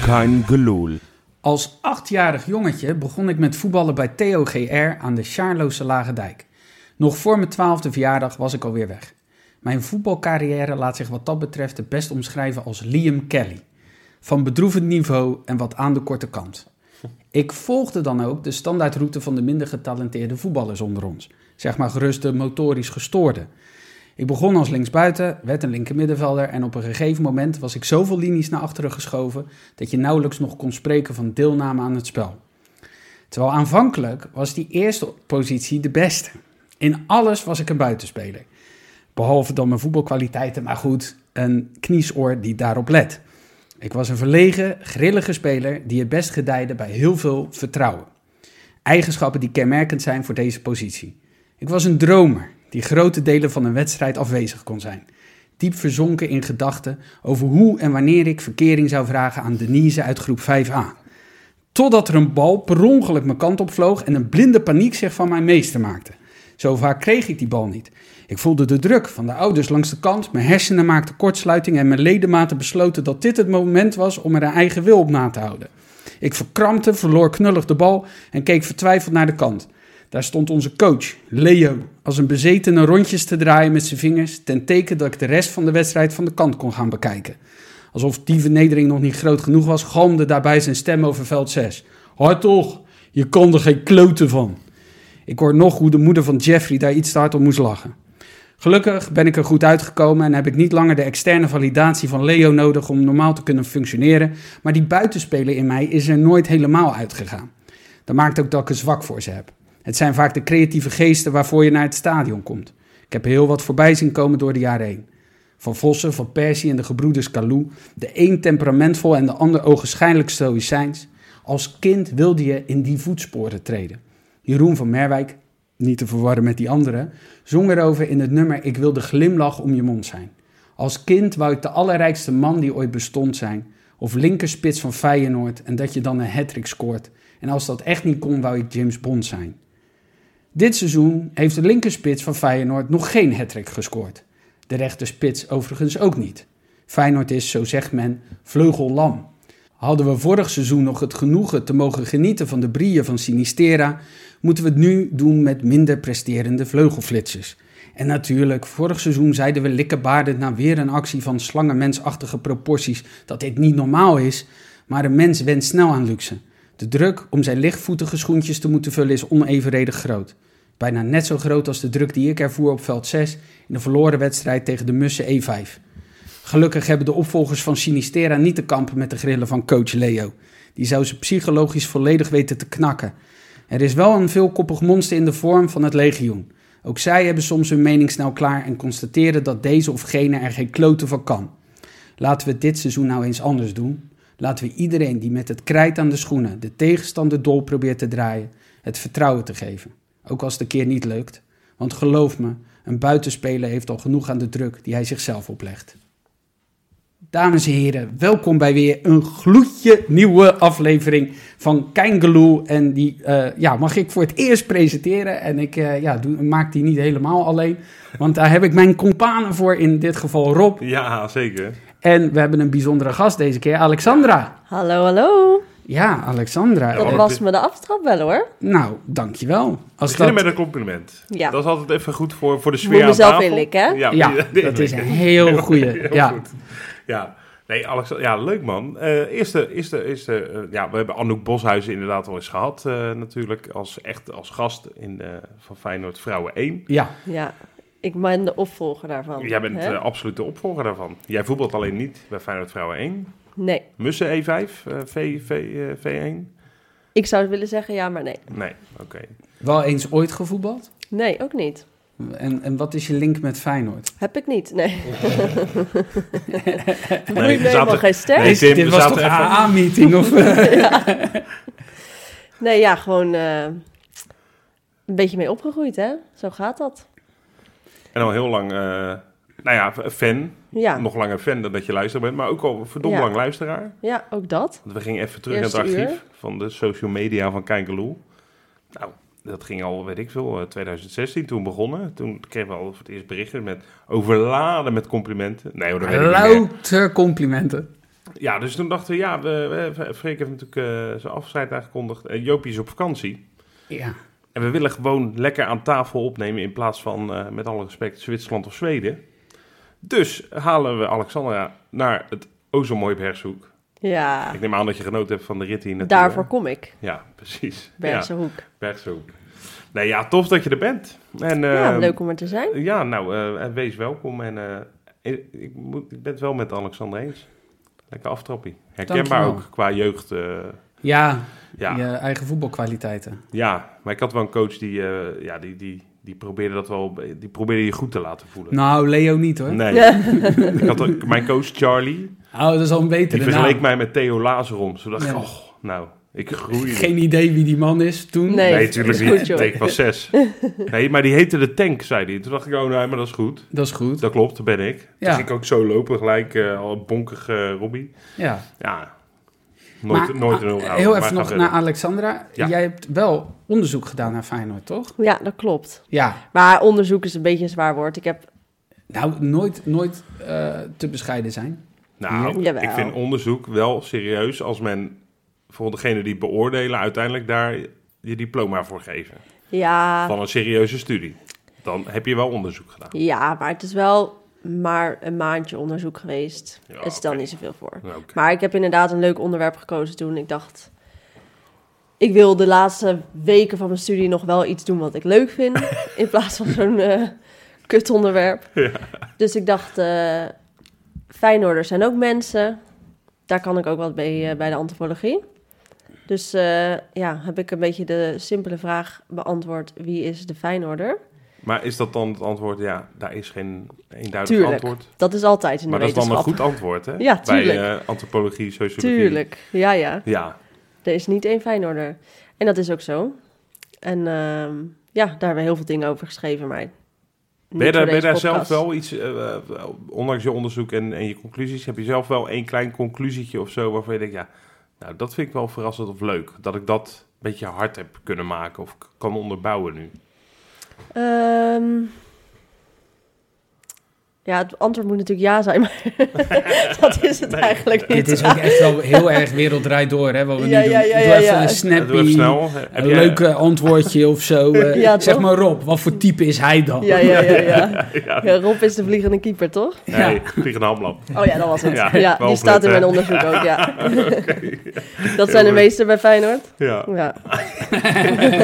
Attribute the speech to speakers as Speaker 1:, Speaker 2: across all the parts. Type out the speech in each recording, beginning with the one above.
Speaker 1: kein gelul.
Speaker 2: Als achtjarig jongetje begon ik met voetballen bij TOGR aan de Sjaarloze Lage Dijk. Nog voor mijn twaalfde verjaardag was ik alweer weg. Mijn voetbalcarrière laat zich wat dat betreft het best omschrijven als Liam Kelly. Van bedroevend niveau en wat aan de korte kant. Ik volgde dan ook de standaardroute van de minder getalenteerde voetballers onder ons. Zeg maar gerust de motorisch gestoorden. Ik begon als linksbuiten, werd een linkermiddenvelder en op een gegeven moment was ik zoveel linies naar achteren geschoven dat je nauwelijks nog kon spreken van deelname aan het spel. Terwijl aanvankelijk was die eerste positie de beste. In alles was ik een buitenspeler. Behalve dan mijn voetbalkwaliteiten, maar goed, een kniesoor die daarop let. Ik was een verlegen, grillige speler die het best gedijde bij heel veel vertrouwen. Eigenschappen die kenmerkend zijn voor deze positie. Ik was een dromer die grote delen van een wedstrijd afwezig kon zijn. Diep verzonken in gedachten over hoe en wanneer ik verkering zou vragen aan Denise uit groep 5a. Totdat er een bal per ongeluk mijn kant op vloog en een blinde paniek zich van mijn meester maakte. Zo vaak kreeg ik die bal niet. Ik voelde de druk van de ouders langs de kant, mijn hersenen maakten kortsluiting en mijn ledematen besloten dat dit het moment was om er een eigen wil op na te houden. Ik verkrampte, verloor knullig de bal en keek vertwijfeld naar de kant. Daar stond onze coach, Leo, als een bezetene rondjes te draaien met zijn vingers, ten teken dat ik de rest van de wedstrijd van de kant kon gaan bekijken. Alsof die vernedering nog niet groot genoeg was, galmde daarbij zijn stem over veld 6. Hard toch, je kon er geen kloten van. Ik hoor nog hoe de moeder van Jeffrey daar iets te hard om moest lachen. Gelukkig ben ik er goed uitgekomen en heb ik niet langer de externe validatie van Leo nodig om normaal te kunnen functioneren, maar die buitenspeler in mij is er nooit helemaal uitgegaan. Dat maakt ook dat ik er zwak voor ze heb. Het zijn vaak de creatieve geesten waarvoor je naar het stadion komt. Ik heb er heel wat voorbij zien komen door de jaren heen. Van Vossen, van Persie en de gebroeders Calou, de een temperamentvol en de ander ogenschijnlijk stoïcijns. Als kind wilde je in die voetsporen treden. Jeroen van Merwijk, niet te verwarren met die andere, zong erover in het nummer Ik wil de glimlach om je mond zijn. Als kind wou ik de allerrijkste man die ooit bestond zijn, of linkerspits van Feyenoord en dat je dan een hattrick scoort. En als dat echt niet kon, wou ik James Bond zijn. Dit seizoen heeft de linkerspits van Feyenoord nog geen hattrick gescoord. De rechterspits overigens ook niet. Feyenoord is, zo zegt men, vleugellam. Hadden we vorig seizoen nog het genoegen te mogen genieten van de brieën van Sinistera, moeten we het nu doen met minder presterende vleugelflitsers. En natuurlijk, vorig seizoen zeiden we likkebaardend na weer een actie van slangenmensachtige proporties dat dit niet normaal is, maar een mens wenst snel aan luxe. De druk om zijn lichtvoetige schoentjes te moeten vullen is onevenredig groot. Bijna net zo groot als de druk die ik ervoer op veld 6 in de verloren wedstrijd tegen de Mussen E E5. Gelukkig hebben de opvolgers van Sinistera niet te kampen met de grillen van coach Leo. Die zou ze psychologisch volledig weten te knakken. Er is wel een veelkoppig monster in de vorm van het legioen. Ook zij hebben soms hun mening snel klaar en constateren dat deze of gene er geen kloten van kan. Laten we dit seizoen nou eens anders doen. Laten we iedereen die met het krijt aan de schoenen de tegenstander dol probeert te draaien, het vertrouwen te geven. Ook als de keer niet lukt. Want geloof me, een buitenspeler heeft al genoeg aan de druk die hij zichzelf oplegt. Dames en heren, welkom bij weer een gloedje nieuwe aflevering van Keingeloel. En die eh, ja, mag ik voor het eerst presenteren. En ik eh, ja, doe, maak die niet helemaal alleen. Want daar heb ik mijn companen voor, in dit geval Rob.
Speaker 1: Ja, zeker.
Speaker 2: En we hebben een bijzondere gast deze keer, Alexandra.
Speaker 3: Hallo, hallo.
Speaker 2: Ja, Alexandra.
Speaker 3: Dat
Speaker 1: maar
Speaker 3: was
Speaker 1: dit-
Speaker 3: me de aftrap wel hoor.
Speaker 2: Nou, dankjewel. Als
Speaker 1: Beginnen
Speaker 2: dat,
Speaker 1: met een compliment.
Speaker 3: Ja.
Speaker 1: Dat is altijd even goed voor, voor de sfeer
Speaker 3: Moet
Speaker 1: aan
Speaker 3: mezelf
Speaker 1: tafel.
Speaker 3: inlikken, hè?
Speaker 1: Ja,
Speaker 2: ja,
Speaker 1: nee,
Speaker 2: dat is een
Speaker 1: nee.
Speaker 2: heel goede.
Speaker 1: Heel
Speaker 2: Ja,
Speaker 1: goed. Ja. Nee, Alex, ja, leuk man. Eh eerste, eerste, eerste eh, ja, we hebben Anouk Boshuizen inderdaad al eens gehad eh, natuurlijk. Als, echt als gast in, eh, van Feyenoord Vrouwen 1.
Speaker 2: ja,
Speaker 3: Ja, ik ben de opvolger daarvan.
Speaker 1: Jij bent
Speaker 3: hè?
Speaker 1: eh, absoluut de opvolger daarvan. Jij voetbalt alleen niet bij Feyenoord Vrouwen 1.
Speaker 3: Nee,
Speaker 1: Mussen E5, eh, v, v, eh, V1?
Speaker 3: ik zou willen zeggen ja, maar nee.
Speaker 1: Nee, oké.
Speaker 2: wel eens ooit gevoetbald.
Speaker 3: Nee, ook niet.
Speaker 2: En, en wat is je link met Feyenoord?
Speaker 3: Heb ik niet, nee.
Speaker 1: Nee,
Speaker 3: Nee,
Speaker 1: we
Speaker 3: ik ben helemaal
Speaker 1: zaten-
Speaker 3: geen ster.
Speaker 1: Nee,
Speaker 3: Nee,
Speaker 2: Is-
Speaker 1: Tim,
Speaker 2: dit
Speaker 1: we
Speaker 2: was
Speaker 1: zaten
Speaker 2: toch een
Speaker 1: even-
Speaker 2: AA-meeting? Of, eh?
Speaker 3: ja, gewoon eh, een beetje mee opgegroeid, hè? Zo gaat dat.
Speaker 1: En al heel lang, eh, nou ja, f- fan.
Speaker 3: Ja,
Speaker 1: Nog langer fan dan dat je luisteraar bent, maar ook al verdomd
Speaker 3: Ja.
Speaker 1: lang luisteraar.
Speaker 3: ja ook dat.
Speaker 1: Want we gingen even terug
Speaker 3: Eerste
Speaker 1: naar het archief van de social media van Kijkeloel. Nou, dat ging al, weet ik veel, eh, 2016 toen begonnen. Toen kregen we al voor het eerst berichten met overladen met complimenten. Nee, hoor, dat weet ik niet meer.
Speaker 2: Louter complimenten.
Speaker 1: Ja, dus toen dachten we, ja, we, we- Freek heeft natuurlijk eh, zijn afscheid aangekondigd. Eh, Joopie is op vakantie.
Speaker 2: Ja,
Speaker 1: En we willen gewoon lekker aan tafel opnemen in plaats van, eh, met alle respect, Zwitserland of Zweden. Dus halen we Alexandra naar het o zo mooi Bergshoek.
Speaker 3: Ja,
Speaker 1: Ik neem aan dat je genoten hebt van de rit hier naartoe.
Speaker 3: daarvoor kom ik.
Speaker 1: hè? Ja, precies.
Speaker 3: Bergse
Speaker 1: eh, Ja,
Speaker 3: Hoek.
Speaker 1: Bergshoek. Nou ja, tof dat je er bent. En,
Speaker 3: Ja,
Speaker 1: eh,
Speaker 3: leuk om er te zijn.
Speaker 1: Ja, nou, eh, en wees welkom. En eh, ik, ik moet, ik ben het wel met Alexander eens. Lekker aftrappie. Herkenbaar
Speaker 2: Dankjewel.
Speaker 1: ook qua jeugd. eh,
Speaker 2: ja,
Speaker 1: ja. ja.
Speaker 2: je eigen voetbalkwaliteiten.
Speaker 1: maar ik had wel een coach die, eh, ja, die, die, die probeerde dat wel, die probeerde je goed te laten voelen.
Speaker 2: Nou, Leo niet hoor.
Speaker 1: Nee, ik had ook- mijn coach Charlie,
Speaker 2: Oh, dat is al een
Speaker 1: die
Speaker 2: betere
Speaker 1: vergeleek
Speaker 2: naam.
Speaker 1: mij met Theo Lazarom. Zo dacht ik,
Speaker 2: Ja.
Speaker 1: oh, nou, ik groeide.
Speaker 2: Geen idee wie die man is toen.
Speaker 3: Nee.
Speaker 1: Nee, natuurlijk
Speaker 3: is goed,
Speaker 1: niet.
Speaker 3: joh.
Speaker 1: Nee, ik was zes. Nee, maar die heette de Tank, zei hij. Toen dacht ik, oh nee, maar dat is goed.
Speaker 2: Dat is goed.
Speaker 1: Dat klopt, dat ben ik. Toen
Speaker 2: Ja.
Speaker 1: ging ik ook zo lopen, gelijk eh, al een bonkig eh Robbie.
Speaker 2: Ja.
Speaker 1: Ja, nooit,
Speaker 2: Maar,
Speaker 1: nooit een
Speaker 2: ah,
Speaker 1: heel oude.
Speaker 2: Heel
Speaker 1: maar
Speaker 2: even
Speaker 1: ga
Speaker 2: nog
Speaker 1: verder.
Speaker 2: naar Alexandra.
Speaker 1: Ja.
Speaker 2: Jij hebt wel onderzoek gedaan naar Feyenoord, toch?
Speaker 3: Ja, dat klopt.
Speaker 2: Ja.
Speaker 3: Maar onderzoek is een beetje een zwaar woord. Ik heb...
Speaker 2: Nou, nooit, nooit eh, te bescheiden zijn.
Speaker 1: Nou,
Speaker 3: Ja. Jawel.
Speaker 1: ik vind onderzoek wel serieus als men voor degene die beoordelen uiteindelijk daar je diploma voor geven.
Speaker 3: Ja,
Speaker 1: Van een serieuze studie. Dan heb je wel onderzoek gedaan.
Speaker 3: ja, maar het is wel maar een maandje onderzoek geweest.
Speaker 1: Ja,
Speaker 3: het stelt
Speaker 1: oké.
Speaker 3: niet zoveel voor.
Speaker 1: Nou, oké.
Speaker 3: Maar ik heb inderdaad een leuk onderwerp gekozen toen. Ik dacht, ik wil de laatste weken van mijn studie nog wel iets doen wat ik leuk vind. in plaats van zo'n eh kut onderwerp. Dus ik dacht, eh Feyenoorders zijn ook mensen. Daar kan ik ook wat mee eh, bij de antropologie. Dus eh, ja, heb ik een beetje de simpele vraag beantwoord. Wie is de Feyenoorder?
Speaker 1: Maar is dat dan het antwoord? Ja, daar is geen eenduidig
Speaker 3: Tuurlijk.
Speaker 1: antwoord.
Speaker 3: Dat is altijd in de
Speaker 1: Maar dat is dan een
Speaker 3: wetenschap.
Speaker 1: goed antwoord, hè?
Speaker 3: Ja,
Speaker 1: Bij
Speaker 3: tuurlijk.
Speaker 1: eh, antropologie, sociologie.
Speaker 3: Tuurlijk, ja, ja.
Speaker 1: Ja,
Speaker 3: Er is niet één Feyenoorder. En dat is ook zo. En ehm, ja, daar hebben we heel veel dingen over geschreven, maar...
Speaker 1: ben je, daar,
Speaker 3: niet voor
Speaker 1: ben je daar
Speaker 3: deze
Speaker 1: zelf
Speaker 3: podcast.
Speaker 1: wel iets, eh, eh, ondanks je onderzoek en, en je conclusies, heb je zelf wel één klein conclusietje of zo waarvan je denkt, ja, nou dat vind ik wel verrassend of leuk. Dat ik dat een beetje hard heb kunnen maken of k- kan onderbouwen nu.
Speaker 3: Ehm, ja, het antwoord moet natuurlijk ja zijn, maar dat is het eigenlijk niet.
Speaker 2: Dit is ook echt wel heel erg wereldrijd door, hè, wat we
Speaker 3: Ja,
Speaker 2: nu doen.
Speaker 3: ja, ja,
Speaker 2: Doe
Speaker 3: ja,
Speaker 2: even
Speaker 3: ja.
Speaker 2: een
Speaker 1: Dat doe
Speaker 2: snappy,
Speaker 1: even snel. Heb
Speaker 2: een
Speaker 1: jij-
Speaker 2: leuk eh, antwoordje of zo. eh.
Speaker 3: Ja,
Speaker 2: zeg
Speaker 3: toch?
Speaker 2: maar Rob, wat voor type is hij dan?
Speaker 3: Ja, ja, ja, ja.
Speaker 1: Ja,
Speaker 3: Ja, Rob is de vliegende keeper, toch?
Speaker 1: nee, vliegende hamlap.
Speaker 3: Oh ja, dat was het.
Speaker 1: Ja,
Speaker 3: Ja,
Speaker 1: wel
Speaker 3: die staat in
Speaker 1: opletten.
Speaker 3: mijn onderzoek ook, ja. Dat zijn de
Speaker 1: goed.
Speaker 3: meeste bij Feyenoord.
Speaker 1: Ja,
Speaker 3: Ja,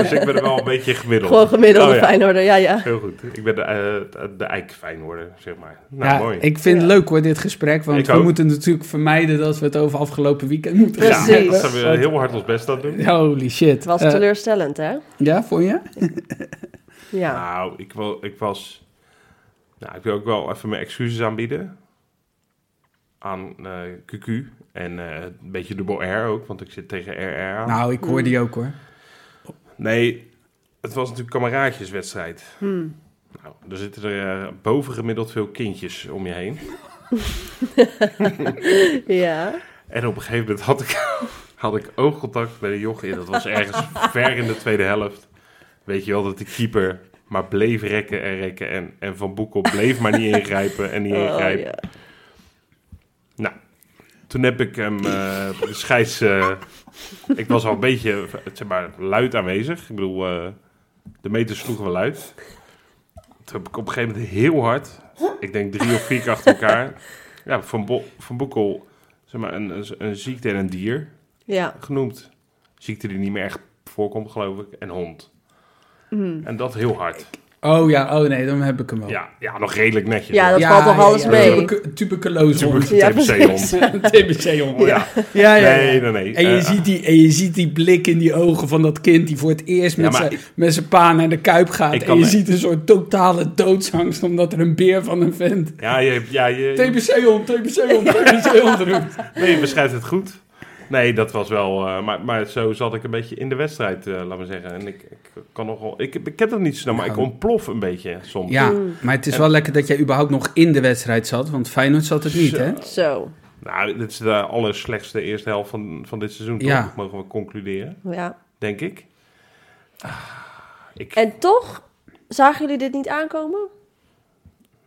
Speaker 1: dus ik ben er wel een beetje gemiddeld.
Speaker 3: gewoon gemiddelde
Speaker 1: Oh ja.
Speaker 3: Feyenoorder, ja, ja.
Speaker 1: Heel goed. Ik ben de, eh de eik fijn worden, zeg maar. Nou,
Speaker 2: Ja,
Speaker 1: mooi.
Speaker 2: ik vind het leuk hoor, dit gesprek. Want
Speaker 1: Ik
Speaker 2: we
Speaker 1: ook.
Speaker 2: moeten natuurlijk vermijden dat we het over afgelopen weekend moeten
Speaker 1: ja,
Speaker 3: Precies.
Speaker 1: dat zijn we heel hard ons best aan het doen.
Speaker 2: Holy shit.
Speaker 3: Het was
Speaker 2: Eh,
Speaker 3: teleurstellend, hè?
Speaker 2: ja, vond je?
Speaker 3: Ja.
Speaker 1: Nou, ik, wil, ik was. Nou, ik wil ook wel even mijn excuses aanbieden. Aan eh, QQ en eh, een beetje dubbel R ook, want ik zit tegen RR aan.
Speaker 2: Nou, ik hoorde die ook hoor.
Speaker 1: Nee, het was natuurlijk kameraadjeswedstrijd.
Speaker 3: Hm.
Speaker 1: Nou, er zitten er eh, bovengemiddeld veel kindjes om je heen.
Speaker 3: Ja.
Speaker 1: En op een gegeven moment had ik, had ik oogcontact met een jochie. Dat was ergens ver in de tweede helft. Weet je wel dat de keeper maar bleef rekken en rekken. En, en Van Boekel bleef maar niet ingrijpen en niet
Speaker 3: Oh,
Speaker 1: ingrijpen.
Speaker 3: ja.
Speaker 1: Toen heb ik hem eh, de scheids. eh, ik was al een beetje zeg maar, luid aanwezig. Ik bedoel, eh, de meters sloegen wel luid. Toen heb ik op een gegeven moment heel hard, ik denk drie of vier keer achter elkaar, ja, van, Bo- van Boekel zeg maar, een, een, een ziekte en een dier
Speaker 3: Ja.
Speaker 1: genoemd. Ziekte die niet meer echt voorkomt, geloof ik, en hond.
Speaker 3: Mm.
Speaker 1: En dat heel hard.
Speaker 2: Oh ja, oh nee, dan heb ik hem wel.
Speaker 1: Ja, ja nog redelijk netjes.
Speaker 3: Ja,
Speaker 1: hoor.
Speaker 3: dat valt toch alles mee?
Speaker 2: Tubercu- tuberculose hond.
Speaker 1: Tuber-
Speaker 3: Ja,
Speaker 1: TBC-hond.
Speaker 2: TBC hond.
Speaker 1: Ja.
Speaker 2: Ja, ja.
Speaker 1: Nee, nee, nee.
Speaker 2: En je,
Speaker 1: Eh,
Speaker 2: ziet die, en je ziet die blik in die ogen van dat kind die voor het eerst
Speaker 1: Ja,
Speaker 2: met
Speaker 1: maar
Speaker 2: zijn- met zijn pa naar de kuip
Speaker 1: Ik
Speaker 2: gaat.
Speaker 1: kan
Speaker 2: En je
Speaker 1: me-
Speaker 2: ziet een soort totale doodsangst omdat er een beer van hem vent.
Speaker 1: Ja, je, ja, je,
Speaker 2: TBC hond, TBC hond, TBC hond roept.
Speaker 1: Nee, je beschrijft het goed. Nee, dat was wel. eh, maar, maar zo zat ik een beetje in de wedstrijd, eh laat maar zeggen. En ik, ik kan nogal. Ik, ik ken dat niet snel, maar ik
Speaker 2: Nou.
Speaker 1: ontplof een beetje soms.
Speaker 2: Ja, maar het is wel lekker dat jij überhaupt nog in de wedstrijd zat, want Feyenoord zat het niet, hè?
Speaker 3: Zo,
Speaker 1: Nou, dit is de allerslechtste eerste helft van, van dit seizoen.
Speaker 2: Ja.
Speaker 1: Toch? Mogen we concluderen,
Speaker 3: ja.
Speaker 1: denk ik. Ah, ik
Speaker 3: En toch, zagen jullie dit niet aankomen?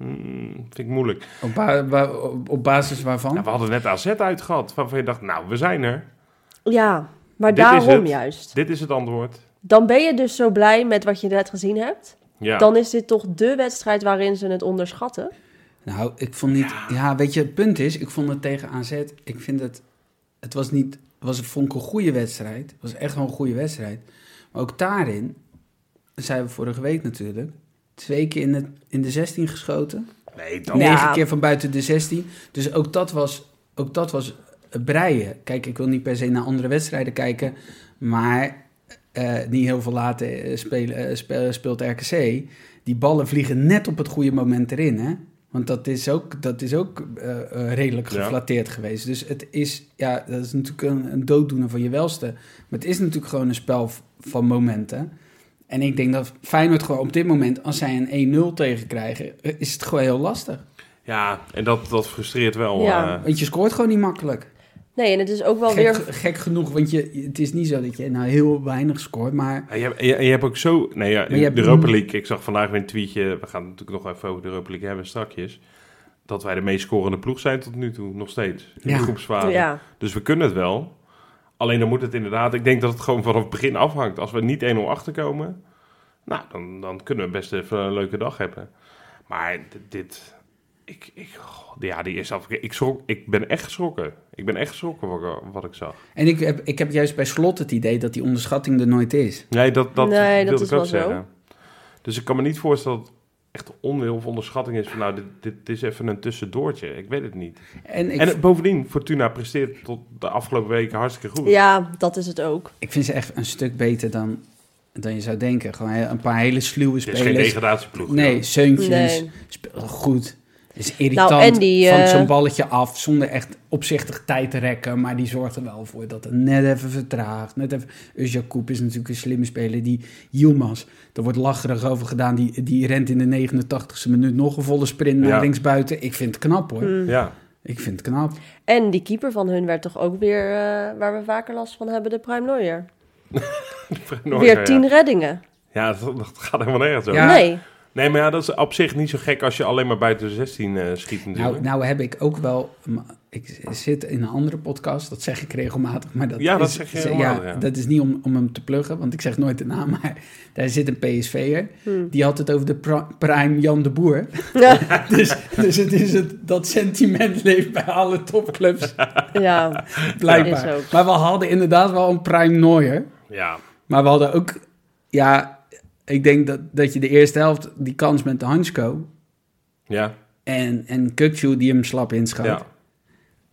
Speaker 1: mm, vind ik moeilijk.
Speaker 2: Op, ba- wa- op basis
Speaker 3: Oh.
Speaker 2: waarvan?
Speaker 1: Nou, we hadden net AZ uit gehad, waarvan je dacht, nou, we zijn er.
Speaker 3: Ja, maar
Speaker 1: Dit is
Speaker 3: daarom
Speaker 1: het.
Speaker 3: juist.
Speaker 1: Dit is het antwoord.
Speaker 3: Dan ben je dus zo blij met wat je net gezien hebt.
Speaker 1: Ja,
Speaker 3: Dan is dit toch de wedstrijd waarin ze het onderschatten.
Speaker 2: Nou, ik vond niet. Ja. weet je, het punt is, ik vond het tegen AZ. Ik vind het. Het was niet. Was, vond ik een goede wedstrijd. Het was echt wel een goede wedstrijd. Maar ook daarin. Dat zeiden we vorige week natuurlijk. Twee keer in de, in de 16 geschoten.
Speaker 1: nee, dan...
Speaker 2: Negen
Speaker 3: Ja.
Speaker 2: keer van buiten de 16. Dus ook dat was. Ook dat was eh, breien. Kijk, ik wil niet per se naar andere wedstrijden kijken. Maar. eh, niet heel veel later eh, spelen, eh, spe- speelt RKC. Die ballen vliegen net op het goede moment erin, hè? Want dat is ook, dat is ook eh, eh, redelijk
Speaker 1: Ja.
Speaker 2: geflatteerd geweest. Dus het is, ja, dat is natuurlijk een, een dooddoener van je welste. Maar het is natuurlijk gewoon een spel v- van momenten. En ik denk dat Feyenoord gewoon op dit moment, als zij een 1-0 tegenkrijgen, eh, is het gewoon heel lastig.
Speaker 1: ja en dat, dat frustreert wel.
Speaker 3: Ja.
Speaker 1: eh.
Speaker 2: Want je scoort gewoon niet makkelijk.
Speaker 3: Nee, en het is ook wel
Speaker 2: Gek,
Speaker 3: weer...
Speaker 2: gek genoeg, want je, het is niet zo dat je nou heel weinig scoort, maar...
Speaker 1: En je, hebt, en je, en je hebt ook zo... Nee, ja,
Speaker 2: Maar je hebt-
Speaker 1: de Europa League. Ik zag vandaag weer een tweetje. We gaan het natuurlijk nog even over de Europa League hebben strakjes. Dat wij de meest scorende ploeg zijn tot nu toe. Nog steeds. In
Speaker 2: Ja.
Speaker 1: de groepsfase.
Speaker 3: Ja,
Speaker 1: Dus we kunnen het wel. Alleen dan moet het inderdaad... Ik denk dat het gewoon vanaf het begin afhangt. Als we niet 1-0 achterkomen... Nou, dan, dan kunnen we best even een leuke dag hebben. Maar d- dit... Ik, ik, goh, ja, die eerste afge- ik, schrok, ik ben echt geschrokken. Ik ben echt geschrokken wat, ik- wat ik zag.
Speaker 2: En ik heb, ik heb juist bij Slot het idee dat die onderschatting er nooit is.
Speaker 1: Nee, dat, dat
Speaker 3: Nee, dat
Speaker 1: wilde
Speaker 3: is
Speaker 1: ik ook
Speaker 3: wel zo.
Speaker 1: zeggen. Dus ik kan me niet voorstellen dat het echt onwil of onderschatting is van... nou, dit, dit is even een tussendoortje. Ik weet het niet.
Speaker 2: En ik,
Speaker 1: en bovendien, Fortuna presteert tot de afgelopen weken hartstikke goed.
Speaker 3: ja, dat is het ook.
Speaker 2: ik vind ze echt een stuk beter dan, dan je zou denken. Gewoon he- een paar hele sluwe
Speaker 1: Het is geen
Speaker 2: spelers.
Speaker 1: degradatieploeg.
Speaker 2: Nee, Seuntjes
Speaker 3: Nee.
Speaker 2: speelt goed. Is irritant.
Speaker 3: Nou, en die,
Speaker 2: vangt
Speaker 3: eh,
Speaker 2: zo'n balletje af zonder echt opzichtig tijd te rekken. Maar die zorgt er wel voor dat het net even vertraagt. Net even. Jacob is natuurlijk een slimme speler. Die Yilmaz, daar wordt lacherig over gedaan. Die, die rent in de 89ste minuut nog een volle sprint naar
Speaker 1: Ja.
Speaker 2: linksbuiten. Ik vind het knap hoor.
Speaker 3: Mm.
Speaker 1: Ja,
Speaker 2: Ik vind het knap.
Speaker 3: En die keeper van hun werd toch ook weer, eh, waar we vaker last van hebben, de Prime Lawyer. weer tien
Speaker 1: Ja,
Speaker 3: reddingen.
Speaker 1: ja dat, dat gaat helemaal nergens over.
Speaker 2: Ja.
Speaker 3: Nee,
Speaker 1: Nee, maar ja, dat is op zich niet zo gek als je alleen maar buiten de 16 eh, schiet natuurlijk.
Speaker 2: Nou, nou heb ik ook wel. m- Ik zit in een andere podcast, dat zeg ik regelmatig. Maar dat
Speaker 1: Ja, dat
Speaker 2: is,
Speaker 1: zeg je
Speaker 2: is-
Speaker 1: regelmatig, ja.
Speaker 2: Dat is niet om, om hem te pluggen, want ik zeg nooit de naam. Maar daar zit een PSV'er.
Speaker 3: Hmm.
Speaker 2: Die had het over de pri- prime Jan de Boer. dus dus het is het, dat sentiment leeft bij alle topclubs,
Speaker 3: ja,
Speaker 2: blijkbaar.
Speaker 3: Is ook.
Speaker 2: Maar we hadden inderdaad wel een prime Neuer.
Speaker 1: Ja,
Speaker 2: Maar we hadden ook, ja, ik denk dat, dat je de eerste helft, die kans met de Hansko
Speaker 1: ja,
Speaker 2: en, en Kukju die hem slap inschoot.
Speaker 1: ja.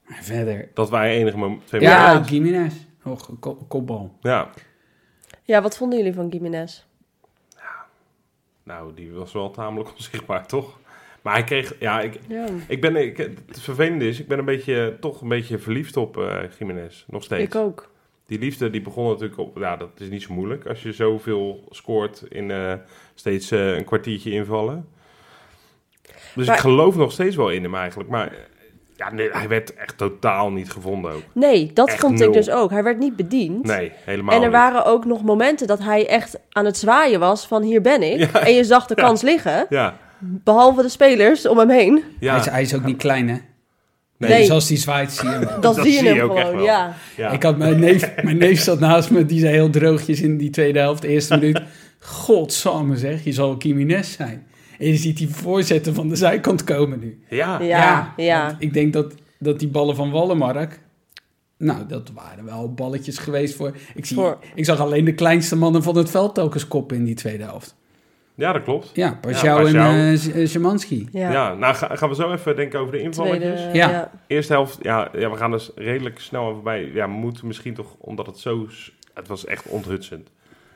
Speaker 2: Maar verder,
Speaker 1: Dat waren enige mom- twee
Speaker 2: Ja,
Speaker 1: momenten.
Speaker 2: Gimenez. Oh, ko- kopbal.
Speaker 1: Ja,
Speaker 3: ja, wat vonden jullie van Gimenez?
Speaker 1: nou, die was wel tamelijk onzichtbaar, toch? Maar hij kreeg, ja, ik,
Speaker 3: Ja.
Speaker 1: ik ben, ik, het vervelende is, ik ben een beetje, toch een beetje verliefd op eh Jiménez, nog steeds.
Speaker 3: Ik ook.
Speaker 1: Die liefde die begon natuurlijk op. Ja, dat is niet zo moeilijk als je zoveel scoort in eh, steeds eh, een kwartiertje invallen. Dus
Speaker 3: Maar-
Speaker 1: ik geloof nog steeds wel in hem eigenlijk. Maar eh, ja, nee, hij werd echt totaal niet gevonden ook.
Speaker 3: Nee, dat
Speaker 1: Echt
Speaker 3: vond
Speaker 1: nul.
Speaker 3: ik dus ook. Hij werd niet bediend.
Speaker 1: Nee, helemaal
Speaker 3: en er
Speaker 1: niet.
Speaker 3: waren ook nog momenten dat hij echt aan het zwaaien was van hier ben ik. En je zag de kans liggen,
Speaker 1: Ja,
Speaker 3: behalve de spelers om hem heen.
Speaker 1: ja.
Speaker 2: Hij, is, hij is ook niet klein, hè?
Speaker 1: Nee.
Speaker 2: Dus als die zwaait, zie je hem. wel.
Speaker 3: Dat,
Speaker 1: Dat
Speaker 3: zie je
Speaker 1: zie je
Speaker 3: hem
Speaker 1: ook echt
Speaker 3: gewoon,
Speaker 1: wel.
Speaker 3: ja.
Speaker 1: ja.
Speaker 2: Ik had mijn neef, mijn neef zat naast me, die zei heel droogjes in die tweede helft, de eerste minuut. Godsamme zeg, je zal Gimenez zijn. En je ziet die voorzetten van de zijkant komen nu.
Speaker 1: ja.
Speaker 3: Ja, ja.
Speaker 2: want Ik denk dat, dat die ballen van Wallenmark, nou, dat waren wel balletjes geweest voor... Ik, zie,
Speaker 3: Voor-
Speaker 2: ik zag alleen de kleinste mannen van het veld telkens koppen in die tweede helft.
Speaker 1: Ja, dat klopt.
Speaker 2: Ja, Pashao en
Speaker 1: Pashao.
Speaker 2: eh, Z- eh, Szymanski.
Speaker 1: Ja,
Speaker 3: Ja,
Speaker 1: nou ga- gaan we zo even denken over de invalletjes.
Speaker 3: tweede,
Speaker 2: Ja.
Speaker 3: ja.
Speaker 1: Eerste helft, ja, ja, we gaan dus redelijk snel aan voorbij. Ja, moet misschien toch, omdat het zo... s- Het was echt onthutsend.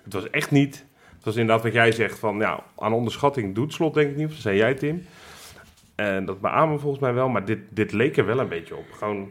Speaker 1: Het was echt niet... Het was inderdaad wat jij zegt van, ja, aan onderschatting doet Slot denk ik niet. Of dat zei jij, Tim. En dat beamen we volgens mij wel, maar dit, dit leek er wel een beetje op. Gewoon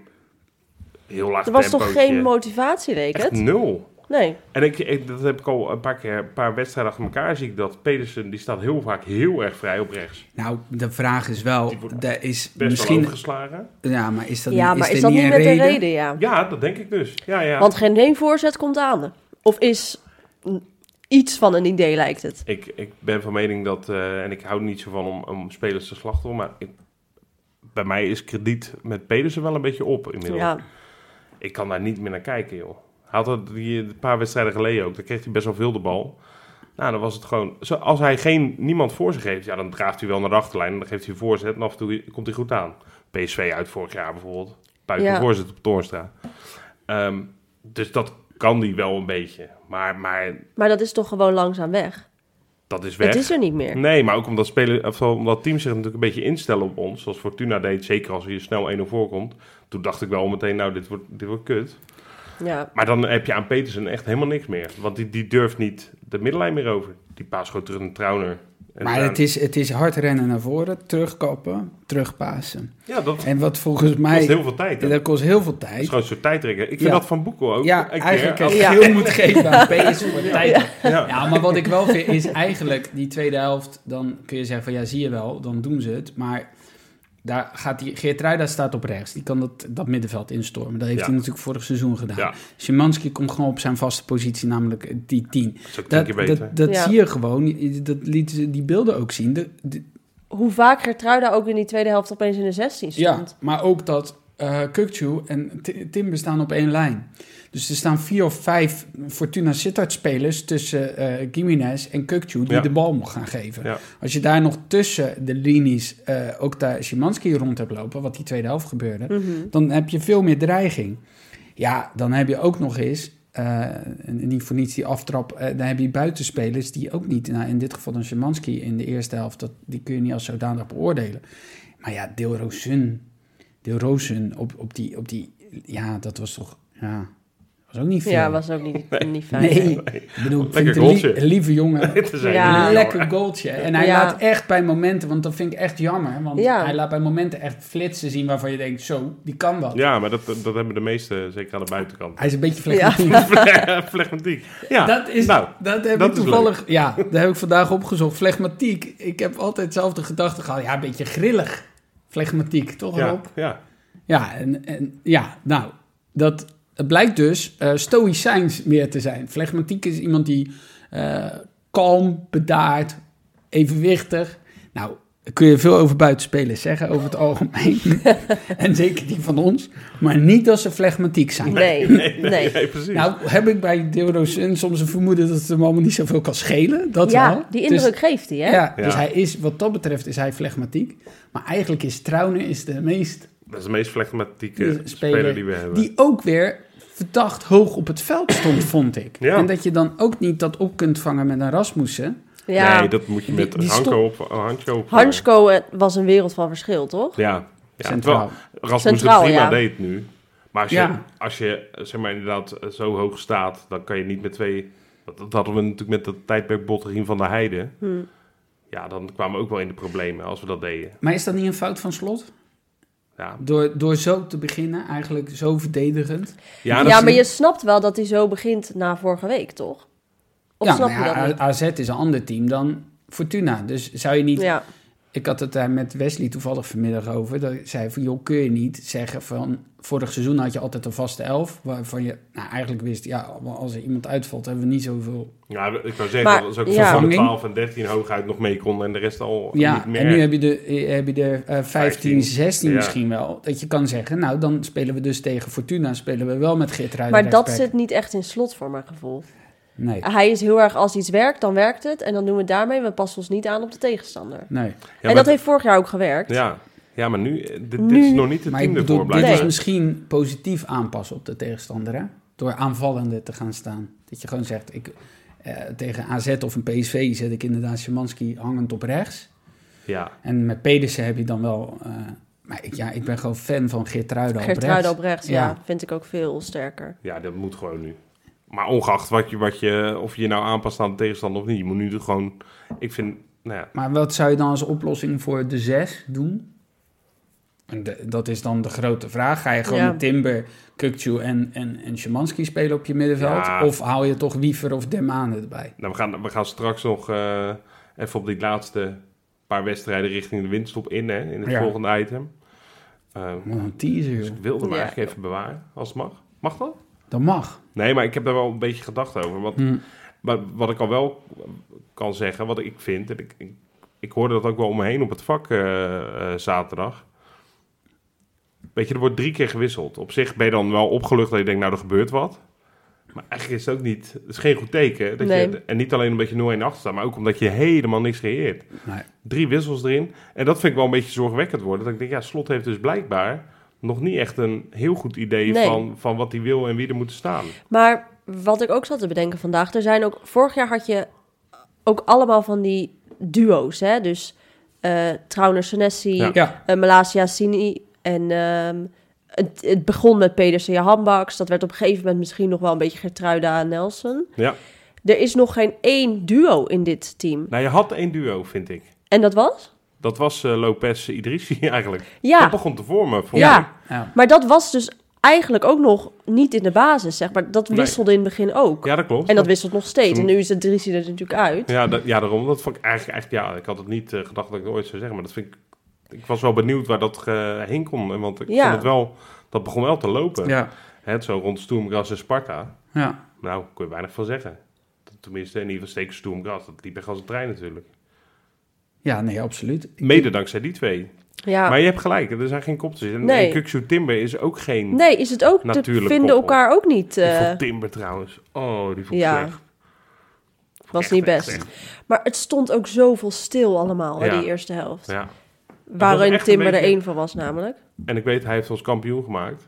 Speaker 1: heel laag
Speaker 3: Er was toch
Speaker 1: tempootje.
Speaker 3: geen motivatie, leek
Speaker 1: Echt
Speaker 3: het?
Speaker 1: nul.
Speaker 3: Nee.
Speaker 1: En ik, ik- dat heb ik al een paar keer, een paar wedstrijden achter elkaar zie ik dat. Pedersen, die staat heel vaak heel erg vrij op rechts.
Speaker 2: Nou, de vraag is wel,
Speaker 1: Die wordt
Speaker 2: daar is
Speaker 1: Best
Speaker 2: misschien...
Speaker 1: wel overgeslagen.
Speaker 2: Ja, maar is dat,
Speaker 3: Ja,
Speaker 2: niet,
Speaker 3: maar
Speaker 2: is
Speaker 3: is
Speaker 2: er
Speaker 3: dat niet
Speaker 2: een
Speaker 3: met
Speaker 2: reden?
Speaker 3: de reden, ja.
Speaker 1: Ja, dat denk ik dus. Ja, ja.
Speaker 3: Want geen één voorzet komt aan. Of is mm, iets van een idee, lijkt het.
Speaker 1: Ik, ik ben van mening dat, eh, en ik hou niet zo van om, om spelers te slachten, maar ik bij mij is krediet met Pedersen wel een beetje op inmiddels.
Speaker 3: Ja,
Speaker 1: Ik kan daar niet meer naar kijken, joh. Hij had dat die, een paar wedstrijden geleden ook. Dan kreeg hij best wel veel de bal. Nou, dan was het gewoon... Zo, als hij geen, niemand voor zich heeft, ja, dan draaft hij wel naar de achterlijn. en Dan geeft hij een voorzet en af en toe komt hij goed aan. PSV uit vorig jaar bijvoorbeeld. Buiten
Speaker 3: Ja.
Speaker 1: een voorzet op Toornstra. Ehm, dus dat kan hij wel een beetje. Maar, maar
Speaker 3: maar dat is toch gewoon langzaam weg.
Speaker 1: dat is weg.
Speaker 3: Het is er niet meer.
Speaker 1: Nee, maar ook omdat, spelen, of omdat teams zich natuurlijk een beetje instellen op ons. Zoals Fortuna deed, zeker als je snel 1-0 voorkomt. Toen dacht ik wel meteen, nou, dit wordt, dit wordt kut. Hm.
Speaker 3: Ja,
Speaker 1: Maar dan heb je aan Petersen echt helemaal niks meer. Want die, die durft niet de middenlijn meer over. Die paas gewoon terug naar Trauner. En
Speaker 2: Maar
Speaker 1: daar-
Speaker 2: het is, het is hard rennen naar voren, terugkappen, terugpasen.
Speaker 1: Ja, dat
Speaker 2: En wat volgens
Speaker 1: kost
Speaker 2: mij...
Speaker 1: heel veel tijd. hè.
Speaker 2: Dat kost heel veel
Speaker 1: Het is
Speaker 2: tijd.
Speaker 1: gewoon een soort tijdrekken. Ik vind
Speaker 2: Ja.
Speaker 1: dat van Boekel ook.
Speaker 2: Ja,
Speaker 1: Een keer
Speaker 2: eigenlijk
Speaker 1: af-
Speaker 2: als
Speaker 3: Ja.
Speaker 2: je heel moet geven aan PS voor tijd.
Speaker 1: ja.
Speaker 2: Ja, maar wat ik wel vind is eigenlijk die tweede helft, dan kun je zeggen van ja, zie je wel, dan doen ze het. Maar daar gaat die Geertruida staat op rechts. Die kan dat, dat middenveld instormen. Dat heeft
Speaker 1: Ja.
Speaker 2: hij natuurlijk vorig seizoen gedaan.
Speaker 1: Ja.
Speaker 2: Szymanski komt gewoon op zijn vaste positie, namelijk die 10.
Speaker 1: Dat is ook tien
Speaker 2: Dat,
Speaker 1: keer
Speaker 2: dat,
Speaker 1: beter.
Speaker 2: dat
Speaker 3: Ja.
Speaker 2: zie je gewoon. Dat lieten ze die beelden ook zien. De, de-
Speaker 3: hoe vaak Gertruida ook in die tweede helft opeens in de 16
Speaker 2: ja,
Speaker 3: stond.
Speaker 2: maar ook dat eh Kukçu en Ti- Timber staan op één lijn. Dus er staan vier of vijf Fortuna Sittard-spelers tussen eh Gimenez en Kukçu... die
Speaker 1: Ja.
Speaker 2: de bal mogen gaan geven.
Speaker 1: Ja.
Speaker 2: Als je daar nog tussen de linies eh, ook daar Szymanski rond hebt lopen... wat die tweede helft gebeurde...
Speaker 3: Mhm.
Speaker 2: dan heb je veel meer dreiging. Ja, dan heb je ook nog eens... eh, en niet voor niets die aftrap... eh, dan heb je buitenspelers die ook niet... Nou, in dit geval dan Szymanski in de eerste helft... Dat, die kun je niet als zodanig beoordelen. Maar ja, Deelroosun... Deelroosun op, op, die, op die... Ja, dat was toch... Ja, was ook niet veel.
Speaker 3: Ja, was ook niet, niet fijn.
Speaker 2: Nee, ik bedoel, ik vind het een
Speaker 1: goaltje.
Speaker 2: lie- een lieve jongen.
Speaker 1: Het is
Speaker 3: Ja.
Speaker 1: eigenlijk-
Speaker 2: Een lekker goaltje. En hij
Speaker 3: Ja.
Speaker 2: laat echt bij momenten, want dat vind ik echt jammer. Want
Speaker 3: Ja.
Speaker 2: hij laat bij momenten echt flitsen zien waarvan je denkt, zo, die kan wat.
Speaker 1: Ja, maar dat, dat hebben de meesten, zeker aan de buitenkant.
Speaker 2: Hij is een beetje flegmatiek.
Speaker 1: Flegmatiek. Ja,
Speaker 2: Dat, is,
Speaker 1: nou,
Speaker 2: dat heb
Speaker 1: dat
Speaker 2: ik
Speaker 1: is
Speaker 2: toevallig... Ja, dat heb ik vandaag opgezocht. Flegmatiek. Ik heb altijd zelf de gedachte gehad, ja, een beetje grillig. Flegmatiek, toch
Speaker 1: ja,
Speaker 2: Rob?
Speaker 1: ja.
Speaker 2: Ja, en, en, ja nou, dat het blijkt dus eh stoïcijns meer te zijn. Flegmatiek is iemand die eh, kalm, bedaard, evenwichtig. Nou, daar kun je veel over buitenspelers zeggen, over het algemeen. en zeker die van ons. Maar niet als ze flegmatiek zijn.
Speaker 3: Nee,
Speaker 1: Nee, nee,
Speaker 3: nee.
Speaker 1: nee, precies.
Speaker 2: Nou, heb ik bij Deodo Sun soms een vermoeden dat het hem allemaal niet zoveel kan schelen. Dat wel.
Speaker 3: Ja, die
Speaker 2: Dus-
Speaker 3: indruk geeft hij, hè?
Speaker 2: ja, dus
Speaker 1: Ja.
Speaker 2: hij is, wat dat betreft is hij flegmatiek. Maar eigenlijk is Trouwner is de meest
Speaker 1: dat is de meest flegmatieke
Speaker 2: Die
Speaker 1: speler,
Speaker 2: speler
Speaker 1: die we hebben.
Speaker 2: Die ook weer verdacht hoog op het veld stond, vond ik.
Speaker 1: Ja.
Speaker 2: En dat je dan ook niet dat op kunt vangen met een Rasmussen.
Speaker 3: Ja.
Speaker 1: Nee, dat moet je met
Speaker 2: Die- die
Speaker 1: Hanko op. Hanko op
Speaker 3: Hansko eh, was een wereld van verschil, toch?
Speaker 1: Ja, ja
Speaker 2: centraal.
Speaker 1: centraal. Rasmus
Speaker 3: Centraal,
Speaker 1: het prima
Speaker 3: ja.
Speaker 1: deed nu. Maar als je,
Speaker 2: Ja.
Speaker 1: als je eh, zeg maar, inderdaad eh, zo hoog staat, dan kan je niet met twee... Dat, dat hadden we natuurlijk met dat tijdperk Botterien van der Heide.
Speaker 3: Hm.
Speaker 1: Ja, dan kwamen we ook wel in de problemen als we dat deden.
Speaker 2: Maar is dat niet een fout van slot?
Speaker 1: Ja,
Speaker 2: Door, door zo te beginnen, eigenlijk zo verdedigend.
Speaker 1: ja,
Speaker 3: Ja,
Speaker 1: dat is-
Speaker 3: maar je snapt wel dat hij zo begint na vorige week, toch? Of
Speaker 2: ja,
Speaker 3: snap
Speaker 2: maar
Speaker 3: je dat
Speaker 2: ja,
Speaker 3: niet?
Speaker 2: AZ is een ander team dan Fortuna. Dus zou je niet...
Speaker 3: Ja,
Speaker 2: Ik had het daar met Wesley toevallig vanmiddag over. Dat ik zei van, joh, kun je niet zeggen van... Vorig seizoen had je altijd een vaste elf. Waarvan je nou, eigenlijk wist, ja, als er iemand uitvalt... hebben we niet zoveel
Speaker 1: ja, ik zou zeggen,
Speaker 3: Maar,
Speaker 1: dat is ook
Speaker 3: ja.
Speaker 1: van de
Speaker 2: Vervanging.
Speaker 1: 12 en 13 hooguit nog mee konden en de rest al
Speaker 2: Ja,
Speaker 1: niet meer.
Speaker 2: en nu heb je de, eh, heb je de eh 15,
Speaker 1: 15,
Speaker 2: 16
Speaker 1: ja.
Speaker 2: misschien wel. Dat je kan zeggen, nou dan spelen we dus tegen Fortuna, spelen we wel met Geert
Speaker 3: maar dat zit niet echt in slot voor mijn gevoel.
Speaker 2: Nee,
Speaker 3: Hij is heel erg, als iets werkt, dan werkt het. En dan doen we het daarmee, we passen ons niet aan op de tegenstander.
Speaker 2: nee.
Speaker 1: Ja,
Speaker 3: en
Speaker 1: maar
Speaker 3: dat
Speaker 1: het-
Speaker 3: heeft vorig jaar ook gewerkt.
Speaker 1: ja, ja, maar nu, eh, dit, dit
Speaker 3: Nu-
Speaker 1: is nog niet het
Speaker 2: Maar ik
Speaker 1: team
Speaker 2: bedoel,
Speaker 1: ervoor
Speaker 2: dit
Speaker 1: blijkbaar.
Speaker 2: is misschien positief aanpassen op de tegenstander, hè? Door aanvallende te gaan staan. Dat je gewoon zegt, ik, eh, tegen AZ of een PSV zet ik inderdaad Szymanski hangend op rechts.
Speaker 1: Ja,
Speaker 2: En met Pedersen heb je dan wel... eh, maar ik, ja, ik ben gewoon fan van Geert Ruiden op rechts.
Speaker 3: Geertruida op rechts, ja.
Speaker 2: Ja.
Speaker 3: vind ik ook veel sterker.
Speaker 1: Ja, dat moet gewoon nu. Maar ongeacht wat je, wat je, of je je nou aanpast aan de tegenstander of niet, je moet nu toch gewoon. Ik vind, nou ja,
Speaker 2: Maar wat zou je dan als oplossing voor de zes doen? En de- dat is dan de grote vraag. Ga je gewoon
Speaker 3: Ja.
Speaker 2: met Timber, Kukçu en, en, en Szymanski spelen op je middenveld?
Speaker 1: Ja.
Speaker 2: Of haal je toch Wiever of Demane erbij?
Speaker 1: nou, we, gaan, we gaan straks nog eh, even op die laatste paar wedstrijden richting de winststop in, hè, in het
Speaker 2: Ja.
Speaker 1: volgende item. Eh,
Speaker 2: Wat een teaser,
Speaker 1: dus
Speaker 2: joh.
Speaker 1: ik wilde hem
Speaker 3: Ja.
Speaker 1: eigenlijk even bewaren, als het mag. Mag dat?
Speaker 2: Dat mag.
Speaker 1: Nee, maar ik heb daar wel een beetje gedacht over. Want
Speaker 2: Hm.
Speaker 1: Maar wat ik al wel kan zeggen, wat ik vind, en ik, ik, ik hoorde dat ook wel om me heen op het vak eh, eh, zaterdag. Weet je, er wordt drie keer gewisseld. Op zich ben je dan wel opgelucht dat je denkt, nou, er gebeurt wat. Maar eigenlijk is het ook niet... Het is geen goed teken. Dat
Speaker 3: Nee.
Speaker 1: je, en niet alleen omdat je 0-1 achter staat, maar ook omdat je helemaal niks creëert.
Speaker 2: Nee.
Speaker 1: Drie wissels erin. En dat vind ik wel een beetje zorgwekkend worden. Dat ik denk, ja, Slot heeft dus blijkbaar nog niet echt een heel goed idee
Speaker 3: Nee.
Speaker 1: van, van wat hij wil en wie er moet staan.
Speaker 3: Maar wat ik ook zat te bedenken vandaag, er zijn ook vorig jaar had je ook allemaal van die duo's, hè? Dus eh Trauner, Senesi,
Speaker 1: Ja.
Speaker 2: Ja,
Speaker 3: eh, Malasia, Sini en ehm, het, het begon met Pedersen, je handbaks. Dat werd op een gegeven moment misschien nog wel een beetje Gertruida en Nelson.
Speaker 1: Ja.
Speaker 3: Er is nog geen één duo in dit team.
Speaker 1: Nou, je had één duo, vind ik.
Speaker 3: En dat was?
Speaker 1: Dat was eh, Lopez Idrissi eigenlijk.
Speaker 3: Ja.
Speaker 1: Dat begon te vormen. Voor
Speaker 3: Ja.
Speaker 2: ja.
Speaker 3: Maar dat was dus eigenlijk ook nog niet in de basis, zeg maar. Dat
Speaker 1: Nee.
Speaker 3: wisselde in het begin ook.
Speaker 1: ja, dat klopt.
Speaker 3: En dat wisselt nog steeds.
Speaker 1: Zo-
Speaker 3: En nu is het Drissi er natuurlijk uit.
Speaker 1: Ja, dat, ja, daarom. Dat vond ik eigenlijk echt... Ja, ik had het niet eh, gedacht dat ik het ooit zou zeggen. Maar dat vind ik... Ik was wel benieuwd waar dat eh, heen kon. Want ik
Speaker 3: Ja.
Speaker 1: vond het wel... Dat begon wel te lopen.
Speaker 2: ja.
Speaker 1: Hè, zo rond Stoemgras en Sparta.
Speaker 2: ja.
Speaker 1: Nou, kon je weinig van zeggen. Tenminste, in ieder geval zeker Stoemgras. Dat liep echt als een trein natuurlijk.
Speaker 2: Ja, nee, absoluut. Ik-
Speaker 1: Mede dankzij die twee.
Speaker 3: Ja.
Speaker 1: Maar je hebt gelijk. Er zijn geen kopjes. En,
Speaker 3: Nee.
Speaker 1: en Kuksu Timber is ook geen...
Speaker 3: Nee, is het ook. Te
Speaker 1: Hm. Natuurlijk
Speaker 3: vinden
Speaker 1: koppel.
Speaker 3: elkaar ook niet.
Speaker 1: Ik
Speaker 3: eh
Speaker 1: vond Timber trouwens. Oh, die vond ik
Speaker 3: ja.
Speaker 1: slecht.
Speaker 3: was
Speaker 1: Echt,
Speaker 3: niet
Speaker 1: echt,
Speaker 3: best. Maar het stond ook zoveel stil allemaal in
Speaker 1: Ja.
Speaker 3: die eerste helft.
Speaker 1: Ja. was
Speaker 3: Waarin
Speaker 1: echt een
Speaker 3: Timber er
Speaker 1: beetje-
Speaker 3: één van was namelijk.
Speaker 1: En ik weet, hij heeft ons kampioen gemaakt.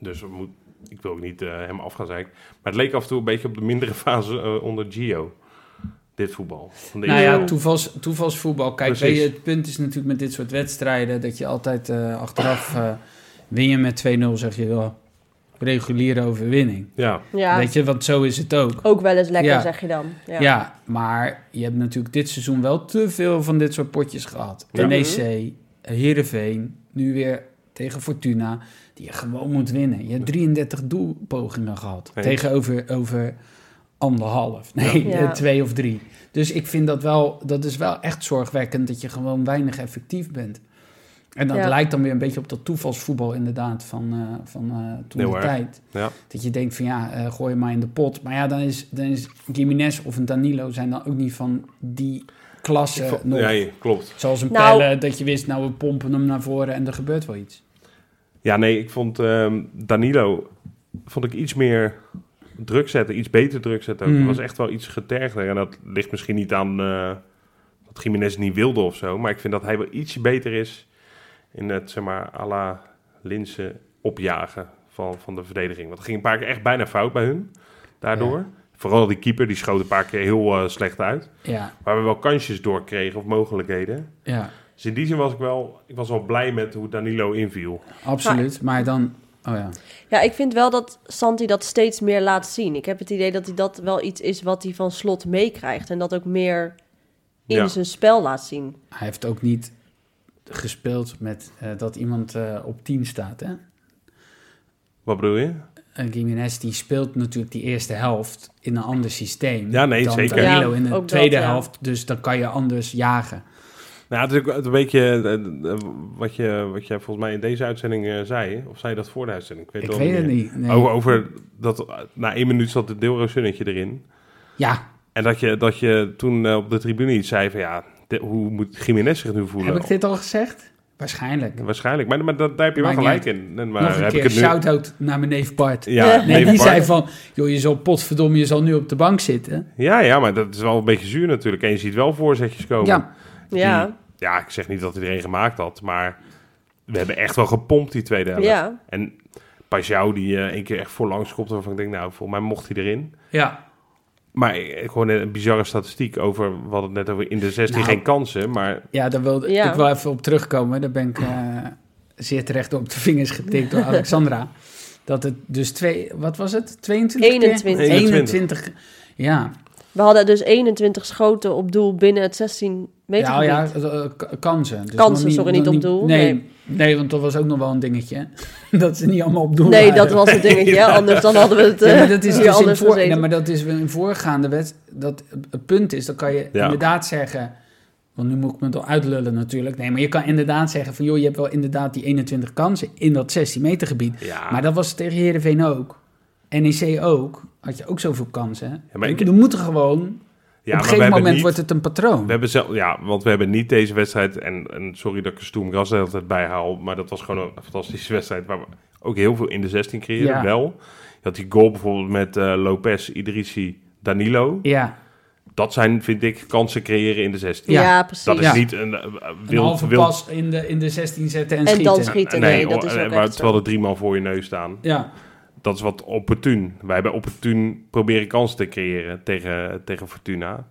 Speaker 1: Dus we moet, ik wil ook niet eh, hem af gaan zeiken. Maar het leek af en toe een beetje op de mindere fase eh, onder Gio. Dit voetbal. Van de
Speaker 2: Nou
Speaker 1: eerste-
Speaker 2: ja, toevals, toevalsvoetbal. Kijk,
Speaker 1: Precies.
Speaker 2: weet je, het punt is natuurlijk met dit soort wedstrijden... dat je altijd eh, achteraf eh, win je met 2-0, zeg je wel... reguliere overwinning.
Speaker 1: ja.
Speaker 3: Ja,
Speaker 2: Weet je, want zo is het ook.
Speaker 3: ook wel eens lekker
Speaker 2: Ja.
Speaker 3: zeg je dan. Ja.
Speaker 2: Ja. maar je hebt natuurlijk dit seizoen wel te veel van dit soort potjes gehad.
Speaker 1: Ja.
Speaker 2: NEC, Heerenveen, nu weer tegen Fortuna... die je gewoon moet winnen. Je hebt 33 doelpogingen gehad.
Speaker 1: Eens.
Speaker 2: Tegenover over anderhalf. Nee,
Speaker 3: Ja.
Speaker 2: eh, twee of drie. Dus ik vind dat wel... dat is wel echt zorgwekkend... dat je gewoon weinig effectief bent. En dat
Speaker 3: Ja.
Speaker 2: lijkt dan weer een beetje op dat toevalsvoetbal inderdaad... van, eh, van eh, toen
Speaker 1: Heel
Speaker 2: de
Speaker 1: erg.
Speaker 2: tijd.
Speaker 1: Ja.
Speaker 2: Dat je denkt van ja, eh, gooi hem maar in de pot. Maar ja, dan is, dan is Jiménez of een Danilo zijn dan ook niet van die klasse
Speaker 1: Ik vond-
Speaker 2: Eh, nog.
Speaker 1: nee, klopt.
Speaker 2: Zoals een
Speaker 3: Nou-
Speaker 2: pelle, dat je wist, nou we pompen hem naar voren en er gebeurt wel iets.
Speaker 1: Ja, nee, ik vond ehm, Danilo vond ik iets meer druk zetten, iets beter druk zetten. Ook.
Speaker 2: Mm.
Speaker 1: Er was echt wel iets getergder. En dat ligt misschien niet aan eh, dat Jiménez niet wilde of zo. Maar ik vind dat hij wel ietsje beter is in het, zeg maar, à la Linsen opjagen van, van de verdediging. Want het ging een paar keer echt bijna fout bij hun daardoor. Vooral die keeper, die schoot een paar keer heel eh, slecht uit.
Speaker 2: Ja,
Speaker 1: Waar we wel kansjes door kregen of mogelijkheden.
Speaker 2: ja,
Speaker 1: Dus in die zin was ik wel, ik was wel blij met hoe Danilo inviel.
Speaker 2: absoluut. Maar dan, oh ja.
Speaker 3: Ja, ik vind wel dat Santi dat steeds meer laat zien. Ik heb het idee dat hij dat wel iets is wat hij van slot meekrijgt. En dat ook meer in
Speaker 1: Ja.
Speaker 3: zijn spel laat zien.
Speaker 2: Hij heeft ook niet gespeeld met eh, dat iemand eh, op 10 staat. Hè?
Speaker 1: Wat bedoel je?
Speaker 2: En Jiménez die speelt natuurlijk die eerste helft in een ander systeem.
Speaker 1: Ja, nee,
Speaker 2: dan
Speaker 1: zeker.
Speaker 2: Danilo
Speaker 3: Ja,
Speaker 2: in de
Speaker 3: ook dat,
Speaker 2: tweede
Speaker 3: ja.
Speaker 2: helft. Dus dan kan je anders jagen.
Speaker 1: Nou, het is ook een beetje eh, eh, wat, je, wat jij volgens mij in deze uitzending eh, zei. hè? Of zei je dat voor de uitzending? Ik weet,
Speaker 2: Ik
Speaker 1: wel
Speaker 2: weet het
Speaker 1: meer. Oh,
Speaker 2: niet. nee.
Speaker 1: Over, over dat, eh, na één minuut zat het deelrooszinnetje erin.
Speaker 2: Ja,
Speaker 1: En dat je, dat je toen eh, op de tribune iets zei van ja, de- hoe moet Jiménez zich nu voelen?
Speaker 2: Heb ik dit al gezegd? Waarschijnlijk.
Speaker 1: Waarschijnlijk, maar, maar dat, daar heb je wel
Speaker 2: Maakt
Speaker 1: gelijk in. En Maar
Speaker 2: Nog een
Speaker 1: heb
Speaker 2: keer,
Speaker 1: ik het nu...
Speaker 2: shout-out naar mijn neef Bart.
Speaker 1: Ja,
Speaker 3: Nee,
Speaker 2: nee,
Speaker 1: nee,
Speaker 2: die
Speaker 1: Bart.
Speaker 2: zei van, joh, je zal potverdomme, je zal nu op de bank zitten.
Speaker 1: ja, ja, maar dat is wel een beetje zuur natuurlijk. En je ziet wel voorzetjes komen.
Speaker 2: Ja,
Speaker 3: Ja,
Speaker 1: Die- ja, ik zeg niet dat iedereen gemaakt had, maar we hebben echt wel gepompt die tweede helft.
Speaker 3: Ja.
Speaker 1: En Pajou die eh één keer echt voorlangs kopte waarvan ik denk, nou, volgens mij mocht hij erin.
Speaker 2: ja.
Speaker 1: Maar ik ik hoorde net een bizarre statistiek over, we hadden het net over in de 16
Speaker 2: Nou.
Speaker 1: geen kansen, maar
Speaker 2: ja daar wilde
Speaker 3: Ja.
Speaker 2: ik wel even op terugkomen. Daar ben ik eh, zeer terecht op de vingers getikt door Alexandra. Dat het dus twee, wat was het? 22 keer?
Speaker 3: 21.
Speaker 2: 21. Ja,
Speaker 3: we hadden dus 21 schoten op doel binnen het 16 meter
Speaker 2: ja, oh ja
Speaker 3: gebied.
Speaker 2: eh, k- kansen. Dus
Speaker 3: Kansen,
Speaker 2: nog niet-
Speaker 3: sorry,
Speaker 2: nog
Speaker 3: niet op doel.
Speaker 2: Nee,
Speaker 3: Nee.
Speaker 2: nee. want dat was ook nog wel een dingetje. hè. dat ze niet allemaal op doel
Speaker 3: Nee,
Speaker 2: waren.
Speaker 3: dat was het dingetje. hè. Anders dan hadden we het
Speaker 2: Ja,
Speaker 3: eh,
Speaker 2: maar dat is
Speaker 3: hier
Speaker 2: dus in
Speaker 3: anders
Speaker 2: voor,
Speaker 3: gezeten.
Speaker 2: nee, maar dat is wel in voorgaande wet. Dat het punt is, dan kan je
Speaker 1: Ja.
Speaker 2: inderdaad zeggen. Want nu moet ik me toch uitlullen natuurlijk. Nee, maar je kan inderdaad zeggen van... joh, je hebt wel inderdaad die 21 kansen in dat 16 meter gebied.
Speaker 1: ja.
Speaker 2: Maar dat was tegen Heerenveen ook. NEC ook. E Had je ook zoveel kansen.
Speaker 1: Ja, maar ik-
Speaker 2: er moeten gewoon Op
Speaker 1: maar
Speaker 2: een
Speaker 1: we
Speaker 2: gegeven
Speaker 1: hebben
Speaker 2: moment
Speaker 1: niet-
Speaker 2: wordt het een patroon.
Speaker 1: We hebben zelf, ja, want we hebben niet deze wedstrijd. En, en sorry dat ik er Stoem Gras de hele tijd bij haal. Maar dat was gewoon een fantastische wedstrijd. Waar we ook heel veel in de 16 creëerden.
Speaker 2: Ja.
Speaker 1: Wel. Je had die goal bijvoorbeeld met eh, Lopez, Idrissi, Danilo.
Speaker 2: Ja,
Speaker 1: Dat zijn, vind ik, kansen creëren in de 16.
Speaker 2: Ja,
Speaker 3: Ja,
Speaker 1: Dat
Speaker 3: precies.
Speaker 1: is
Speaker 2: Ja.
Speaker 1: niet een eh, eh,
Speaker 2: een
Speaker 1: wild,
Speaker 2: halve
Speaker 1: wild-
Speaker 2: pas in de, in de 16 zetten en,
Speaker 3: En
Speaker 2: schieten.
Speaker 3: dan schieten.
Speaker 1: Nee,
Speaker 3: Nee, dat is
Speaker 1: eh,
Speaker 3: ook
Speaker 1: maar
Speaker 3: echt
Speaker 1: terwijl
Speaker 3: zo.
Speaker 1: er drie man voor je neus staan.
Speaker 2: Ja,
Speaker 1: Dat is wat opportun. Wij hebben opportun proberen kansen te creëren tegen, tegen Fortuna.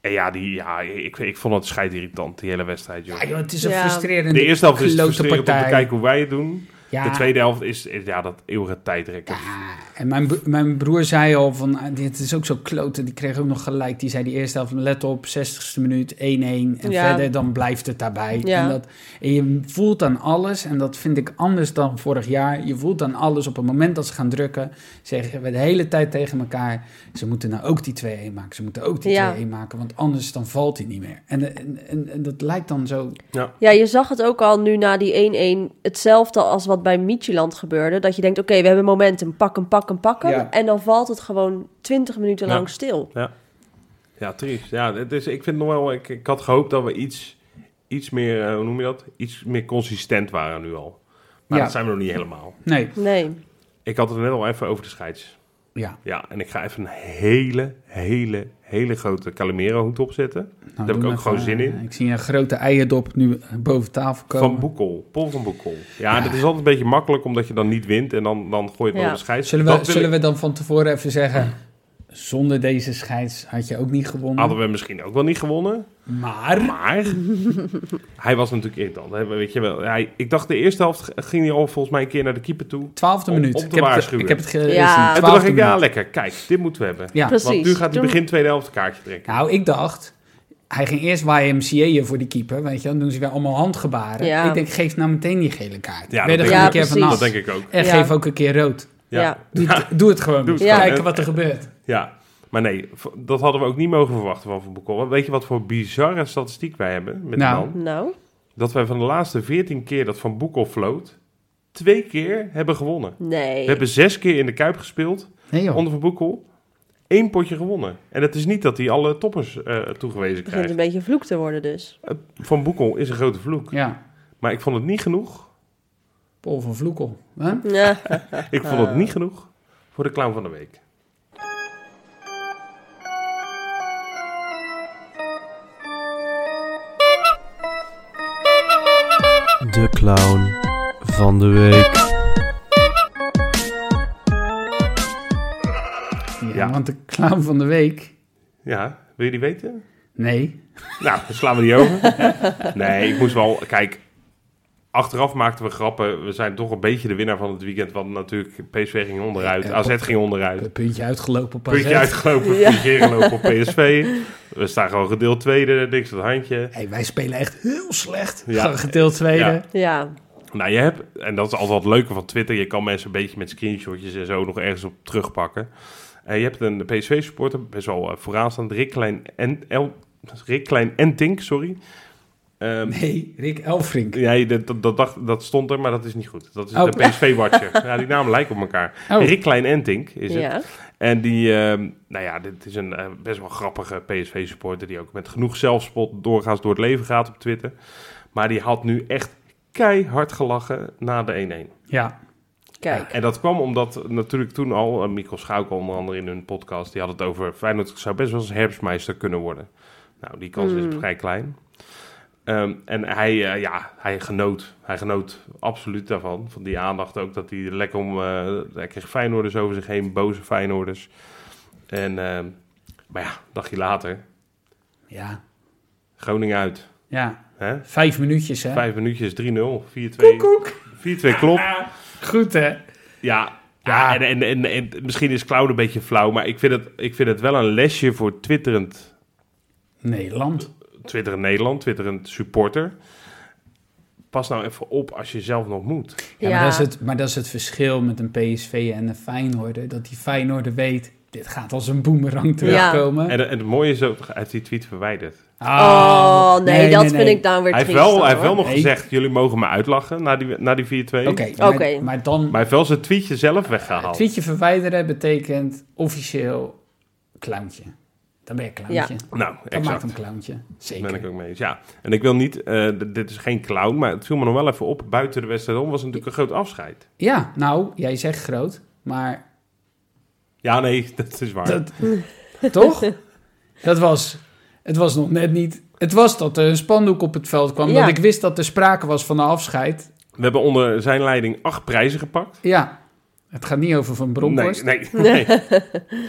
Speaker 1: En ja, die, ja ik, ik vond het scheidirritant, die hele wedstrijd. Joh.
Speaker 2: ja joh, het is een
Speaker 3: Ja.
Speaker 2: frustrerende
Speaker 1: De eerste helft is
Speaker 2: klote
Speaker 1: frustrerend om te
Speaker 2: partij.
Speaker 1: kijken hoe wij het doen.
Speaker 2: Ja.
Speaker 1: De tweede helft is, is ja, dat eeuwige tijdrekken.
Speaker 2: Ja, en mijn, bro- mijn broer zei al van, ah, dit is ook zo kloten. Die kreeg ook nog gelijk. Die zei die eerste helft, let op, 60ste minuut, 1-1. En
Speaker 3: Ja.
Speaker 2: verder, dan blijft het daarbij.
Speaker 3: Ja.
Speaker 2: En, dat, en je voelt aan alles, en dat vind ik anders dan vorig jaar. Je voelt aan alles op het moment dat ze gaan drukken. Zeggen we de hele tijd tegen elkaar, ze moeten nou ook die 2-1 maken. Ze moeten ook die
Speaker 3: Ja.
Speaker 2: 2-1 maken, want anders dan valt hij niet meer. En, en, en, en dat lijkt dan zo...
Speaker 3: Ja, je zag het ook al nu na die 1-1. Hetzelfde als wat bij Micheland gebeurde. Dat je denkt, oké, we hebben momentum. Pak hem, pak hem, pak hem.
Speaker 2: Ja.
Speaker 3: En dan valt het gewoon 20 minuten
Speaker 1: Ja.
Speaker 3: lang stil.
Speaker 1: Ja, triest. Ja, het is, ik vind nog wel, ik, ik had gehoopt dat we iets, iets meer, eh, hoe noem je dat? Iets meer consistent waren nu al. Maar
Speaker 2: Ja.
Speaker 1: dat zijn we nog niet helemaal.
Speaker 2: Nee,
Speaker 3: Nee.
Speaker 1: Ik had het net al even over de scheids.
Speaker 2: ja.
Speaker 1: Ja, en ik ga even een hele, hele, hele grote Calimero hoed opzetten. Daar heb ik
Speaker 2: Nou, doe
Speaker 1: ook
Speaker 2: maar
Speaker 1: gewoon
Speaker 2: gewoon,
Speaker 1: zin in.
Speaker 2: eh, Ik zie een grote eierdop nu eh, boven tafel komen.
Speaker 1: Van Boekel, Paul van Boekel. Ja, dat is altijd een beetje makkelijk, omdat je dan niet wint en dan, dan gooi je het wel
Speaker 3: Ja.
Speaker 1: op de scheids.
Speaker 2: Zullen,
Speaker 1: Dat
Speaker 2: we,
Speaker 1: wil
Speaker 2: zullen
Speaker 1: ik-
Speaker 2: we dan van tevoren even zeggen... zonder deze scheids had je ook niet gewonnen.
Speaker 1: Hadden we misschien ook wel niet gewonnen.
Speaker 2: Maar...
Speaker 1: Maar hij was natuurlijk irritant. hè. Weet je wel, hij, ik dacht de eerste helft ging hij al volgens mij een keer naar de keeper toe.
Speaker 2: Twaalfde
Speaker 1: Om-
Speaker 2: minuut.
Speaker 1: om te
Speaker 2: ik, heb het,
Speaker 1: waarschuwen.
Speaker 2: ik heb het gezien.
Speaker 3: Ja.
Speaker 1: en toen dacht
Speaker 2: Twaalfde
Speaker 1: ik, ja
Speaker 2: minuut.
Speaker 1: lekker, kijk, dit moeten we hebben.
Speaker 2: Ja.
Speaker 3: Precies.
Speaker 1: Want nu gaat hij
Speaker 3: Toen-
Speaker 1: begin tweede helft een kaartje trekken.
Speaker 2: Nou, ik dacht... Hij ging eerst YMCA'en voor die keeper, weet je. Dan doen ze weer allemaal handgebaren.
Speaker 3: Ja.
Speaker 2: Ik denk, geef nou meteen die gele kaart.
Speaker 1: Ja,
Speaker 2: Ja, ben je er
Speaker 1: dat
Speaker 2: gewoon
Speaker 3: denk
Speaker 2: een
Speaker 3: ik
Speaker 2: keer vanaf.
Speaker 3: ook.
Speaker 1: Dat denk ik ook.
Speaker 2: En
Speaker 3: Ja.
Speaker 2: geef ook een keer rood.
Speaker 1: Ja.
Speaker 3: Ja.
Speaker 2: Doe, het, doe het gewoon.
Speaker 1: Doe het
Speaker 3: Ja.
Speaker 1: gewoon.
Speaker 2: Kijken wat er gebeurt.
Speaker 1: Ja, maar nee, v- dat hadden we ook niet mogen verwachten van Van Boekel. Weet je wat voor bizarre statistiek wij hebben met
Speaker 2: Nou.
Speaker 1: die man?
Speaker 3: Nou,
Speaker 1: Dat wij van de laatste 14 keer dat Van Boekel floot, twee keer hebben gewonnen.
Speaker 3: nee.
Speaker 1: We hebben zes keer in de Kuip gespeeld,
Speaker 2: Nee joh.
Speaker 1: onder Van Boekel, één potje gewonnen. En het is niet dat hij alle toppers eh, toegewezen
Speaker 3: Het begint
Speaker 1: krijgt.
Speaker 3: een beetje vloek te worden dus.
Speaker 1: Van Boekel is een grote vloek.
Speaker 2: Ja.
Speaker 1: Maar ik vond het niet genoeg.
Speaker 2: Paul van Vloekel. Huh?
Speaker 3: Ja.
Speaker 1: Ik vond
Speaker 2: Eh.
Speaker 1: het niet genoeg voor de clown van de week.
Speaker 4: De clown van de week.
Speaker 2: Ja,
Speaker 1: Ja.
Speaker 2: Want de clown van de week...
Speaker 1: Ja, wil je die weten?
Speaker 2: Nee.
Speaker 1: Nou, dan slaan we die over. Nee, ik moest wel... Kijk, achteraf maakten we grappen. We zijn toch een beetje de winnaar van het weekend. Want natuurlijk, PSV ging onderuit.
Speaker 2: Ja,
Speaker 1: AZ ging onderuit.
Speaker 2: Puntje uitgelopen. pas
Speaker 1: Puntje
Speaker 2: echt.
Speaker 1: uitgelopen,
Speaker 3: Ja.
Speaker 1: puntje gelopen op PSV. We staan gewoon gedeeld tweede, niks aan het handje.
Speaker 2: Hey, wij spelen echt heel slecht.
Speaker 1: Ja.
Speaker 2: Gedeeld tweede.
Speaker 1: Ja.
Speaker 3: ja.
Speaker 1: Nou, je hebt, en dat is altijd het leuke van Twitter, je kan mensen een beetje met screenshotjes en zo nog ergens op terugpakken. En je hebt een PSV-supporter, best wel eh, vooraanstaand, Rick Klein en, El, Rick Klein en Tink, sorry. Ehm,
Speaker 2: Nee, Rick Elfrink.
Speaker 1: ja, dat, dat, dat, dacht- dat stond er, maar dat is niet goed. Dat is
Speaker 2: Oh.
Speaker 1: de PSV-watcher. ja, die namen lijken op elkaar.
Speaker 2: Oh.
Speaker 1: Rick Klein en Tink is het.
Speaker 3: Ja.
Speaker 1: En die, ehm, nou ja, dit is een eh, best wel grappige PSV-supporter die ook met genoeg zelfspot doorgaans door het leven gaat op Twitter. Maar die had nu echt keihard gelachen na de 1-1.
Speaker 2: Ja.
Speaker 3: Kijk.
Speaker 1: En dat kwam omdat natuurlijk toen al, eh, Mikkel Schouwke onder andere in hun podcast, die had het over Feyenoord zou best wel eens herfstmeister kunnen worden. Nou, die kans
Speaker 2: Hmm.
Speaker 1: is
Speaker 3: Mm.
Speaker 1: vrij klein. Ehm, en hij, eh, ja, hij genoot. Hij genoot absoluut daarvan. Van die aandacht ook, dat hij lekker om... eh hij kreeg Feyenoorders over zich heen, boze Feyenoorders. En, ehm, maar ja, een dagje later,
Speaker 2: Ja.
Speaker 1: Groningen uit.
Speaker 2: Ja.
Speaker 1: Hè?
Speaker 2: Vijf minuutjes, hè?
Speaker 1: Vijf minuutjes, 3-0, 4-2.
Speaker 2: Koek, koek.
Speaker 1: 4-2 klopt.
Speaker 2: Goed, hè?
Speaker 1: Ja,
Speaker 2: Ja.
Speaker 1: ja. En, en, en, en misschien is Cloud een beetje flauw, maar ik vind het, ik vind het wel een lesje voor twitterend,
Speaker 2: Nederland.
Speaker 1: twitterend Nederland, twitterend supporter. Pas nou even op als je zelf nog moet.
Speaker 2: Ja,
Speaker 3: Ja.
Speaker 2: Maar, dat is het, maar dat is het verschil met een PSV en een Feyenoorder. Dat die Feyenoorder weet, dit gaat als een boemerang terugkomen.
Speaker 1: En, en het mooie is ook, hij heeft die tweet verwijderd.
Speaker 2: Ah,
Speaker 3: Oh, nee, dat vind ik dan weer
Speaker 1: Hij heeft
Speaker 3: triest
Speaker 1: wel,
Speaker 3: dan,
Speaker 1: hij heeft wel
Speaker 3: hoor.
Speaker 1: nog
Speaker 2: Nee.
Speaker 1: gezegd, jullie mogen me uitlachen na die, na die 4-2.
Speaker 2: Oké,
Speaker 3: Oké.
Speaker 2: maar, maar dan...
Speaker 1: Maar hij heeft wel zijn tweetje zelf
Speaker 2: het
Speaker 1: weggehaald.
Speaker 2: tweetje verwijderen betekent officieel clowntje. Dan ben je clowntje.
Speaker 3: Ja.
Speaker 1: Nou,
Speaker 2: Dat maakt
Speaker 1: exact.
Speaker 2: een clowntje. Zeker.
Speaker 1: ben ik ook mee eens. Ja, en ik wil niet, eh, d- dit is geen clown, maar het viel me nog wel even op. Buiten de wedstrijd om was het natuurlijk een groot afscheid.
Speaker 2: Ja, nou, jij zegt groot, maar
Speaker 1: Ja, nee, dat is waar.
Speaker 2: dat, toch? Dat was, het was nog net niet. Het was dat er een spandoek op het veld kwam,
Speaker 3: Ja.
Speaker 2: dat ik wist dat er sprake was van een afscheid.
Speaker 1: We hebben onder zijn leiding acht prijzen gepakt.
Speaker 2: Ja, het gaat niet over Van Bronckhorst.
Speaker 1: Nee, nee, nee.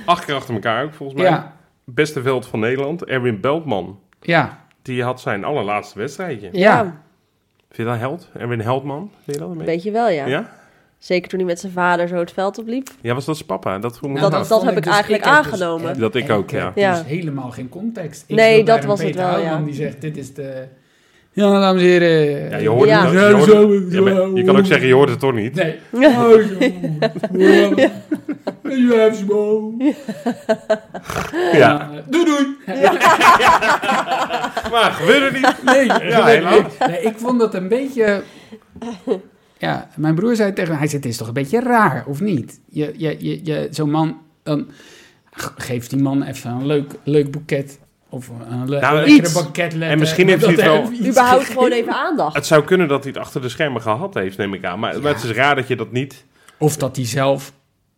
Speaker 1: acht keer achter elkaar ook, volgens mij.
Speaker 2: ja,
Speaker 1: Beste veld van Nederland, Erwin Beltman.
Speaker 2: ja,
Speaker 1: Die had zijn allerlaatste wedstrijdje.
Speaker 2: ja. Nou,
Speaker 1: Vind je dat held? Erwin Heldman? Vind je dat een
Speaker 3: een
Speaker 1: beetje?
Speaker 3: beetje wel, ja.
Speaker 1: Ja?
Speaker 3: Zeker toen hij met zijn vader zo het veld opliep.
Speaker 1: Ja, was dat zijn papa? Dat vroeg me
Speaker 3: Dat-
Speaker 1: af.
Speaker 2: nou, vond
Speaker 3: heb ik eigenlijk
Speaker 2: heb dus-
Speaker 3: aangenomen.
Speaker 2: en-
Speaker 1: Dat ik
Speaker 2: en
Speaker 1: ook, ja.
Speaker 2: heb
Speaker 3: Ja.
Speaker 2: Dus helemaal geen context. Ik
Speaker 3: Nee,
Speaker 2: wil
Speaker 3: dat
Speaker 2: daarom
Speaker 3: was het
Speaker 2: Peter
Speaker 3: wel,
Speaker 2: Houwman
Speaker 3: ja.
Speaker 2: Die zegt, dit is de... Ja, dames en heren.
Speaker 1: Ja, je hoort
Speaker 3: Ja.
Speaker 1: het. Je,
Speaker 2: Ja,
Speaker 1: hoort
Speaker 2: zo,
Speaker 1: het. Ja, maar je
Speaker 2: zo.
Speaker 1: kan ook zeggen, je hoort het toch niet?
Speaker 2: Nee.
Speaker 3: Ja.
Speaker 2: Oh, joh. You have smoke.
Speaker 1: Ja.
Speaker 2: Doei, doei.
Speaker 1: Maar gebeurde niet.
Speaker 2: Nee,
Speaker 1: Ja,
Speaker 2: nee,
Speaker 1: helemaal.
Speaker 2: nee, ik vond dat een beetje... Ja, mijn broer zei tegen mij, hij zei, het is toch een beetje raar, of niet? Je, je, je, je, Zo'n man, dan ge- geef die man even een leuk, leuk boeket. Of een le
Speaker 1: Nou,
Speaker 2: lekkere
Speaker 1: iets.
Speaker 2: banketletter.
Speaker 1: En misschien heeft
Speaker 2: Dat
Speaker 1: hij het wel-
Speaker 2: even iets
Speaker 3: Überhaupt
Speaker 2: gegeven.
Speaker 3: gewoon even aandacht.
Speaker 1: Het zou kunnen dat hij het achter de schermen gehad heeft, neem ik aan. Maar, maar het is raar dat je dat niet...
Speaker 2: Of dat hij zelf...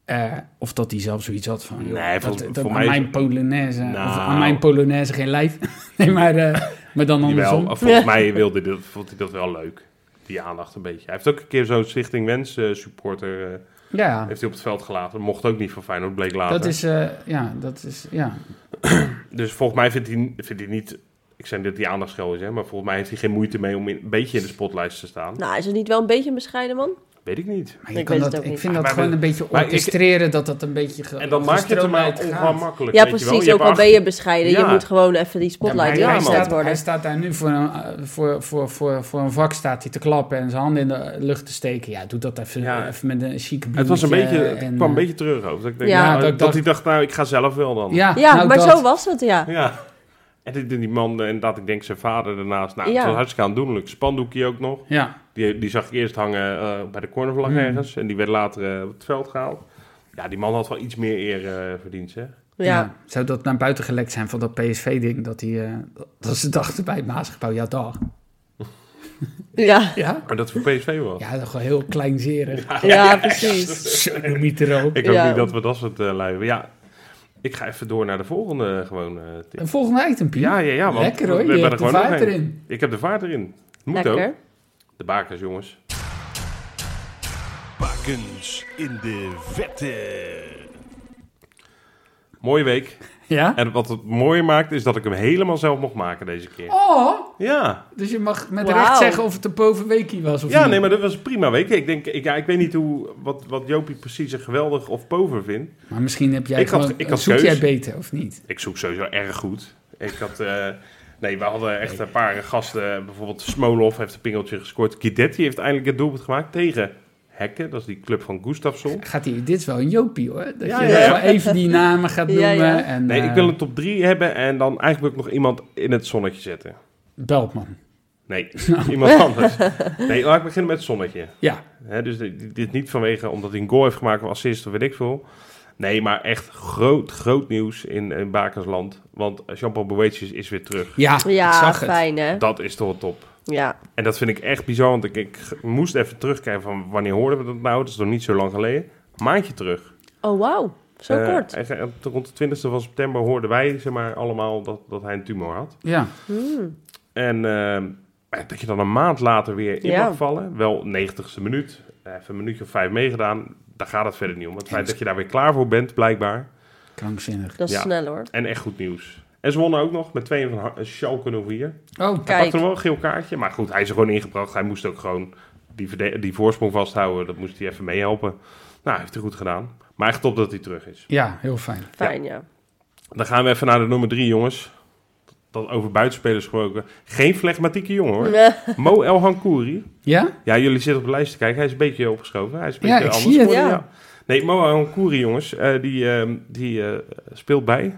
Speaker 2: eh, of dat hij zelf zoiets had van... joh,
Speaker 1: Nee,
Speaker 2: dat-
Speaker 1: volgens-
Speaker 2: dat,
Speaker 1: voor
Speaker 2: aan
Speaker 1: mij is-
Speaker 2: mijn Polonaise... Of
Speaker 1: Nou.
Speaker 2: aan mijn Polonaise geen lijf. nee, maar, eh, maar dan andersom.
Speaker 1: Jawel, of volgens mij wilde hij dat, vond hij dat wel leuk. Die aandacht een beetje. Hij heeft ook een keer zo'n Stichting Wens eh, supporter... eh,
Speaker 2: ja,
Speaker 1: heeft hij op het veld gelaten. Mocht ook niet van Feyenoord, bleek later.
Speaker 2: dat is... eh, ja, dat is... Ja.
Speaker 1: Dus volgens mij vindt hij, vindt hij niet... Ik zeg niet dat hij aandachtsgel is, hè, maar volgens mij heeft hij geen moeite mee om in- een beetje in de spotlijst te staan.
Speaker 3: Nou, is het niet wel een beetje een bescheiden man?
Speaker 1: Weet ik niet.
Speaker 2: Maar je
Speaker 3: Ik
Speaker 2: kan
Speaker 3: weet het
Speaker 2: dat,
Speaker 3: ook
Speaker 2: ik
Speaker 3: niet.
Speaker 2: vind
Speaker 1: Maar-
Speaker 2: dat
Speaker 1: maar-
Speaker 2: gewoon een beetje
Speaker 1: maar ik-
Speaker 2: orchestreren, dat dat een beetje ge-
Speaker 1: En dan maak je het hem maar
Speaker 2: gestroomlijnd gaat.
Speaker 1: ongemakkelijk.
Speaker 3: Ja,
Speaker 1: weet je wel.
Speaker 3: precies.
Speaker 1: Je
Speaker 3: Ook
Speaker 1: hebt
Speaker 3: al ben
Speaker 1: acht-
Speaker 3: je bescheiden,
Speaker 1: Ja.
Speaker 3: je moet gewoon even die
Speaker 2: Ja, maar
Speaker 3: spotlight
Speaker 2: hij, hij
Speaker 3: ja,
Speaker 1: man.
Speaker 2: staat, hij
Speaker 3: worden.
Speaker 2: staat daar nu voor een, eh, voor, voor, voor, voor een vak staat hij te klappen en zijn handen in de lucht te steken. Ja, doe dat even,
Speaker 1: Ja.
Speaker 2: even met een chique
Speaker 1: Het, was een
Speaker 2: bloemetje
Speaker 1: beetje, het
Speaker 2: en,
Speaker 1: kwam een
Speaker 2: eh,
Speaker 1: beetje terug over. Dat, ik denk,
Speaker 3: Ja.
Speaker 1: nou,
Speaker 2: Ja, dat ik
Speaker 1: dat,
Speaker 2: dacht-
Speaker 1: hij dacht, nou, ik ga zelf wel dan.
Speaker 2: Ja,
Speaker 3: Ja,
Speaker 2: nou,
Speaker 3: maar
Speaker 2: dat-
Speaker 3: zo was het, ja.
Speaker 1: Ja. En die, die man, eh, inderdaad, ik denk zijn vader daarnaast. Nou, het
Speaker 3: Ja.
Speaker 1: was hartstikke aandoenlijk. Spandoekje ook nog.
Speaker 2: Ja,
Speaker 1: Die, die zag ik eerst hangen eh, bij de cornervlag
Speaker 2: Mm.
Speaker 1: ergens. En die werd later eh, op het veld gehaald. Ja, die man had wel iets meer eer eh, verdiend, hè?
Speaker 3: Ja.
Speaker 2: Ja. Zou dat naar buiten gelekt zijn van dat PSV-ding? Dat, die, eh, dat ze dachten bij het Maasgebouw, ja dag.
Speaker 3: Ja,
Speaker 2: Ja?
Speaker 1: Maar dat het voor PSV was.
Speaker 2: Ja, dat gewoon heel kleinzerig.
Speaker 3: ja, precies.
Speaker 2: Zo noem je het er ook.
Speaker 1: Ik hoop
Speaker 3: Ja.
Speaker 1: niet dat we dat soort eh lui hebben. Ja, ik ga even door naar de volgende eh, gewoon. eh, tip.
Speaker 2: Een volgende itempje.
Speaker 1: Ja, ja, ja. Want
Speaker 2: Lekker hoor, je
Speaker 1: hebben
Speaker 2: hebt de vaart
Speaker 1: nog één.
Speaker 2: erin.
Speaker 1: Ik heb de vaart erin. Moet ook.
Speaker 3: Lekker.
Speaker 1: De bakers, jongens.
Speaker 5: Bakens in de vette.
Speaker 1: Mooie week.
Speaker 2: Ja?
Speaker 1: En wat het mooier maakt, is dat ik hem helemaal zelf mocht maken deze keer.
Speaker 2: Oh,
Speaker 1: Ja.
Speaker 2: dus je mag met
Speaker 3: Wauw.
Speaker 2: recht zeggen of het een bovenweekie was of
Speaker 1: Ja,
Speaker 2: niet.
Speaker 1: nee, maar dat was een prima week. Ik, denk, ik, ja, ik weet niet hoe, wat, wat Jopie precies een geweldig of pover vindt.
Speaker 2: Maar misschien heb jij
Speaker 1: Ik had-
Speaker 2: gewoon,
Speaker 1: ik had
Speaker 2: zoek
Speaker 1: keus.
Speaker 2: jij beter of niet?
Speaker 1: Ik zoek sowieso erg goed. Ik had... eh, nee, we hadden echt een paar gasten. Bijvoorbeeld Smolov heeft een pingeltje gescoord. Guidetti heeft eindelijk het doelpunt gemaakt tegen Hekken. Dat is die club van Gustafsson.
Speaker 2: Gaat hij, dit is wel een jopie hoor. Dat
Speaker 1: Ja,
Speaker 2: je
Speaker 1: ja, ja.
Speaker 2: wel even die namen gaat noemen.
Speaker 3: Ja, ja.
Speaker 2: En,
Speaker 1: Nee, ik
Speaker 2: eh,
Speaker 1: wil een top 3 hebben en dan eigenlijk wil ik nog iemand in het zonnetje zetten.
Speaker 2: Beltman.
Speaker 1: Nee, iemand anders. Nee, laat ik beginnen met het zonnetje.
Speaker 2: Ja.
Speaker 1: Hè, dus dit, dit niet vanwege omdat hij een goal heeft gemaakt of assist of weet ik veel. Nee, maar echt groot, groot nieuws in, in Bakensland. Want Jean-Paul Boetius is weer terug.
Speaker 2: Ja, ik
Speaker 3: Ja,
Speaker 2: zag het.
Speaker 3: fijn hè.
Speaker 1: Dat is toch wel top.
Speaker 3: Ja,
Speaker 1: En dat vind ik echt bizar, want ik, ik moest even terugkijken van wanneer hoorden we dat nou? Dat is nog niet zo lang geleden. Een maandje terug.
Speaker 3: oh wauw, zo
Speaker 1: Eh,
Speaker 3: kort.
Speaker 1: echt, eh, rond de 20e van september hoorden wij zeg maar, allemaal dat, dat hij een tumor had.
Speaker 2: Ja.
Speaker 3: Hmm.
Speaker 1: En eh, dat je dan een maand later weer in
Speaker 3: Ja.
Speaker 1: mag vallen. Wel 90ste minuut. Even een minuutje of vijf meegedaan. Daar gaat het verder niet om. Het feit dat je daar weer klaar voor bent, blijkbaar.
Speaker 2: Krankzinnig.
Speaker 3: Dat is
Speaker 1: Ja.
Speaker 3: snel hoor.
Speaker 1: En echt goed nieuws. En ze wonnen ook nog met tweeën van Ha- eh, Schalke 04.
Speaker 2: Oh,
Speaker 1: Hij
Speaker 3: Kijk.
Speaker 1: pakte nog wel een geel kaartje. Maar goed, hij is er gewoon ingebracht. Hij moest ook gewoon die, verde- die voorsprong vasthouden. Dat moest hij even meehelpen. Nou, hij heeft het goed gedaan. Maar echt top dat hij terug is.
Speaker 2: ja, heel fijn.
Speaker 3: Fijn ja.
Speaker 1: Dan gaan we even naar de nummer drie, jongens. Dat over buitenspelers gesproken. Geen flegmatieke jongen, hoor.
Speaker 3: Eh,
Speaker 1: Mo El Hankouri.
Speaker 2: Ja?
Speaker 1: Ja, jullie zitten op de lijst te kijken. Hij is een beetje opgeschoven. Hij is
Speaker 2: Ja,
Speaker 1: een beetje
Speaker 2: ik
Speaker 1: anders
Speaker 2: zie het,
Speaker 1: geworden,
Speaker 3: ja.
Speaker 1: Nee, Moa Honkouri, jongens, eh, die, ehm, die eh, speelt bij...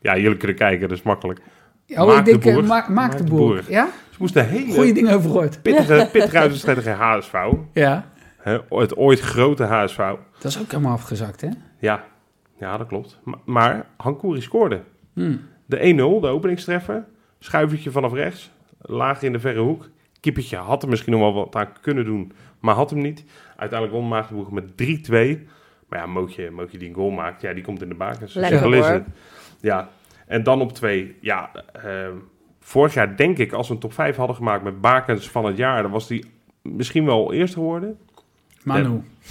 Speaker 1: Ja, jullie kunnen kijken, dat is makkelijk.
Speaker 2: Oh,
Speaker 1: Maak
Speaker 2: ik
Speaker 1: de
Speaker 2: denk, eh,
Speaker 1: Boer.
Speaker 2: Maak, maak de boer. Ja?
Speaker 1: Ze moest een hele
Speaker 2: Goeie dingen over gehoord.
Speaker 1: pittige, pittige uitwedstrijd tegen HSV.
Speaker 2: Ja.
Speaker 1: Hè, het ooit grote HSV.
Speaker 2: Dat is ook helemaal afgezakt, hè?
Speaker 1: Ja, ja dat klopt. Ma- maar Hankouri scoorde.
Speaker 2: Hm.
Speaker 1: De 1-0, de openingstreffer. Schuivertje vanaf rechts. Laag in de verre hoek. Kippetje had er misschien nog wel wat aan kunnen doen, maar had hem niet. Uiteindelijk won Maagdenburg met 3-2. Maar ja, Mootje, Mootje die een goal maakt, ja, die komt in de bakens.
Speaker 3: Lekker,
Speaker 1: Simpel is
Speaker 3: hoor.
Speaker 1: het. Ja, en dan op 2. Ja, eh, vorig jaar denk ik, als we een top 5 hadden gemaakt met bakens van het jaar, dan was die misschien wel eerst geworden.
Speaker 2: Manu.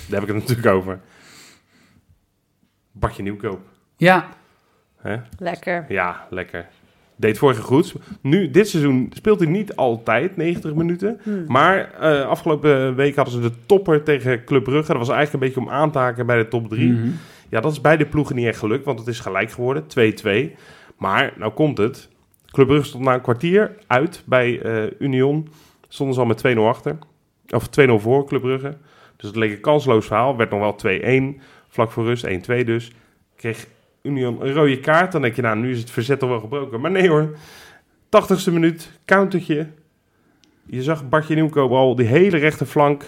Speaker 1: Daar heb ik het natuurlijk over. Bartje Nieuwkoop.
Speaker 2: Ja,
Speaker 1: Hè?
Speaker 3: Lekker.
Speaker 1: Ja, lekker. Deed vorige goed. Nu, dit seizoen speelt hij niet altijd 90 minuten. Maar eh, afgelopen week hadden ze de topper tegen Club Brugge. Dat was eigenlijk een beetje om aan te haken bij de top 3.
Speaker 2: Mhm.
Speaker 1: Ja, dat is bij de ploegen niet echt gelukt, want het is gelijk geworden. 2-2. Maar, nou komt het. Club Brugge stond na een kwartier uit bij eh, Union. Stonden ze al met 2-0 achter. Of 2-0 voor Club Brugge. Dus het leek een kansloos verhaal. Werd nog wel 2-1. Vlak voor rust, 1-2 dus. Kreeg Union een rode kaart. Dan denk je, nou, nu is het verzet al wel gebroken. Maar nee hoor. 80ste minuut, countertje. Je zag Bartje Nieuwkoop al die hele rechterflank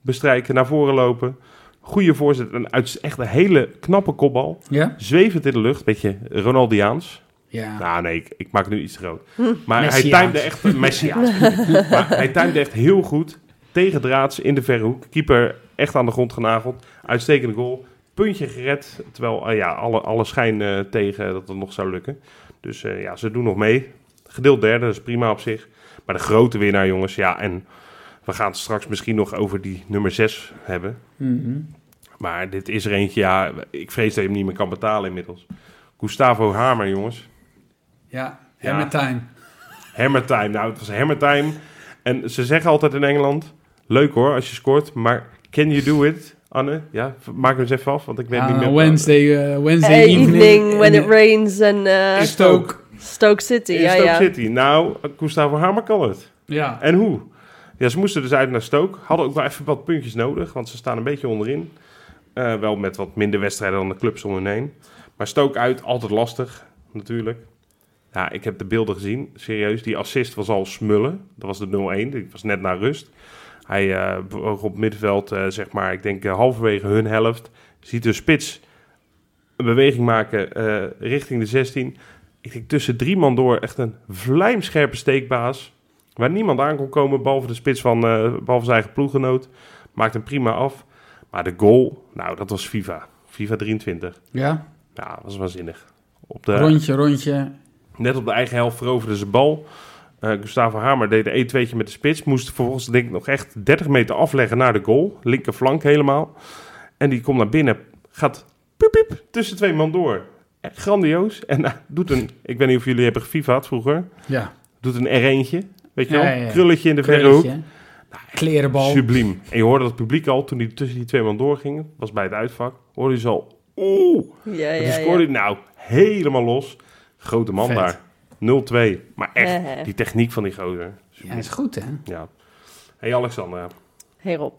Speaker 1: bestrijken, naar voren lopen. Goede voorzet. Een uit, echt een hele knappe kopbal.
Speaker 2: ja.
Speaker 1: Zwevend in de lucht, beetje Ronaldiaans.
Speaker 2: Ja.
Speaker 1: Nou nee, ik, ik maak het nu iets te groot. Maar hij
Speaker 2: Messiaans.
Speaker 1: timde echt... Messiaans. maar hij timde echt heel goed. Tegen draads in de verre hoek. Keeper echt aan de grond genageld. Uitstekende goal. Puntje gered. Terwijl eh, ja, alle, alle schijn eh, tegen dat het nog zou lukken. Dus eh, ja, ze doen nog mee. Gedeeld derde, dat is prima op zich. Maar de grote winnaar, jongens. Ja, en we gaan het straks misschien nog over die nummer 6 hebben.
Speaker 2: Mhm.
Speaker 1: Maar dit is er eentje, ja, ik vrees dat je hem niet meer kan betalen inmiddels. Gustavo Hamer, jongens.
Speaker 2: Ja,
Speaker 1: Ja.
Speaker 2: Hammertime.
Speaker 1: Hammertime. Nou, het was hammertime. En ze zeggen altijd in Engeland, leuk hoor als je scoort, maar can you do it, Anne? Ja, v- maak hem eens even af, want ik weet
Speaker 2: Ja,
Speaker 1: niet meer.
Speaker 2: Ah, Wednesday, eh, Wednesday
Speaker 3: Hey,
Speaker 2: evening.
Speaker 3: evening, when
Speaker 2: in,
Speaker 3: it rains en eh,
Speaker 2: eh, Stoke.
Speaker 3: Stoke City.
Speaker 1: In
Speaker 3: ja,
Speaker 1: Stoke
Speaker 3: ja.
Speaker 1: City. Nou, Gustavo Hamer kan het.
Speaker 2: Ja.
Speaker 1: En hoe? Ja, ze moesten dus uit naar Stoke. Hadden ook wel even wat puntjes nodig, want ze staan een beetje onderin. Eh, wel met wat minder wedstrijden dan de clubs om hun heen. Maar Stoke uit, altijd lastig, natuurlijk. Ja, ik heb de beelden gezien, serieus. Die assist was al smullen. Dat was de 0-1, die was net na rust. Hij eh bewoog op middenveld, eh, zeg maar, ik denk eh, halverwege hun helft. Ziet de spits een beweging maken eh, richting de 16. Ik denk tussen drie man door, echt een vlijmscherpe steekbaas. Waar niemand aan kon komen, behalve de spits van, eh, behalve zijn eigen ploeggenoot. Maakt hem prima af. Maar de goal, nou, dat was FIFA. FIFA 23.
Speaker 2: ja.
Speaker 1: Ja, dat was waanzinnig. Op de,
Speaker 2: Rondje, rondje.
Speaker 1: Net op de eigen helft veroverden ze bal. Eh, Gustavo Hamer deed een 1-2'tje met de spits. Moest vervolgens denk ik nog echt 30 meter afleggen naar de goal. Linkerflank helemaal. En die komt naar binnen. Gaat piep piep tussen twee man door. Echt grandioos. En eh, doet een, ik weet niet of jullie hebben gefifaat vroeger.
Speaker 2: Ja.
Speaker 1: Doet een R1'tje. Weet je wel?
Speaker 2: Ja, ja, ja.
Speaker 1: Krulletje in de verre hoek.
Speaker 2: Kleertje. Nou, Klerenbal.
Speaker 1: Subliem. En je hoorde dat publiek al, toen die tussen die twee man doorging, was bij het uitvak, hoorde je ze al, oeh,
Speaker 3: Ja,
Speaker 1: en
Speaker 3: ja,
Speaker 1: toen
Speaker 3: ja.
Speaker 1: scoorde hij nou helemaal los. Grote man
Speaker 2: Vet.
Speaker 1: daar. 0-2. Maar echt,
Speaker 3: Eh, eh.
Speaker 1: die techniek van die gozer.
Speaker 2: Ja, is goed hè?
Speaker 1: Ja. Hey Alexandra.
Speaker 3: Hey Rob.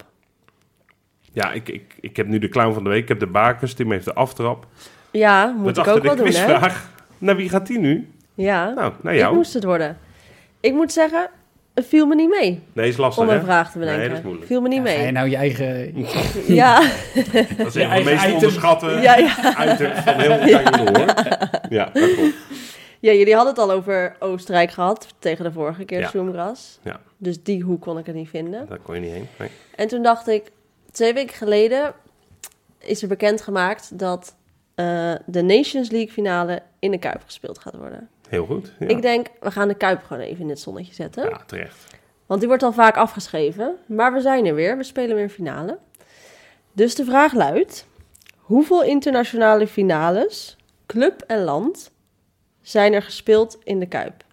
Speaker 1: Ja, ik, ik, ik heb nu de clown van de week. Ik heb de bakers. Tim heeft de aftrap.
Speaker 3: Ja, moet
Speaker 1: Met
Speaker 3: ik
Speaker 1: achter
Speaker 3: ook
Speaker 1: de
Speaker 3: wel doen, hè?
Speaker 1: quizvraag. Naar wie gaat die nu?
Speaker 3: Ja,
Speaker 1: Nou, naar
Speaker 3: ik
Speaker 1: jou.
Speaker 3: moest het worden. Ik moet zeggen, het viel me niet mee
Speaker 1: Nee, is lastig,
Speaker 3: om een
Speaker 1: hè?
Speaker 3: vraag te
Speaker 1: Nee,
Speaker 3: bedenken.
Speaker 1: dat is moeilijk.
Speaker 3: viel me niet
Speaker 2: Ja, ga je
Speaker 3: mee.
Speaker 2: nou je eigen...
Speaker 3: Ja,
Speaker 1: Dat is
Speaker 2: Je
Speaker 1: echt de
Speaker 2: eigen
Speaker 1: meest
Speaker 2: item.
Speaker 1: onderschatte
Speaker 3: ja, ja.
Speaker 1: item van heel de hoor. Ja, dat klopt.
Speaker 3: ja, jullie hadden het al over Oostenrijk gehad tegen de vorige keer,
Speaker 1: Ja.
Speaker 3: Zoomgras.
Speaker 1: Ja.
Speaker 3: Dus die hoe kon ik er niet vinden.
Speaker 1: Daar kon je niet heen. Nee.
Speaker 3: En toen dacht ik, twee weken geleden is er bekendgemaakt dat eh, de Nations League finale in de Kuip gespeeld gaat worden.
Speaker 1: Heel goed. Ja,
Speaker 3: Ik denk, we gaan de Kuip gewoon even in het zonnetje zetten.
Speaker 1: ja terecht.
Speaker 3: Want die wordt al vaak afgeschreven. Maar we zijn er weer. We spelen weer een finale. Dus de vraag luidt: hoeveel internationale finales, club en land, zijn er gespeeld in de Kuip?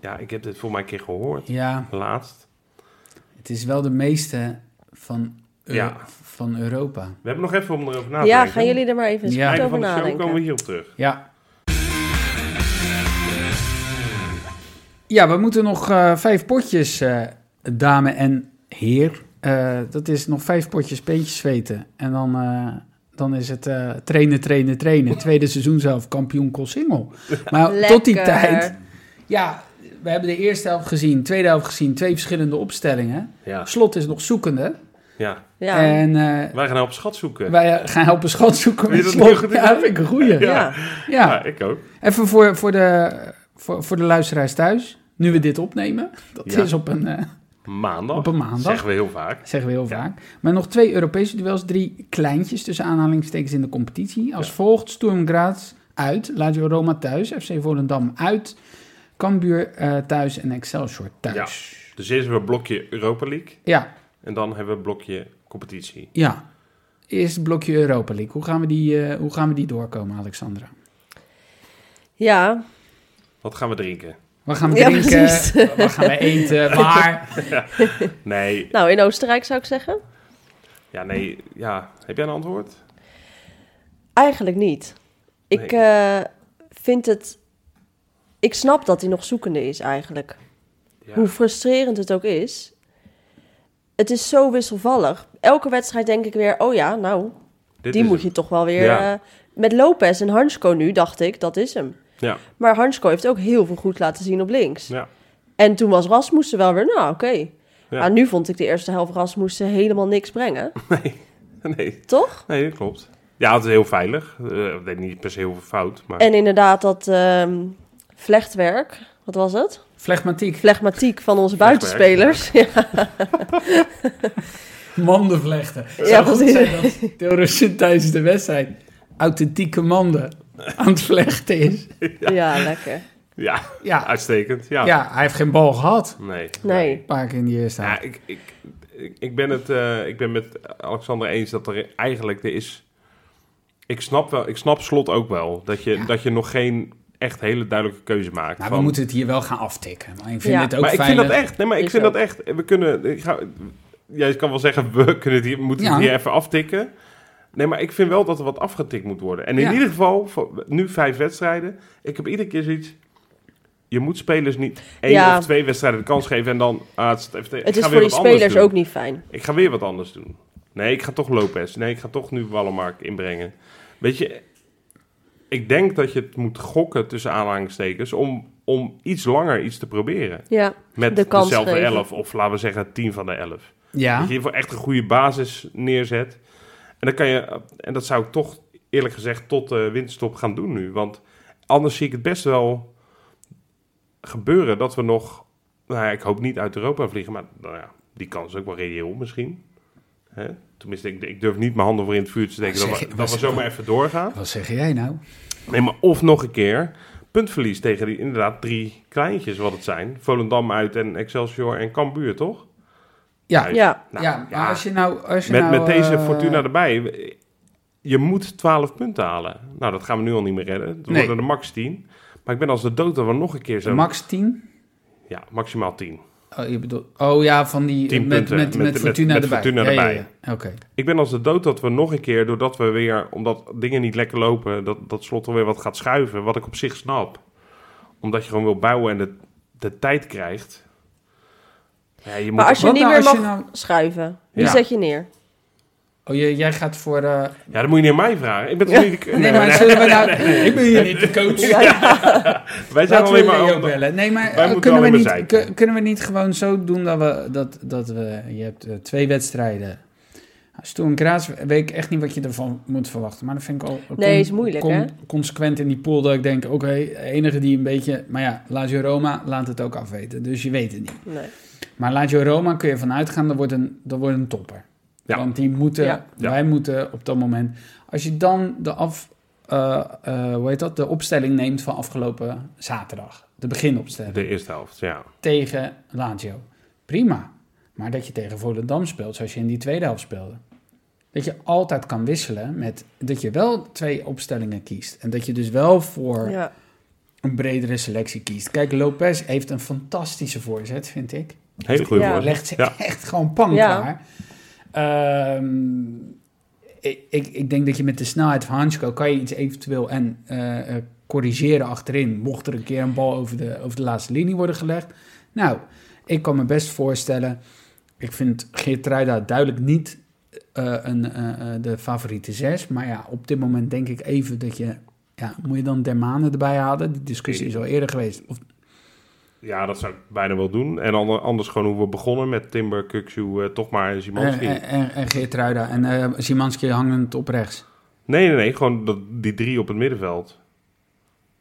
Speaker 1: Ja, ik heb dit voor mij een keer gehoord.
Speaker 2: Ja,
Speaker 1: Laatst.
Speaker 2: het is wel de meeste van, Eu-
Speaker 1: Ja.
Speaker 2: van Europa.
Speaker 1: We hebben nog even om erover na te
Speaker 3: ja,
Speaker 1: denken.
Speaker 3: gaan jullie er maar even eens
Speaker 2: Ja.
Speaker 3: goed
Speaker 1: Einde
Speaker 3: over
Speaker 1: van de show komen we
Speaker 3: nadenken.
Speaker 1: hierop terug.
Speaker 2: Ja. Ja, we moeten nog eh, vijf potjes, eh, dame en heer. Eh, dat is nog vijf potjes peentjes zweten. En dan, eh, dan is het eh, trainen, trainen, trainen. Tweede seizoen zelf, kampioen Koolsingel. Maar tot die
Speaker 3: Lekker.
Speaker 2: tijd... Ja, we hebben de eerste helft gezien, tweede helft gezien. Twee verschillende opstellingen.
Speaker 1: Ja.
Speaker 2: Slot is nog zoekende.
Speaker 1: Ja,
Speaker 3: Ja.
Speaker 2: En eh,
Speaker 1: wij gaan op schat zoeken.
Speaker 2: wij eh, gaan helpen schat zoeken
Speaker 1: Vind
Speaker 2: met
Speaker 1: je dat een
Speaker 2: slot.
Speaker 1: goed idee?
Speaker 2: Ja, dat vind ik een goeie. Ja.
Speaker 3: ja.
Speaker 1: Ja, ik ook.
Speaker 2: Even voor, voor, de, voor, voor de luisteraars thuis. Nu we dit opnemen. Dat
Speaker 1: Ja.
Speaker 2: is op een, eh,
Speaker 1: Maandag.
Speaker 2: Op een maandag.
Speaker 1: Zeggen we heel vaak.
Speaker 2: zeggen we heel vaak. Maar nog twee Europese duels. Drie kleintjes tussen aanhalingstekens in de competitie. Als volgt. Sturm Graz uit. Lazio Roma thuis. FC Volendam uit. Cambuur eh, thuis en Excelsior thuis.
Speaker 1: Dus eerst hebben we blokje Europa League.
Speaker 2: Ja,
Speaker 1: En dan hebben we blokje competitie.
Speaker 2: ja. Eerst het blokje Europa League. Hoe gaan we die, eh, hoe gaan we die doorkomen, Alexandra?
Speaker 3: ja.
Speaker 1: Wat gaan we drinken?
Speaker 2: Wat gaan we
Speaker 3: Ja,
Speaker 2: drinken?
Speaker 3: precies.
Speaker 2: Wat gaan we eten? Waar?
Speaker 1: Nee,
Speaker 3: Nou, in Oostenrijk zou ik zeggen.
Speaker 1: ja, nee, ja. Heb jij een antwoord?
Speaker 3: Eigenlijk niet. Ik
Speaker 1: Nee.
Speaker 3: eh, vind het... Ik snap dat hij nog zoekende is eigenlijk.
Speaker 1: Ja.
Speaker 3: Hoe frustrerend het ook is. Het is zo wisselvallig. Elke wedstrijd denk ik weer, oh ja, nou,
Speaker 1: Dit
Speaker 3: die
Speaker 1: is
Speaker 3: moet
Speaker 1: hem.
Speaker 3: je toch wel weer...
Speaker 1: Ja.
Speaker 3: eh, met Lopez en Hansko nu dacht ik, dat is hem.
Speaker 1: Ja,
Speaker 3: Maar Hansko heeft ook heel veel goed laten zien op links.
Speaker 1: ja.
Speaker 3: En toen was Rasmussen wel weer, nou oké.
Speaker 1: Ja.
Speaker 3: Ah, nu vond ik de eerste helft Rasmussen helemaal niks brengen.
Speaker 1: Nee,
Speaker 3: Toch?
Speaker 1: nee, dat klopt. Ja, het is heel veilig. Eh, ik deed niet per se heel veel fout, maar...
Speaker 3: En inderdaad dat ehm, vlechtwerk, wat was het?
Speaker 2: Flegmatiek.
Speaker 3: Flegmatiek van onze buitenspelers. Ja,
Speaker 2: Manden vlechten. Zou
Speaker 3: Ja,
Speaker 2: goed
Speaker 3: precies.
Speaker 2: zijn dat de Russen tijdens de wedstrijd authentieke manden aan het vlechten is.
Speaker 3: ja. lekker.
Speaker 1: Ja,
Speaker 2: Ja,
Speaker 1: uitstekend. Ja.
Speaker 2: ja, hij heeft geen bal gehad.
Speaker 1: Nee.
Speaker 3: Nee.
Speaker 2: Een paar keer in die eerste
Speaker 1: Ja,
Speaker 2: helft.
Speaker 1: ik, ik, ik- ik, ben het, eh, ik ben met Alexander eens dat er eigenlijk er is... Ik snap, wel, ik snap slot ook wel. Dat je,
Speaker 2: Ja.
Speaker 1: dat je nog geen echt hele duidelijke keuze maakt.
Speaker 2: Maar Nou, we
Speaker 1: van-
Speaker 2: moeten het hier wel gaan aftikken. Maar ik vind
Speaker 3: Ja.
Speaker 2: het ook
Speaker 1: maar ik
Speaker 2: veilig.
Speaker 1: vind dat echt. Nee, maar ik
Speaker 3: Is
Speaker 1: vind
Speaker 3: ook.
Speaker 1: dat echt. We kunnen. Ik ga, jij kan wel zeggen, we kunnen het hier, moeten het
Speaker 2: Ja.
Speaker 1: hier even aftikken. Nee, maar ik vind wel dat er wat afgetikt moet worden. En in
Speaker 2: Ja.
Speaker 1: ieder geval, voor- nu vijf wedstrijden. Ik heb iedere keer zoiets. Je moet spelers niet één
Speaker 3: Ja.
Speaker 1: of twee wedstrijden de kans geven en dan. Ah, het is het FT. Ik
Speaker 3: Het
Speaker 1: ga
Speaker 3: is
Speaker 1: weer
Speaker 3: voor die
Speaker 1: wat anders
Speaker 3: spelers
Speaker 1: doen.
Speaker 3: ook niet fijn.
Speaker 1: Ik ga weer wat anders doen. Nee, ik ga toch Lopez. Nee, ik ga toch nu Wallenmark inbrengen. Weet je, ik denk dat je het moet gokken tussen aanhalingstekens om, om iets langer iets te proberen.
Speaker 3: Ja,
Speaker 1: Met
Speaker 3: de kans
Speaker 1: dezelfde
Speaker 3: geven.
Speaker 1: 11, of laten we zeggen 10 van de 11.
Speaker 2: Ja,
Speaker 1: Dat je in ieder geval echt een goede basis neerzet. En, dan kan je, en dat zou ik toch eerlijk gezegd tot de winterstop gaan doen nu. Want anders zie ik het best wel gebeuren dat we nog... Nou ja, ik hoop niet uit Europa vliegen, maar nou ja, die kans is ook wel reëel misschien. Hè? Tenminste, ik, ik durf niet mijn handen voor in het vuur te steken
Speaker 2: Zeg
Speaker 1: dat
Speaker 2: je-
Speaker 1: we, dat we zomaar even doorgaan.
Speaker 2: wat zeg jij nou?
Speaker 1: Nee, maar of nog een keer puntverlies tegen die inderdaad drie kleintjes wat het zijn. Volendam uit en Excelsior en Cambuur, toch?
Speaker 2: Ja,
Speaker 1: Uit.
Speaker 3: Ja.
Speaker 1: Nou,
Speaker 2: ja, maar als je nou... Als je
Speaker 1: met,
Speaker 2: nou,
Speaker 1: met deze
Speaker 2: eh,
Speaker 1: Fortuna erbij, je moet 12 punten halen. Nou, dat gaan we nu al niet meer redden. Het
Speaker 2: Nee.
Speaker 1: worden er max 10. Maar ik ben als de dood dat we nog een keer
Speaker 2: de
Speaker 1: zo...
Speaker 2: Max 10.
Speaker 1: ja, maximaal 10.
Speaker 2: Oh, je bedoelt, oh ja, van die...
Speaker 1: 10
Speaker 2: met,
Speaker 1: punten.
Speaker 2: met, met,
Speaker 1: Met- met-
Speaker 2: Fortuna
Speaker 1: met
Speaker 2: erbij.
Speaker 1: Fortuna
Speaker 2: Ja, ja,
Speaker 1: erbij.
Speaker 2: ja. Oké.
Speaker 1: Ik ben als de dood dat we nog een keer, doordat we weer, omdat dingen niet lekker lopen, dat, dat slot alweer wat gaat schuiven, wat ik op zich snap. Omdat je gewoon wil bouwen en de, de tijd krijgt. Ja, je moet
Speaker 3: Maar als je
Speaker 2: Wat
Speaker 3: niet
Speaker 2: nou
Speaker 3: meer
Speaker 2: als
Speaker 3: mag
Speaker 2: je nou-
Speaker 3: schuiven, die
Speaker 1: Ja.
Speaker 3: zet je neer.
Speaker 2: Oh, jij, jij gaat voor... eh,
Speaker 1: Ja, dat moet je niet aan mij vragen. Ik ben toch niet de-
Speaker 2: Nee, maar zullen we nou... Ik ben hier niet de coach.
Speaker 1: Wij zijn
Speaker 2: Laten we
Speaker 1: alleen
Speaker 2: Leo
Speaker 1: maar...
Speaker 2: bellen. Nee, maar
Speaker 1: Wij
Speaker 2: eh,
Speaker 1: moeten
Speaker 2: kunnen, we
Speaker 1: alleen maar
Speaker 2: niet,
Speaker 1: zeiken.
Speaker 2: kun- kunnen we niet gewoon zo doen dat we... Dat, dat we je hebt eh, twee wedstrijden. Stoen Kraas weet ik echt niet wat je ervan moet verwachten. Maar dat vind ik al...
Speaker 3: Nee, is moeilijk, hè?
Speaker 2: Consequent in die pool dat ik denk... Oké, de enige die een beetje... Maar ja, Lazio Roma laat het ook afweten. Dus je weet het niet.
Speaker 3: Nee.
Speaker 2: Maar Lazio Roma kun je vanuit gaan, dat wordt een, dat wordt een topper.
Speaker 1: Ja.
Speaker 2: Want die moeten,
Speaker 3: Ja.
Speaker 1: Ja.
Speaker 2: wij moeten op dat moment. Als je dan de, af, eh, eh, hoe heet dat, de opstelling neemt van afgelopen zaterdag, de beginopstelling
Speaker 1: De eerste helft, ja.
Speaker 2: tegen Lazio, prima. Maar dat je tegen Volendam speelt zoals je in die tweede helft speelde. Dat je altijd kan wisselen met dat je wel twee opstellingen kiest. En dat je dus wel voor
Speaker 3: Ja.
Speaker 2: een bredere selectie kiest. Kijk, Lopez heeft een fantastische voorzet, vind ik.
Speaker 1: Hele goede
Speaker 3: Ja.
Speaker 1: ja.
Speaker 2: Legt ze
Speaker 1: Ja.
Speaker 2: echt gewoon pan
Speaker 3: Ja.
Speaker 2: klaar. Ehm, ik, ik, ik denk dat je met de snelheid van Hansko kan je iets eventueel en eh, eh, corrigeren achterin. Mocht er een keer een bal over de, over de laatste linie worden gelegd. Nou, ik kan me best voorstellen. Ik vind Geertruida duidelijk niet eh, een, eh, eh, de favoriete zes. Maar ja, op dit moment denk ik even dat je... Ja, moet je dan Dermane erbij halen? Die discussie is al eerder geweest. Of,
Speaker 1: Ja, dat zou ik bijna wel doen. En ander- anders gewoon hoe we begonnen met Timber, Kukzu, eh, toch maar en
Speaker 2: En,
Speaker 1: Zimanski.
Speaker 2: en, en, en Geertruida eh, en eh Szymanski hangend op rechts.
Speaker 1: Nee, nee, nee. Gewoon dat, die drie op het middenveld.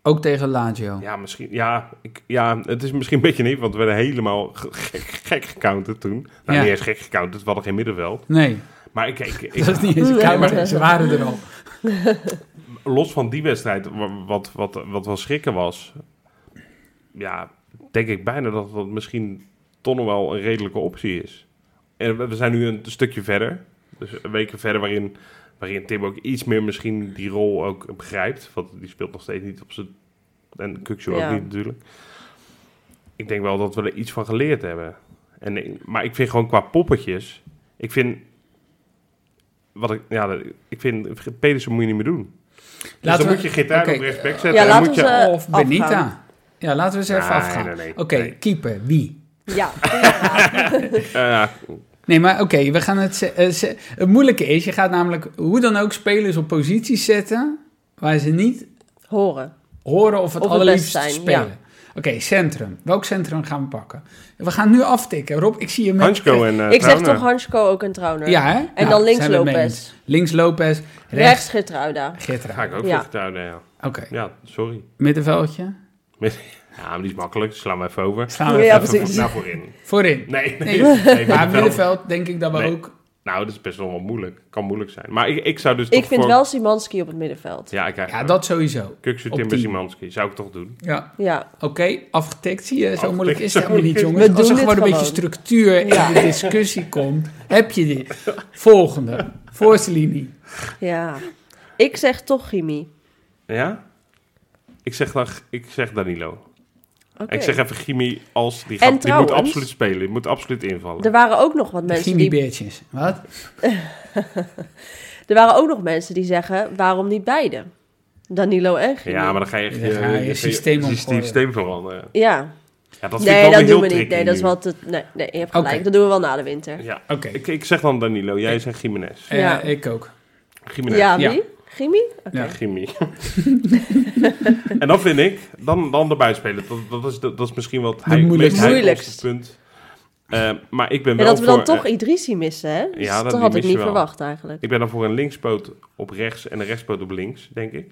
Speaker 2: Ook tegen Lazio.
Speaker 1: Ja, misschien. Ja, ik, ja, het is misschien een beetje niet, want we werden helemaal ge- gek, gek gecounterd toen. Nou,
Speaker 2: Ja.
Speaker 1: niet eens gek gecounterd, we hadden geen middenveld.
Speaker 2: Nee,
Speaker 1: Maar ik, ik, ik- Dus
Speaker 2: dat is niet eens een
Speaker 3: Nee.
Speaker 2: kamer. Ze waren er al.
Speaker 1: los van die wedstrijd, wa- wat, wat, wat wel schrikken was, ja, denk ik bijna dat dat misschien toch nog wel een redelijke optie is. En we we zijn nu een stukje verder, dus een weken verder, waarin, waarin Tim ook iets meer misschien die rol ook begrijpt. Want die speelt nog steeds niet op zijn. En Kukshoe
Speaker 3: Ja.
Speaker 1: ook niet natuurlijk. Ik denk wel dat we er iets van geleerd hebben. En, ik- maar ik vind gewoon qua poppetjes. Ik vind. Wat ik, ja, dat- ik vind. Pedersen moet je niet meer doen.
Speaker 2: Laten
Speaker 1: dus dan
Speaker 2: we-
Speaker 1: moet je Gitaar
Speaker 2: oké.
Speaker 1: op rechtsback
Speaker 3: Ja,
Speaker 1: zetten. en
Speaker 3: laten
Speaker 1: moet
Speaker 3: we
Speaker 1: je...
Speaker 3: ze- Eh,
Speaker 2: Of Benita.
Speaker 3: afgaan.
Speaker 2: Ja, laten we eens even
Speaker 1: Nee,
Speaker 2: afgaan.
Speaker 1: nee, nee.
Speaker 2: Oké,
Speaker 1: Nee.
Speaker 2: keeper, wie?
Speaker 3: Ja, inderdaad.
Speaker 1: Eh,
Speaker 2: Nee, maar oké, we gaan het... ze- eh, ze- het moeilijke is, je gaat namelijk hoe dan ook spelers op posities zetten... waar ze niet
Speaker 3: horen.
Speaker 2: horen of het
Speaker 3: Of het
Speaker 2: allerliefst
Speaker 3: best zijn,
Speaker 2: spelen.
Speaker 3: ja.
Speaker 2: Oké, centrum. Welk centrum gaan we pakken? We gaan nu aftikken. Rob, ik zie je met...
Speaker 1: Hansko en eh
Speaker 3: ik zeg
Speaker 1: Trauner.
Speaker 3: toch Hansko ook een trouwner.
Speaker 2: Ja, hè?
Speaker 3: En
Speaker 2: Ja,
Speaker 3: dan links
Speaker 2: zijn we het mee
Speaker 3: Lopez.
Speaker 2: eens. Links Lopez, rechts
Speaker 3: Rechts Gertruida.
Speaker 1: Ga
Speaker 2: Gitra.
Speaker 1: ik ook
Speaker 3: Ja.
Speaker 1: voor Gitaar, nou ja.
Speaker 2: Oké,
Speaker 1: Ja, sorry.
Speaker 2: middenveldje.
Speaker 1: Ja, maar die is makkelijk. Slaan we even over.
Speaker 2: Slaan we
Speaker 3: Ja,
Speaker 2: even
Speaker 1: Even
Speaker 3: precies.
Speaker 1: voor- naar voorin.
Speaker 2: voorin.
Speaker 1: Nee,
Speaker 2: Nee,
Speaker 1: nee. nee,
Speaker 2: Maar
Speaker 1: middenveld.
Speaker 2: middenveld denk ik dat we
Speaker 1: Nee.
Speaker 2: ook...
Speaker 1: Nou, dat is best wel moeilijk. Kan moeilijk zijn. Maar ik, ik zou dus
Speaker 3: Ik
Speaker 1: toch
Speaker 3: vind
Speaker 1: voor...
Speaker 3: wel Simanski op het middenveld.
Speaker 1: Ja, ik krijg
Speaker 2: Ja, dat sowieso.
Speaker 1: Kuksu,
Speaker 2: op
Speaker 1: Timber,
Speaker 2: tien.
Speaker 1: Simanski. Zou ik toch doen.
Speaker 2: Ja,
Speaker 3: Ja,
Speaker 2: Oké, afgetikt. Zie je, zo
Speaker 1: Afgetikt.
Speaker 2: moeilijk is het helemaal niet,
Speaker 1: We
Speaker 2: jongens.
Speaker 3: doen
Speaker 2: Als er
Speaker 3: dit
Speaker 2: gewoon een
Speaker 3: gewoon.
Speaker 2: beetje structuur
Speaker 3: Ja.
Speaker 2: in de discussie komt, heb je dit. Volgende. Voorste linie.
Speaker 3: ja. Ik zeg toch Gimi.
Speaker 1: Ja? Ik zeg, dan, ik zeg Danilo.
Speaker 3: Oké.
Speaker 1: Ik zeg even Gimi als... Die,
Speaker 3: En
Speaker 1: gaat, die moet
Speaker 3: trouwens-
Speaker 1: absoluut spelen. Die moet absoluut invallen.
Speaker 3: Er waren ook nog wat mensen die...
Speaker 2: Gimmibeertjes. Wat?
Speaker 3: Er waren ook nog mensen die zeggen, waarom niet beide? Danilo en Gimi.
Speaker 1: Ja, maar dan ga je echt
Speaker 2: Dan ga je systeem omgooien.
Speaker 1: systeem veranderen.
Speaker 3: Ja.
Speaker 1: Ja, dat vind ik
Speaker 3: nee,
Speaker 1: wel weer
Speaker 3: dat doen
Speaker 1: heel
Speaker 3: we niet.
Speaker 1: tricky
Speaker 3: Nee, dat is
Speaker 1: nu.
Speaker 3: wat. het- nee, nee, je hebt
Speaker 2: Oké.
Speaker 3: gelijk. Dat doen we wel na de winter.
Speaker 1: Ja,
Speaker 2: Oké.
Speaker 1: ik, ik zeg dan Danilo, jij zegt Jiménez.
Speaker 2: Eh,
Speaker 3: Ja.
Speaker 2: ik ook.
Speaker 1: Jiménez.
Speaker 3: Ja,
Speaker 2: Ja.
Speaker 3: wie? Gimi?
Speaker 2: Ja.
Speaker 1: Jimmy. en dan vind ik, dan, dan erbij spelen. Dat, dat, is, dat, dat is misschien wat hij
Speaker 2: moeilijkste.
Speaker 1: meest
Speaker 3: Moeilijkst.
Speaker 1: punt. Eh, maar ik ben
Speaker 3: En
Speaker 1: wel
Speaker 3: dat we dan
Speaker 1: voor,
Speaker 3: toch
Speaker 1: eh,
Speaker 3: Idrisi missen, hè? Dus
Speaker 1: ja, dat-
Speaker 3: dat,
Speaker 1: die
Speaker 3: had ik
Speaker 1: mis je
Speaker 3: niet
Speaker 1: wel.
Speaker 3: verwacht eigenlijk.
Speaker 1: ik ben dan voor een linkspoot op rechts en een rechtspoot op links, denk ik.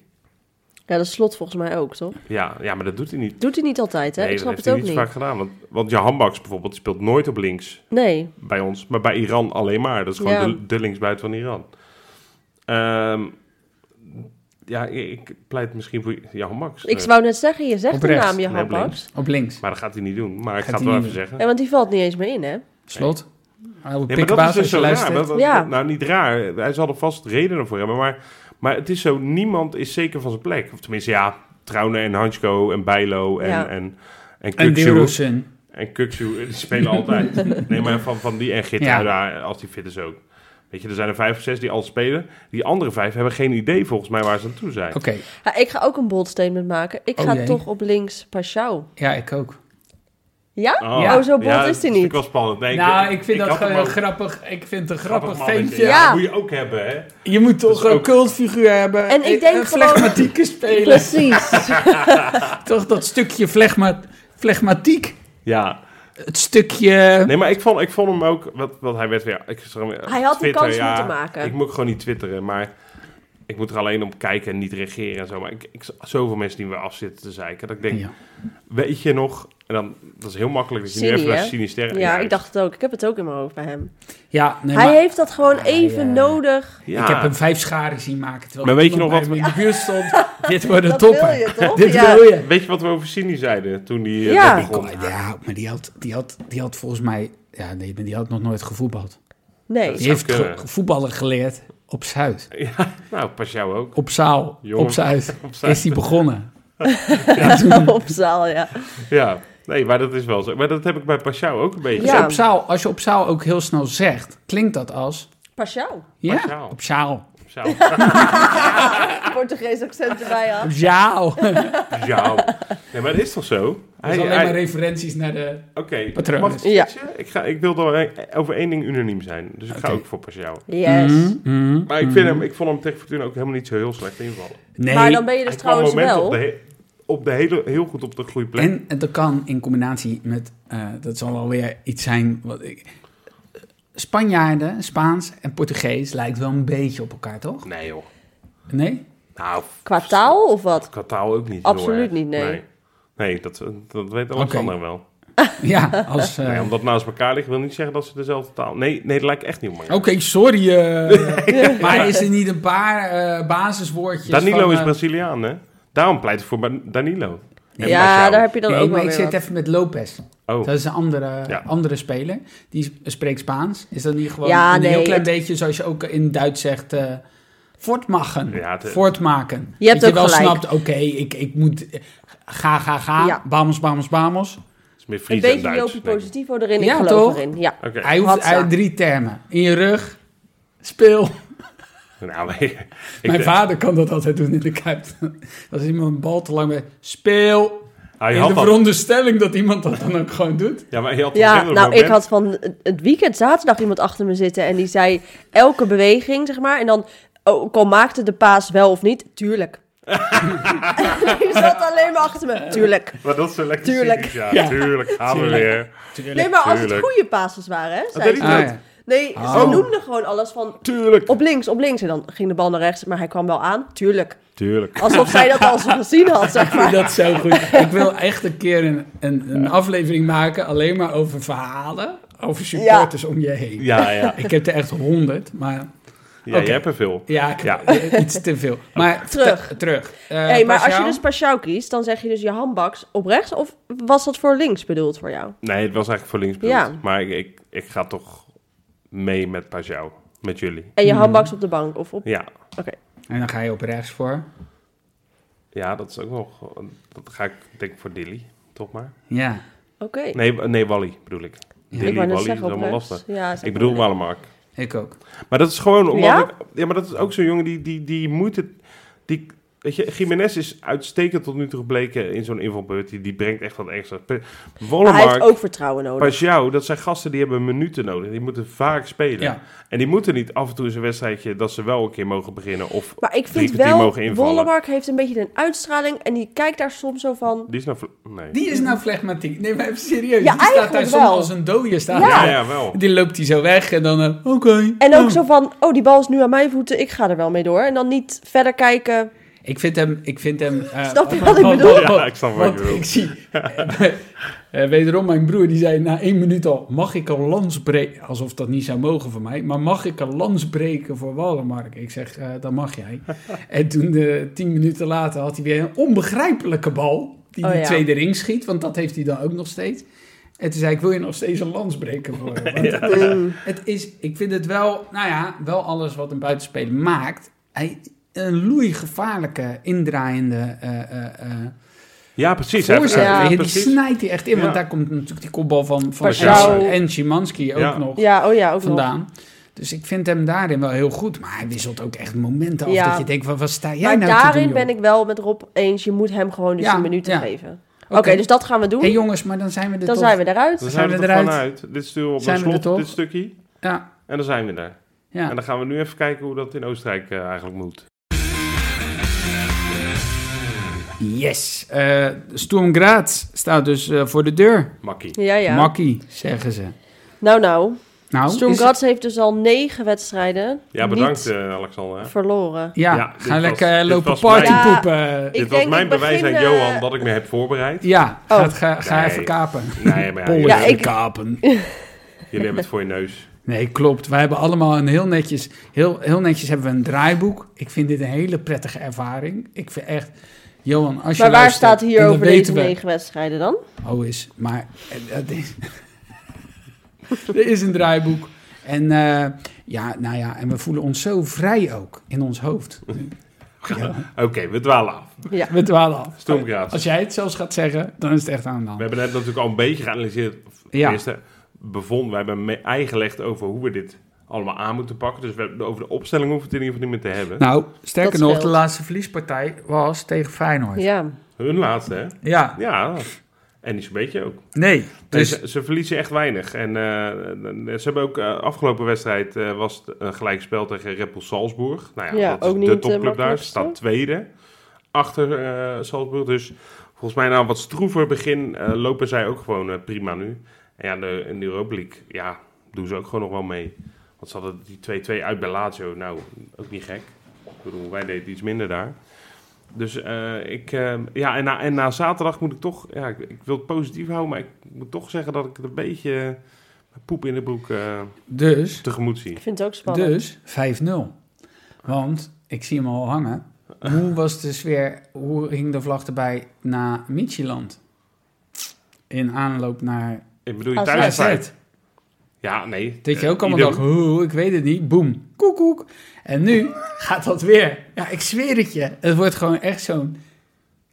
Speaker 3: Ja, dat slot volgens mij ook, toch?
Speaker 1: Ja, ja maar dat doet hij niet.
Speaker 3: Doet hij niet altijd, hè?
Speaker 1: nee,
Speaker 3: ik snap
Speaker 1: dat
Speaker 3: het
Speaker 1: heeft
Speaker 3: ook
Speaker 1: hij
Speaker 3: niet.
Speaker 1: vaak gedaan. Want, want Jahan Baks bijvoorbeeld speelt nooit op links.
Speaker 3: Nee.
Speaker 1: bij ons, maar bij Iran alleen maar. Dat is gewoon
Speaker 3: Ja.
Speaker 1: de, de linksbuiten van Iran. Ehm, ja, ik, ik pleit misschien voor Jan Max.
Speaker 3: Ik
Speaker 1: Eh,
Speaker 3: wou net zeggen, je zegt
Speaker 2: Op
Speaker 3: de
Speaker 2: rechts.
Speaker 3: naam, je
Speaker 1: Nee, op
Speaker 3: handbaks.
Speaker 2: Op links.
Speaker 1: Maar dat gaat hij niet doen. Maar
Speaker 2: Gaat
Speaker 1: ik ga het
Speaker 2: hij
Speaker 1: wel even
Speaker 2: niet
Speaker 1: zeggen.
Speaker 3: Ja, want die valt niet eens meer in, hè?
Speaker 2: Slot. Oude
Speaker 1: Nee, maar dat is
Speaker 2: pikbaas
Speaker 1: dus
Speaker 2: als je
Speaker 1: zo raar.
Speaker 2: luistert.
Speaker 1: Dat- dat-
Speaker 3: Ja.
Speaker 1: Nou, niet raar. Hij zal er vast redenen voor hebben. Maar, maar het is zo, niemand is zeker van zijn plek. Of tenminste, ja, Trouwne en Hansko en Bijlo en...
Speaker 3: Ja.
Speaker 1: en en
Speaker 2: En
Speaker 1: Kukzu,
Speaker 2: Dilrosun.
Speaker 1: en Kukzu, eh, die spelen altijd. Nee, maar van, van die en Git, als die fit is ook. Weet je, er zijn er vijf of zes die al spelen. Die andere vijf hebben geen idee volgens mij waar ze aan toe zijn.
Speaker 2: Oké,
Speaker 3: Ja, ik ga ook een bold statement maken. Ik
Speaker 2: Oh,
Speaker 3: ga
Speaker 2: jee.
Speaker 3: toch op links Pashao.
Speaker 2: ja, ik ook.
Speaker 3: Ja?
Speaker 1: Oh,
Speaker 2: Ja.
Speaker 3: Oh, zo bot is hij
Speaker 1: dat vind
Speaker 3: niet.
Speaker 1: Ik wel spannend. Nee,
Speaker 2: nou, ik vind dat
Speaker 1: had hem
Speaker 2: gewoon een
Speaker 1: ook-
Speaker 2: grappig. Ik vind het een
Speaker 1: grappig
Speaker 2: grappig
Speaker 1: mannetje.
Speaker 2: ventje.
Speaker 3: Ja.
Speaker 1: Dat moet je ook hebben, hè?
Speaker 2: Je moet
Speaker 1: Dat
Speaker 2: toch
Speaker 1: is
Speaker 2: een
Speaker 1: ook-
Speaker 2: cultfiguur hebben.
Speaker 3: En ik denk
Speaker 2: een flegmatieke speler.
Speaker 3: Precies.
Speaker 2: Toch dat stukje flegma, flegmatiek.
Speaker 1: Ja.
Speaker 2: Het stukje...
Speaker 1: Nee, maar ik vond, ik vond hem ook... Wat, wat hij werd weer... Ik,
Speaker 3: Hij had een kans moeten maken.
Speaker 1: Ik moet gewoon niet twitteren, maar... Ik moet er alleen om kijken en niet reageren en zo. Maar ik, ik zoveel mensen die me afzitten te zeiken. Dat ik denk,
Speaker 2: Ja.
Speaker 1: weet je nog... En dan, dat is heel makkelijk dat je
Speaker 3: Cine,
Speaker 1: nu even naar
Speaker 3: hè?
Speaker 1: Sinister
Speaker 3: Ja, ik dacht het ook. Ik heb het ook in mijn hoofd bij hem.
Speaker 2: Ja, nee,
Speaker 3: Hij
Speaker 2: maar
Speaker 3: heeft dat gewoon
Speaker 2: Hij,
Speaker 3: even
Speaker 2: eh,
Speaker 3: nodig.
Speaker 1: Ja.
Speaker 2: ik heb hem vijf scharen zien maken. Terwijl
Speaker 1: Maar
Speaker 2: ik
Speaker 1: weet je
Speaker 2: toen
Speaker 1: nog
Speaker 2: bij
Speaker 1: wat-
Speaker 2: hem in de buurt stond? Dit wordt een
Speaker 3: Dat
Speaker 2: topper.
Speaker 3: wil je toch?
Speaker 2: Dit
Speaker 3: Ja.
Speaker 2: wil je.
Speaker 1: Weet je wat we over Sini zeiden toen die eh,
Speaker 3: Ja.
Speaker 1: net
Speaker 2: Kom,
Speaker 1: begon?
Speaker 2: ja, maar die had, die, had, die had volgens mij... Ja, nee, maar die had nog nooit gevoetbald.
Speaker 3: Nee.
Speaker 2: Die heeft
Speaker 1: kunnen.
Speaker 2: ge- voetballen geleerd op Zuid.
Speaker 1: Ja, nou, pas jou ook.
Speaker 2: Op zaal.
Speaker 1: Jongen.
Speaker 2: Op Zuid.
Speaker 1: Op zijn-
Speaker 2: Is die begonnen.
Speaker 3: op zaal, ja.
Speaker 1: Ja, nee, maar dat is wel zo. Maar dat heb ik bij Pashao ook een beetje.
Speaker 2: Dus
Speaker 3: Ja.
Speaker 2: op zaal, als je op zaal ook heel snel zegt, klinkt dat als...
Speaker 3: Pashao.
Speaker 2: Ja,
Speaker 1: Op zaal.
Speaker 2: op zaal.
Speaker 1: Pashao.
Speaker 3: Portugees accent erbij had.
Speaker 2: Op zaal.
Speaker 1: Pashao. Nee, maar dat is toch zo?
Speaker 2: Dat is
Speaker 1: Hij-
Speaker 2: alleen
Speaker 1: hij-
Speaker 2: maar referenties naar de...
Speaker 1: Oké,
Speaker 2: Patroon.
Speaker 1: mag ik iets
Speaker 3: Ja.
Speaker 1: zeggen? ik, ga, ik wil er een- over één ding unaniem zijn. Dus ik ga ook voor Pashao.
Speaker 3: Yes.
Speaker 2: Mhm. Mm.
Speaker 1: Maar ik, vind hem, ik vond hem tegen Fortuna ook helemaal niet zo heel slecht invallen.
Speaker 2: Nee,
Speaker 3: Maar dan ben je dus
Speaker 1: Hij kwam
Speaker 3: trouwens
Speaker 1: momenten
Speaker 3: wel...
Speaker 1: Op de, he- op de hele, heel goed op de goede plek.
Speaker 2: En dat kan in combinatie met, eh, dat zal alweer iets zijn wat ik... Spanjaarden, Spaans en Portugees lijkt wel een beetje op elkaar, toch?
Speaker 1: Nee joh.
Speaker 2: Nee?
Speaker 1: Nou,
Speaker 3: Qua taal of wat?
Speaker 1: qua taal ook niet.
Speaker 3: Absoluut
Speaker 1: heel erg.
Speaker 3: niet, nee.
Speaker 1: Nee, Nee, dat, dat weet Alexander wel.
Speaker 2: Ja, als... eh,
Speaker 1: Nee, omdat het naast elkaar liggen wil niet zeggen dat ze dezelfde taal... Nee, nee dat lijkt echt niet op elkaar.
Speaker 2: Oké, sorry. eh, Maar is er niet een paar eh, basiswoordjes
Speaker 1: Danilo
Speaker 2: van,
Speaker 1: is
Speaker 2: eh,
Speaker 1: Braziliaan, hè? Daarom pleit ik voor Ba- Danilo. En
Speaker 3: ja,
Speaker 1: Marcial.
Speaker 3: daar heb je dan
Speaker 2: nee,
Speaker 3: ook
Speaker 2: maar
Speaker 3: wel
Speaker 2: ik
Speaker 3: weer
Speaker 2: zit
Speaker 3: wat.
Speaker 2: even met Lopez.
Speaker 1: Oh,
Speaker 2: Dat is een andere,
Speaker 1: Ja.
Speaker 2: andere speler. Die sp- spreekt Spaans. Is dat niet gewoon
Speaker 3: Ja,
Speaker 2: een
Speaker 3: nee,
Speaker 2: heel klein
Speaker 3: het-
Speaker 2: beetje zoals je ook in Duits zegt... eh voortmachen,
Speaker 1: Ja, het-
Speaker 2: voortmaken.
Speaker 3: Je hebt
Speaker 2: dat
Speaker 3: ook
Speaker 2: je wel
Speaker 3: gelijk.
Speaker 2: snapt, oké, ik, ik moet... eh, Ga, ga, ga.
Speaker 3: Ja.
Speaker 2: Bamos, bamos, bamos.
Speaker 1: is meer Fries
Speaker 3: Een
Speaker 1: en
Speaker 3: beetje
Speaker 1: Duits.
Speaker 3: Jopie
Speaker 1: denk ik.
Speaker 3: Positivo erin, ik
Speaker 2: Ja,
Speaker 3: geloof
Speaker 2: toch?
Speaker 3: erin. Ja.
Speaker 1: Oké.
Speaker 2: Hij hoeft
Speaker 3: Hatsa.
Speaker 2: uit drie termen. In je rug, speel.
Speaker 1: Nou, ik
Speaker 2: Mijn
Speaker 1: denk-
Speaker 2: vader kan dat altijd doen in de Kuip. Als iemand een bal te lang bij... Speel.
Speaker 1: Hij
Speaker 2: Is
Speaker 1: had
Speaker 2: de
Speaker 1: dat-
Speaker 2: veronderstelling dat iemand dat dan ook gewoon doet?
Speaker 1: Ja, maar hij had
Speaker 3: Ja,
Speaker 1: toch heel
Speaker 3: nou,
Speaker 1: veel
Speaker 3: ik had van het- het weekend zaterdag iemand achter me zitten en die zei elke beweging, zeg maar. En dan, oh, ook al maakte de paas wel of niet, tuurlijk. die zat alleen maar achter me, tuurlijk.
Speaker 1: momenten. Maar dat is een lekker
Speaker 3: Tuurlijk.
Speaker 1: cynisch, ja.
Speaker 2: Ja.
Speaker 1: Tuurlijk, gaan we
Speaker 2: Tuurlijk.
Speaker 1: weer.
Speaker 3: Nee, maar als het
Speaker 1: Tuurlijk.
Speaker 3: goede pases waren, hè? zei
Speaker 1: deed
Speaker 3: ze.
Speaker 1: hij
Speaker 2: Ah, ja.
Speaker 3: Nee, ze
Speaker 2: Oh.
Speaker 3: noemden gewoon alles van
Speaker 1: Tuurlijk.
Speaker 3: op links, op links. En dan ging de bal naar rechts, maar hij kwam wel aan, tuurlijk.
Speaker 1: Tuurlijk.
Speaker 3: Alsof zij dat al zo gezien had, zeg maar.
Speaker 2: Dat zou goed. Ik wil echt een keer een, een, een aflevering maken alleen maar over verhalen, over supporters om je heen.
Speaker 1: Ja, ja.
Speaker 2: Ik heb er echt honderd, maar
Speaker 1: ja
Speaker 2: Oké.
Speaker 1: je hebt er veel.
Speaker 2: ja, ik heb iets te veel. Maar
Speaker 3: Terug.
Speaker 2: te- terug. Eh,
Speaker 3: Hey, maar als je
Speaker 2: Martial?
Speaker 3: dus Paschal kiest, dan zeg je dus je handbaks op rechts? Of was dat voor links bedoeld voor jou?
Speaker 1: Nee, het was eigenlijk voor links bedoeld.
Speaker 3: Ja.
Speaker 1: Maar ik, ik, ik ga toch mee met Pajou. Met jullie.
Speaker 3: En je handbaks op de bank? Of op...
Speaker 1: Ja.
Speaker 3: Oké.
Speaker 2: En dan ga je op rechts voor.
Speaker 1: Ja, dat is ook nog... Dat ga ik denk ik voor Dilly. Toch maar.
Speaker 2: Ja.
Speaker 3: Oké.
Speaker 1: Nee, nee Wally bedoel ik. Dilly,
Speaker 3: ik wou net
Speaker 1: Wally, dat is
Speaker 3: zeggen op
Speaker 1: allemaal
Speaker 3: rechts.
Speaker 1: lastig.
Speaker 3: Ja, is
Speaker 1: Ik
Speaker 3: ook
Speaker 1: bedoel
Speaker 3: moeilijk.
Speaker 1: Walemark.
Speaker 2: Ik ook.
Speaker 1: Maar dat is gewoon omdat
Speaker 3: Ja?
Speaker 1: ik- ja, maar dat is ook zo'n jongen die, die, die moeite... Die, weet je, Jiménez is uitstekend tot nu toe gebleken in zo'n invalbeurt. Die, die brengt echt wat extra. Pe-
Speaker 3: Maar hij heeft
Speaker 1: Wollemark,
Speaker 3: ook vertrouwen nodig.
Speaker 1: Pajou, dat zijn gasten die hebben minuten nodig. Die moeten vaak spelen.
Speaker 2: Ja.
Speaker 1: En die moeten niet af en toe eens een wedstrijdje... dat ze wel een keer mogen beginnen. Of
Speaker 3: Maar ik
Speaker 1: drie
Speaker 3: vind
Speaker 1: kwartier
Speaker 3: wel,
Speaker 1: mogen invallen.
Speaker 3: Wollemark heeft een beetje een uitstraling en die kijkt daar soms zo van...
Speaker 1: Die is nou... vl- Nee.
Speaker 2: Die is nou flegmatiek. Nee, maar even serieus.
Speaker 3: Mm. Ja,
Speaker 2: die staat daar
Speaker 3: eigenlijk
Speaker 2: soms
Speaker 3: wel.
Speaker 2: als een dode staan.
Speaker 3: Ja.
Speaker 1: Ja, ja, wel.
Speaker 2: Die loopt hij zo weg en dan, eh, oké.
Speaker 3: En ook
Speaker 2: Oh.
Speaker 3: zo van, oh, die bal is nu aan mijn voeten, ik ga er wel mee door. En dan niet verder kijken.
Speaker 2: Ik vind hem... Ik vind hem eh,
Speaker 3: Snap je wat ik
Speaker 2: want-
Speaker 3: bedoel?
Speaker 1: Ja, ik snap wat je
Speaker 2: want
Speaker 1: bedoelt.
Speaker 2: ik zie... eh, wederom, mijn broer die zei na één minuut al... Mag ik een lans breken? Alsof dat niet zou mogen voor mij. Maar mag ik een lans breken voor Wallenmark? Ik zeg, eh dat mag jij. en toen, eh, tien minuten later, had hij weer een onbegrijpelijke bal... die
Speaker 3: Oh,
Speaker 2: de
Speaker 3: ja.
Speaker 2: tweede ring schiet. Want dat heeft hij dan ook nog steeds. En toen zei ik, wil je nog steeds een lans breken voor hem? Want het, eh, het is, ik vind het wel, nou ja, wel alles wat een buitenspeler maakt. Hij, een loeigevaarlijke, indraaiende eh eh eh
Speaker 1: Ja, precies. Hij-
Speaker 2: voorzet.
Speaker 1: hij-
Speaker 3: ja,
Speaker 2: Weet je, die
Speaker 1: precies.
Speaker 2: snijdt hij echt in. Want
Speaker 1: Ja.
Speaker 2: daar komt natuurlijk die kopbal van, van
Speaker 3: Pashao.
Speaker 2: Pashao en Szymanski ook
Speaker 1: Ja.
Speaker 2: nog
Speaker 3: Ja, oh ja, ook nog.
Speaker 2: vandaan. Dus ik vind hem daarin wel heel goed. Maar hij wisselt ook echt momenten af
Speaker 3: Ja.
Speaker 2: dat je denkt, van, wat sta jij
Speaker 3: Maar
Speaker 2: nou te
Speaker 3: daarin
Speaker 2: doen,
Speaker 3: ben
Speaker 2: joh?
Speaker 3: ik wel met Rob eens, je moet hem gewoon dus
Speaker 2: Ja,
Speaker 3: een minuut
Speaker 2: ja.
Speaker 3: geven. Oké,
Speaker 2: Oké.
Speaker 3: dus dat gaan we doen.
Speaker 2: Hé jongens, maar dan zijn we er
Speaker 3: dan
Speaker 2: toch.
Speaker 3: zijn we eruit.
Speaker 1: Dan
Speaker 2: Zijn
Speaker 1: zijn
Speaker 2: we
Speaker 1: we er
Speaker 2: eruit?
Speaker 1: gewoon uit. Dit sturen we op
Speaker 2: Zijn
Speaker 1: een
Speaker 2: we er
Speaker 1: slot,
Speaker 2: toch?
Speaker 1: dit stukje.
Speaker 2: Ja,
Speaker 1: En dan zijn we er.
Speaker 2: ja.
Speaker 1: En dan gaan we nu even kijken hoe dat in Oostenrijk eh, eigenlijk moet.
Speaker 2: Yes. eh Sturm Graz staat dus eh, voor de deur.
Speaker 1: Makkie.
Speaker 3: Ja, ja.
Speaker 2: Makkie, zeggen ze.
Speaker 3: nou, nou.
Speaker 2: Nou,
Speaker 3: Sturm
Speaker 2: is-
Speaker 3: Graz heeft dus al negen wedstrijden
Speaker 1: Ja, bedankt
Speaker 3: niet
Speaker 1: eh, Alexander.
Speaker 3: verloren.
Speaker 2: Ja,
Speaker 1: Ja, dit
Speaker 2: ga
Speaker 1: was-
Speaker 2: lekker eh,
Speaker 1: dit
Speaker 2: lopen
Speaker 1: was mijn-
Speaker 2: partypoepen. Ja,
Speaker 3: Ik
Speaker 1: Dit was
Speaker 3: denk,
Speaker 1: mijn
Speaker 3: ik begin,
Speaker 1: bewijs aan
Speaker 3: eh,
Speaker 1: Johan dat ik me heb voorbereid.
Speaker 2: ga,
Speaker 3: Oh.
Speaker 2: het- ga, ga
Speaker 1: Nee.
Speaker 2: even kapen.
Speaker 1: Nee, maar ja,
Speaker 2: Pollen
Speaker 1: jullie,
Speaker 3: Ja, ik-
Speaker 2: kapen.
Speaker 1: jullie hebben het voor je neus.
Speaker 2: Nee, klopt. Wij hebben allemaal een heel netjes, heel, heel netjes hebben we een draaiboek. Ik vind dit een hele prettige ervaring. Ik vind echt, Johan, als je
Speaker 3: Maar waar
Speaker 2: luistert,
Speaker 3: staat hier
Speaker 2: en dat
Speaker 3: over deze
Speaker 2: weten we-
Speaker 3: negen wedstrijden dan?
Speaker 2: Oh, is. Maar eh, dat is- er is een draaiboek. En, eh, ja, nou ja, en we voelen ons zo vrij ook in ons hoofd. Ja,
Speaker 1: Oké, we dwalen af.
Speaker 3: Ja.
Speaker 2: we dwalen af.
Speaker 1: Stoomgraad.
Speaker 2: Als jij het zelfs gaat zeggen, dan is het echt aan de
Speaker 1: We
Speaker 2: hand.
Speaker 1: hebben net natuurlijk al een beetje geanalyseerd. Of
Speaker 2: Ja.
Speaker 1: Tenminste, bevonden. We hebben mee eigenlegd over hoe we dit allemaal aan moeten pakken. Dus we hebben, over de opstelling hoeven we het in ieder geval niet meer te hebben.
Speaker 2: Nou, sterker
Speaker 3: Dat
Speaker 2: nog, de
Speaker 3: scheelt.
Speaker 2: laatste verliespartij was tegen Feyenoord. Ja.
Speaker 3: Ja.
Speaker 1: Hun laatste, hè? Ja. En niet zo'n beetje ook.
Speaker 2: nee.
Speaker 1: Nee,
Speaker 2: Dus
Speaker 1: ze, ze verliezen echt weinig. En eh, ze hebben ook eh, afgelopen wedstrijd eh, was het een gelijkspel tegen Red Bull Salzburg. Nou ja,
Speaker 3: Ja,
Speaker 1: dat is
Speaker 3: ook niet
Speaker 1: de
Speaker 3: het, eh,
Speaker 1: topclub daar. Ze
Speaker 3: makkelijkste.
Speaker 1: staan tweede. achter eh, Salzburg. Dus volgens mij na een wat stroever begin eh, lopen zij ook gewoon eh, prima nu. En ja, de, in de Europa League, ja, doen ze ook gewoon nog wel mee. Want ze hadden die 2-2 uit bij Lazio, nou, ook niet gek. Ik bedoel, wij deden iets minder daar. Dus eh, ik, eh, ja, en na, en na zaterdag moet ik toch, ja, ik, ik wil het positief houden, maar ik moet toch zeggen dat ik het een beetje eh, poep in de broek eh,
Speaker 2: Dus,
Speaker 1: tegemoet zie.
Speaker 3: Ik vind het ook spannend.
Speaker 2: dus 5-0. Want, ik zie hem al hangen. Hoe was de sfeer, hoe hing de vlag erbij na Michieland? In aanloop naar
Speaker 1: Ik bedoel, je
Speaker 3: Als
Speaker 1: thuis
Speaker 2: AZ.
Speaker 1: Ja, nee.
Speaker 2: Dat je
Speaker 1: Eh,
Speaker 2: ook allemaal
Speaker 1: ieder-
Speaker 2: dacht, "Oeh, ik weet het niet. Boem, koek, koek. En nu gaat dat weer. Ja, ik zweer het je. Het wordt gewoon echt zo'n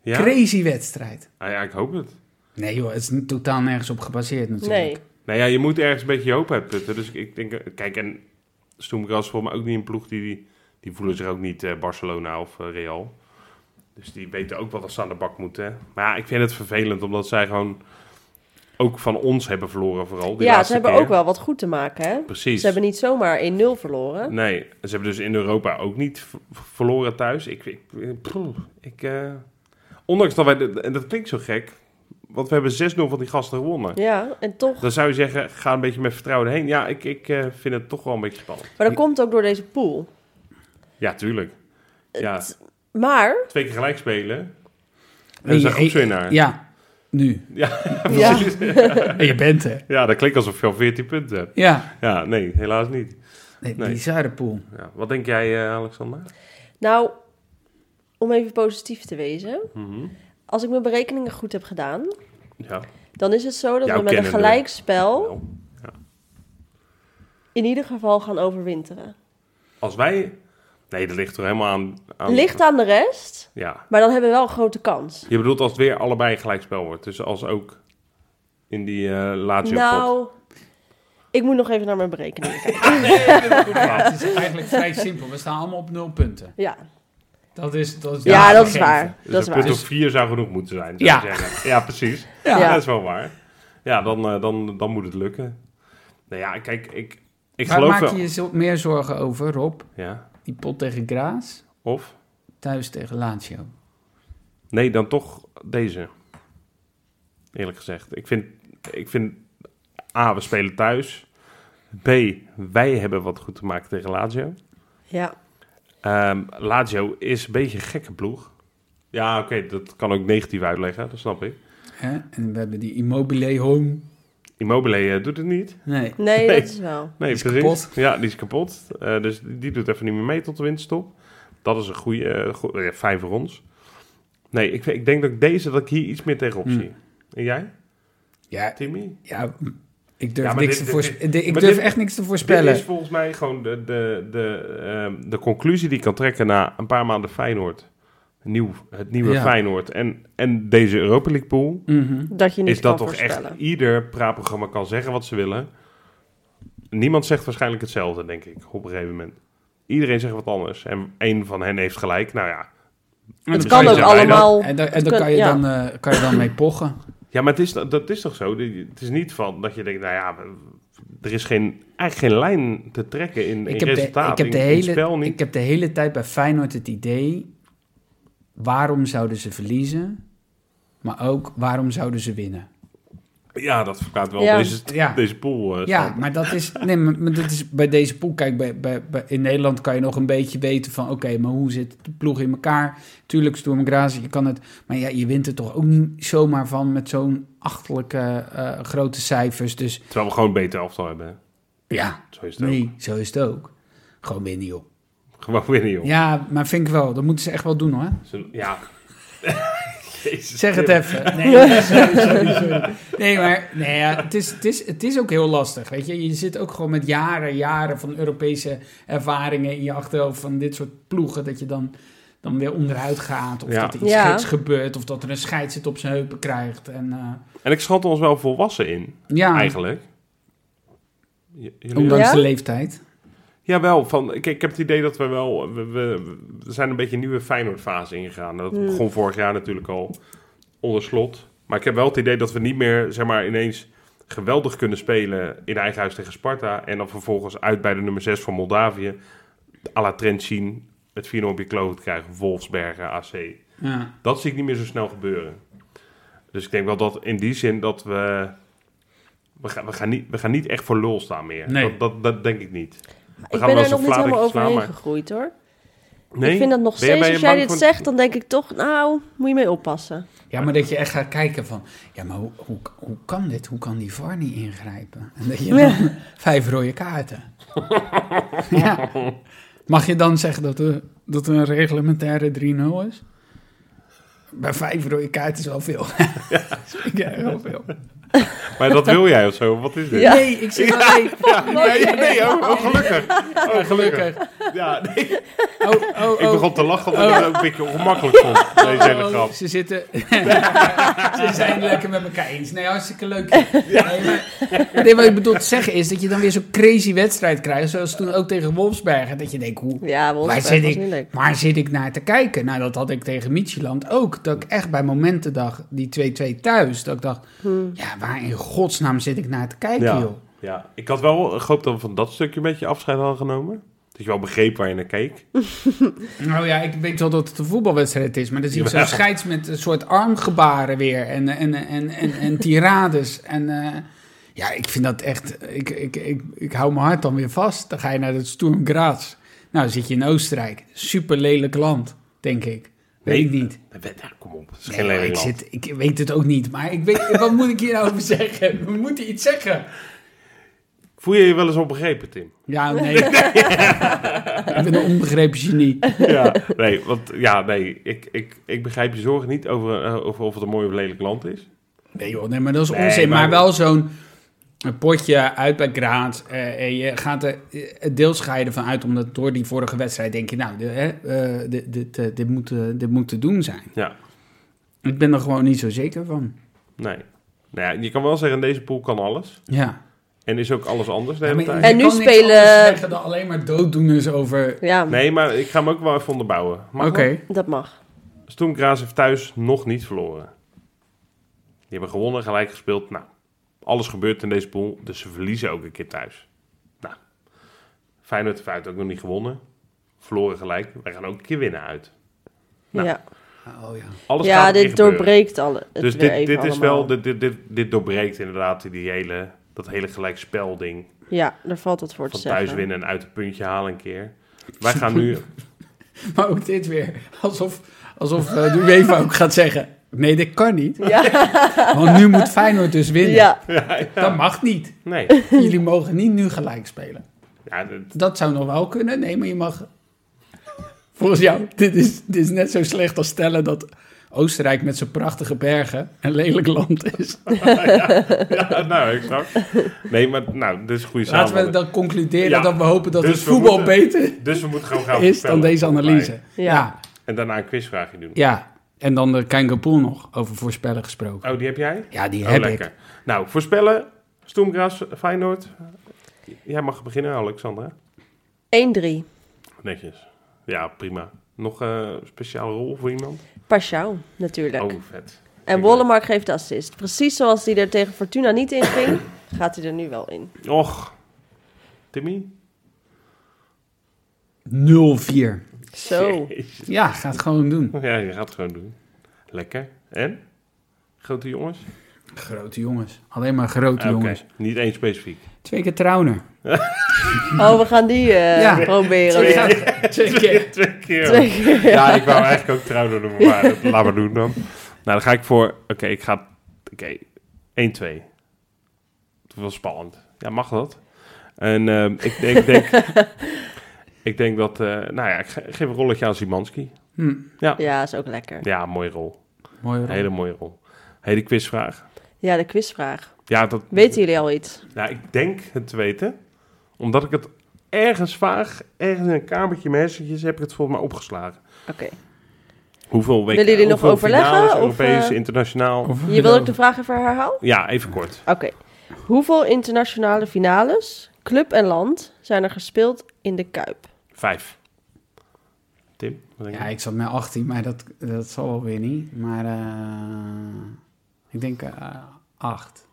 Speaker 1: Ja?
Speaker 2: crazy wedstrijd.
Speaker 1: Ah ja, ik hoop het.
Speaker 2: Nee joh, het is n- totaal nergens op gebaseerd natuurlijk.
Speaker 3: nee.
Speaker 1: Nou ja, je moet ergens een beetje hoop hebben. putten. Dus ik, ik denk, eh, kijk, en Stoemgras is volgens mij ook niet een ploeg die, die, die voelen zich ook niet eh, Barcelona of eh, Real. Dus die weten ook wel dat ze aan de bak moeten. hè. Maar ja, ik vind het vervelend, omdat zij gewoon ook van ons hebben verloren vooral. Die
Speaker 3: Ja, ze
Speaker 1: laatste
Speaker 3: hebben
Speaker 1: keer.
Speaker 3: ook wel wat goed te maken, hè?
Speaker 1: Precies.
Speaker 3: Ze hebben niet zomaar 1-0 verloren.
Speaker 1: Nee, ze hebben dus in Europa ook niet v- v- verloren thuis. Ik, ik, ik- pff, ik eh, ondanks dat wij, de- en dat klinkt zo gek, want we hebben 6-0 van die gasten gewonnen.
Speaker 3: Ja, en toch.
Speaker 1: Dan zou je zeggen, ga een beetje met vertrouwen heen. Ja, ik, ik eh, vind het toch wel een beetje spannend.
Speaker 3: Maar dat komt ook door deze pool.
Speaker 1: Ja, tuurlijk. Ja,
Speaker 3: Maar,
Speaker 1: twee keer gelijk spelen.
Speaker 2: Nee,
Speaker 1: En ze
Speaker 2: eh,
Speaker 1: goed zo naar.
Speaker 2: Ja, nu.
Speaker 3: ja,
Speaker 2: En je bent er.
Speaker 1: Ja, dat klinkt alsof je al 14 punten hebt.
Speaker 2: Ja,
Speaker 1: Ja, nee, helaas niet.
Speaker 2: nee,
Speaker 1: Nee.
Speaker 2: bizarre pool.
Speaker 1: Ja, wat denk jij, eh, Alexander?
Speaker 3: nou, om even positief te wezen.
Speaker 1: Mhm.
Speaker 3: Als ik mijn berekeningen goed heb gedaan,
Speaker 1: Ja. Nou,
Speaker 3: dan is het zo dat
Speaker 1: Jouw
Speaker 3: we met een
Speaker 1: kennende.
Speaker 3: gelijkspel
Speaker 1: Wel,
Speaker 3: in ieder geval gaan overwinteren.
Speaker 1: Als wij... Nee, dat ligt er helemaal aan... aan
Speaker 3: Ligt aan de rest,
Speaker 1: Ja.
Speaker 3: maar dan hebben we wel een grote kans.
Speaker 1: Je bedoelt als het weer allebei een gelijkspel wordt. Dus als ook in die eh Lazio
Speaker 3: Nou, ik moet nog even naar mijn berekeningen kijken.
Speaker 2: Het is eigenlijk vrij simpel. We staan allemaal op nul punten.
Speaker 3: Ja,
Speaker 2: Dat is, dat is,
Speaker 3: ja, dat is waar.
Speaker 1: Dus
Speaker 3: dat is
Speaker 1: een punt
Speaker 3: waar.
Speaker 1: of vier zou genoeg moeten zijn. zou
Speaker 2: Ja.
Speaker 1: je zeggen. ja precies.
Speaker 2: Ja.
Speaker 1: Ja.
Speaker 3: Ja.
Speaker 1: dat is wel waar. Ja, dan, eh, dan, dan moet het lukken. Nou ja, kijk, ik, ik
Speaker 2: Waar
Speaker 1: geloof
Speaker 2: maak
Speaker 1: wel...
Speaker 2: je je zo- meer zorgen over, Rob?
Speaker 1: Ja,
Speaker 2: Die pot tegen Graas,
Speaker 1: of?
Speaker 2: thuis tegen Lazio.
Speaker 1: Nee, dan toch deze. Eerlijk gezegd. Ik vind, ik vind A, we spelen thuis. B, wij hebben wat goed te maken tegen Lazio.
Speaker 3: Ja,
Speaker 1: Ehm, Lazio is een beetje een gekke ploeg. Ja, oké, dat kan ook negatief uitleggen, dat snap ik.
Speaker 2: Hè? En we hebben die Immobile Home.
Speaker 1: Immobile eh, doet het niet.
Speaker 2: Nee,
Speaker 3: nee,
Speaker 1: Nee.
Speaker 3: dat is wel.
Speaker 1: Nee,
Speaker 2: Die is
Speaker 1: precies.
Speaker 2: kapot.
Speaker 1: Ja, die is kapot. Eh, dus die die doet even niet meer mee tot de winststop. Dat is een goede eh, go- eh, fijn voor ons. Nee, ik, ik denk dat ik deze, dat ik hier iets meer tegenop
Speaker 2: Hmm.
Speaker 1: zie. En jij,
Speaker 2: ja,
Speaker 1: Timmy?
Speaker 2: ja ik durf,
Speaker 1: Ja, maar
Speaker 2: niks,
Speaker 1: dit-
Speaker 2: te
Speaker 1: dit-
Speaker 2: voorspe-
Speaker 1: dit-
Speaker 2: de- ik
Speaker 1: maar
Speaker 2: durf
Speaker 1: dit-
Speaker 2: echt niks te
Speaker 1: Dit
Speaker 2: voorspellen.
Speaker 1: is volgens mij gewoon de, de, de, ehm, de conclusie die ik kan trekken na een paar maanden Feyenoord. Nieuw, het nieuwe
Speaker 2: Ja.
Speaker 1: Feyenoord en, en deze Europa League pool.
Speaker 2: Mhm.
Speaker 3: Dat je niet
Speaker 1: Is dat
Speaker 3: kan
Speaker 1: toch echt
Speaker 3: voorspellen.
Speaker 1: ieder praatprogramma kan zeggen wat ze willen. Niemand zegt waarschijnlijk hetzelfde, denk ik, op een gegeven moment. Iedereen zegt wat anders. En één van hen heeft gelijk. Nou ja.
Speaker 2: En
Speaker 3: Het
Speaker 2: dan
Speaker 3: kan
Speaker 2: je
Speaker 3: ook
Speaker 2: zo-
Speaker 1: zijn wij dan.
Speaker 3: allemaal.
Speaker 2: En, daar- en
Speaker 3: kan-
Speaker 2: daar kan je,
Speaker 3: ja.
Speaker 2: dan, eh, kan je dan mee pochen.
Speaker 1: Ja, maar het is, dat is toch zo? Die- Het is niet van dat je denkt, nou ja, er is geen, eigenlijk geen lijn te trekken in, in
Speaker 2: Ik heb, de,
Speaker 1: resultaat.
Speaker 2: ik, heb de
Speaker 1: in- in spel
Speaker 2: hele,
Speaker 1: niet.
Speaker 2: ik heb de hele tijd bij Feyenoord het idee... waarom zouden ze verliezen? Maar ook, waarom zouden ze winnen?
Speaker 1: Ja, dat verklaart wel
Speaker 3: Ja.
Speaker 1: deze,
Speaker 2: Ja.
Speaker 1: deze pool. eh,
Speaker 2: Ja,
Speaker 1: stand.
Speaker 2: maar dat is, nee, maar, maar dat is bij deze pool. Kijk, bij, bij, bij- in Nederland kan je nog een beetje weten van... oké, maar hoe zit de ploeg in elkaar? Tuurlijk, Sturm Graz, je kan het... maar ja, je wint er toch ook niet zomaar van... met zo'n achterlijke eh, grote cijfers. Dus
Speaker 1: Terwijl we gewoon een beter elftal hebben. hè.
Speaker 2: ja,
Speaker 1: Zo is het ook.
Speaker 2: nee, zo is het ook. Gewoon winnen, joh.
Speaker 1: Gewoon winnen, joh.
Speaker 2: Ja, maar vind ik wel. Dat moeten ze echt wel doen, hoor.
Speaker 1: Zo- Ja. Jezus,
Speaker 2: Zeg het
Speaker 1: Tim.
Speaker 2: even. Nee, sorry, sorry, sorry. nee maar nee, ja, het, is, het, is, het is ook heel lastig. Weet je? je zit ook gewoon met jaren, jaren van Europese ervaringen in je achterhoofd van dit soort ploegen. Dat je dan, dan weer onderuit gaat. Of
Speaker 1: Ja.
Speaker 2: dat er iets
Speaker 3: Ja.
Speaker 2: geks gebeurt. Of dat er een scheid zit op zijn heupen krijgt. En, eh,
Speaker 1: En ik schat ons wel volwassen in,
Speaker 2: ja,
Speaker 1: eigenlijk. J- jullie-
Speaker 2: ondanks
Speaker 3: Ja?
Speaker 2: de leeftijd.
Speaker 1: Jawel, van, kijk, ik heb het idee dat we wel... We, we, we zijn een beetje een nieuwe Feyenoord-fase ingegaan. Dat
Speaker 3: Hmm.
Speaker 1: begon vorig jaar natuurlijk al onder slot. Maar ik heb wel het idee dat we niet meer, zeg maar, ineens geweldig kunnen spelen in eigen huis tegen Sparta. En dan vervolgens uit bij de nummer 6 van Moldavië. à la Trentin, het 4-0 op je kloot krijgen. Wolfsbergen, AC.
Speaker 2: Ja.
Speaker 1: Dat zie ik niet meer zo snel gebeuren. Dus ik denk wel dat in die zin dat we... We gaan, we gaan, niet, we gaan niet echt voor lul staan meer.
Speaker 2: Nee.
Speaker 1: Dat, dat, dat denk ik niet.
Speaker 3: Ik
Speaker 1: wel
Speaker 3: ben er
Speaker 1: eens
Speaker 3: nog
Speaker 1: een
Speaker 3: niet helemaal
Speaker 1: fladertje slaan,
Speaker 3: overheen
Speaker 1: maar-
Speaker 3: gegroeid hoor.
Speaker 1: Nee?
Speaker 3: Ik vind dat nog
Speaker 1: Ben jij- ben
Speaker 3: steeds,
Speaker 1: je
Speaker 3: als jij
Speaker 1: bang
Speaker 3: dit
Speaker 1: voor-
Speaker 3: zegt, dan denk ik toch, nou, moet je mee oppassen.
Speaker 2: ja, maar dat je echt gaat kijken van... Ja, maar hoe, hoe, hoe kan dit? Hoe kan die VAR niet ingrijpen? En dat je
Speaker 3: Ja.
Speaker 2: dan vijf rode kaarten. ja. Mag je dan zeggen dat er, dat er een reglementaire 3-0 is? Bij vijf rode kaarten is wel veel. ja. ja, heel veel.
Speaker 1: Maar dat wil jij of zo? Wat is dit?
Speaker 3: Ja.
Speaker 2: Nee, ik zeg alleen...
Speaker 1: Nee, nee, oh, oh, gelukkig. Oh, gelukkig.
Speaker 2: Gelukkig.
Speaker 1: Ja, nee.
Speaker 2: Oh, oh,
Speaker 1: Ik
Speaker 2: oh.
Speaker 1: begon te lachen omdat ik het ook een beetje ongemakkelijk vond, deze hele
Speaker 2: Oh,
Speaker 1: grap.
Speaker 2: Ze zitten. ze zijn lekker met elkaar eens. Nee, hartstikke leuk. Nee, maar, nee, wat ik bedoel te zeggen is dat je dan weer zo'n crazy wedstrijd krijgt. Zoals toen ook tegen Wolfsbergen. Dat je denkt, hoe,
Speaker 3: Ja, want
Speaker 2: waar,
Speaker 3: dat
Speaker 2: zit
Speaker 3: was niet
Speaker 2: ik,
Speaker 3: leuk.
Speaker 2: waar zit ik naar te kijken? Nou, dat had ik tegen Michieland ook. Dat ik echt bij momenten dacht, die 2-2 thuis. Dat ik dacht, ja, waar in godsnaam zit ik naar te kijken,
Speaker 1: Ja,
Speaker 2: joh?
Speaker 1: ja, ik had wel gehoopt dat we van dat stukje een beetje afscheid hadden genomen. Dat je wel begreep waar je naar keek.
Speaker 2: Hm. Nou ja, ik weet wel dat het een voetbalwedstrijd is, maar dan zie ik zo'n scheids met een soort armgebaren weer en, en, en, en, en tirades. En eh, ja, ik vind dat echt, ik, ik, ik, ik hou mijn hart dan weer vast. Dan ga je naar dat Sturm Graz. Nou, dan zit je in Oostenrijk. Super lelijk land, denk ik. Weet ik niet.
Speaker 1: Nee, nou, kom op, het is
Speaker 2: Nee,
Speaker 1: geen
Speaker 2: maar ik,
Speaker 1: lelijk land.
Speaker 2: zit, ik weet het ook niet, maar ik weet, wat moet ik hierover zeggen? We moeten iets zeggen.
Speaker 1: Voel je je wel eens onbegrepen, Tim?
Speaker 2: Ja, nee. ik ben een onbegrepen genie.
Speaker 1: Ja, nee, want, ja, nee ik, ik, ik begrijp je zorgen niet over, eh, over of het een mooi of lelijk land is.
Speaker 2: Nee joh, nee, maar dat is
Speaker 1: Nee,
Speaker 2: onzin. Maar,
Speaker 1: maar-
Speaker 2: wel zo'n potje uit bij Graat. eh, en je gaat er eh, deels ga je ervan uit, omdat door die vorige wedstrijd denk je... nou, de, hè, eh, dit, dit, eh, dit, moet, eh, dit moet te doen zijn.
Speaker 1: Ja,
Speaker 2: Ik ben er gewoon niet zo zeker van.
Speaker 1: nee. Nou ja, je kan wel zeggen, in deze pool kan alles.
Speaker 2: Ja.
Speaker 1: En is ook alles anders de
Speaker 2: maar
Speaker 1: hele
Speaker 2: je-
Speaker 1: tijd.
Speaker 2: je
Speaker 3: En nu
Speaker 2: kan niks
Speaker 3: spelen-
Speaker 2: anders zeggen dan alleen maar dooddoeners over...
Speaker 3: Ja,
Speaker 1: Nee, maar ik ga hem ook wel even onderbouwen.
Speaker 2: Oké.
Speaker 1: Mag dat?
Speaker 3: dat mag.
Speaker 1: Stoem Graz heeft thuis nog niet verloren. Die hebben gewonnen, gelijk gespeeld. Nou, alles gebeurt in deze pool, dus ze verliezen ook een keer thuis. Nou, Feyenoord heeft uit ook nog niet gewonnen. Verloren gelijk. Wij gaan ook een keer winnen uit. Nou,
Speaker 3: ja,
Speaker 2: Oh ja.
Speaker 1: Alles gaat
Speaker 3: ja
Speaker 1: een keer
Speaker 3: dit
Speaker 1: gebeuren.
Speaker 3: doorbreekt alle, het
Speaker 1: Dus dit,
Speaker 3: weer even
Speaker 1: dit is
Speaker 3: allemaal.
Speaker 1: wel, dit, dit, dit, dit doorbreekt inderdaad die hele, dat hele gelijkspelding.
Speaker 3: Ja, daar valt wat voor te
Speaker 1: Van
Speaker 3: zeggen.
Speaker 1: thuis winnen en uit een puntje halen een keer. Wij gaan nu,
Speaker 2: Maar ook dit weer. Alsof, alsof eh, de UEFA ook gaat zeggen... Nee, dit kan niet.
Speaker 3: Ja,
Speaker 2: Want nu moet Feyenoord dus winnen.
Speaker 3: ja.
Speaker 2: Dat mag niet.
Speaker 1: nee.
Speaker 2: Jullie mogen niet nu gelijk spelen.
Speaker 1: Ja, dat-
Speaker 2: Dat zou nog wel kunnen. Nee, maar je mag. Volgens jou, dit is, dit is net zo slecht als stellen dat Oostenrijk met zijn prachtige bergen een lelijk land is.
Speaker 1: ja, nou, exact. Nee, maar nou, dit is een goede
Speaker 2: Laten we
Speaker 1: samenvatting.
Speaker 2: dan concluderen
Speaker 1: Ja.
Speaker 2: dat we hopen dat
Speaker 1: Dus
Speaker 2: het
Speaker 1: we
Speaker 2: voetbal
Speaker 1: moeten-
Speaker 2: beter
Speaker 1: Dus we moeten gewoon gaan
Speaker 2: is dan
Speaker 1: voorspellen.
Speaker 2: deze analyse.
Speaker 3: Ja.
Speaker 2: Ja.
Speaker 1: En daarna een quizvraagje doen.
Speaker 2: ja. En dan de Kangapool nog over voorspellen gesproken.
Speaker 1: Oh, die heb jij?
Speaker 2: Ja, die
Speaker 1: Oh,
Speaker 2: heb
Speaker 1: lekker.
Speaker 2: ik.
Speaker 1: Nou, voorspellen. Stoemgras, Feyenoord. Jij mag beginnen, Alexandra.
Speaker 3: 1-3.
Speaker 1: Netjes. Ja, prima. Nog eh, een speciale rol voor iemand?
Speaker 3: Paschal, natuurlijk.
Speaker 1: Oh, vet.
Speaker 3: en Wollemark geeft de assist. Precies zoals hij er tegen Fortuna niet in ging, gaat hij er nu wel in.
Speaker 1: Och. Timmy?
Speaker 2: 0-4.
Speaker 3: Zo.
Speaker 1: Jezus.
Speaker 2: Ja, gaat gewoon doen.
Speaker 1: Ja, je gaat het gewoon doen. Lekker. En? Grote jongens?
Speaker 2: Grote jongens. Alleen maar grote
Speaker 1: Ah, Oké,
Speaker 2: jongens.
Speaker 1: niet één specifiek.
Speaker 2: Twee keer trouwner.
Speaker 3: Oh, we gaan die eh,
Speaker 2: Ja.
Speaker 3: proberen.
Speaker 2: Twee keer. Twee keer.
Speaker 1: Twee keer.
Speaker 3: Twee keer.
Speaker 1: Ja, ik wou eigenlijk ook trouw doen, maar dat laat maar doen dan. Nou, dan ga ik voor... Oké, ik ga... Oké, 1-2. Het was spannend. Ja, mag dat? En ehm, ik, denk- ik denk... ik denk dat... eh, nou ja, ik ge- geef een rolletje aan Simanski.
Speaker 2: Hm,
Speaker 3: Ja, is ook lekker.
Speaker 1: Ja, mooie rol.
Speaker 2: mooi
Speaker 1: Een hele mooie rol. Hele quizvraag.
Speaker 3: Ja, de quizvraag.
Speaker 1: Ja, dat...
Speaker 3: Weten jullie al iets?
Speaker 1: Nou, ik denk het te weten. Omdat ik het ergens vaag, ergens in een kamertje in mijn hersentjes, heb ik het volgens mij opgeslagen.
Speaker 3: Oké.
Speaker 1: Hoeveel weken...
Speaker 3: Willen jullie nog
Speaker 1: hoeveel
Speaker 3: overleggen,
Speaker 1: finales,
Speaker 3: of,
Speaker 1: Europees,
Speaker 3: eh?
Speaker 1: internationaal...
Speaker 3: Je wil ook de vraag even herhalen?
Speaker 1: Ja, even kort.
Speaker 3: Oké. Hoeveel internationale finales, club en land, zijn er gespeeld in de Kuip?
Speaker 1: Vijf. Tim, wat denk
Speaker 2: Ja,
Speaker 1: je?
Speaker 2: ik zat met 18, maar dat, dat zal wel weer niet. Maar eh, ik denk eh 8.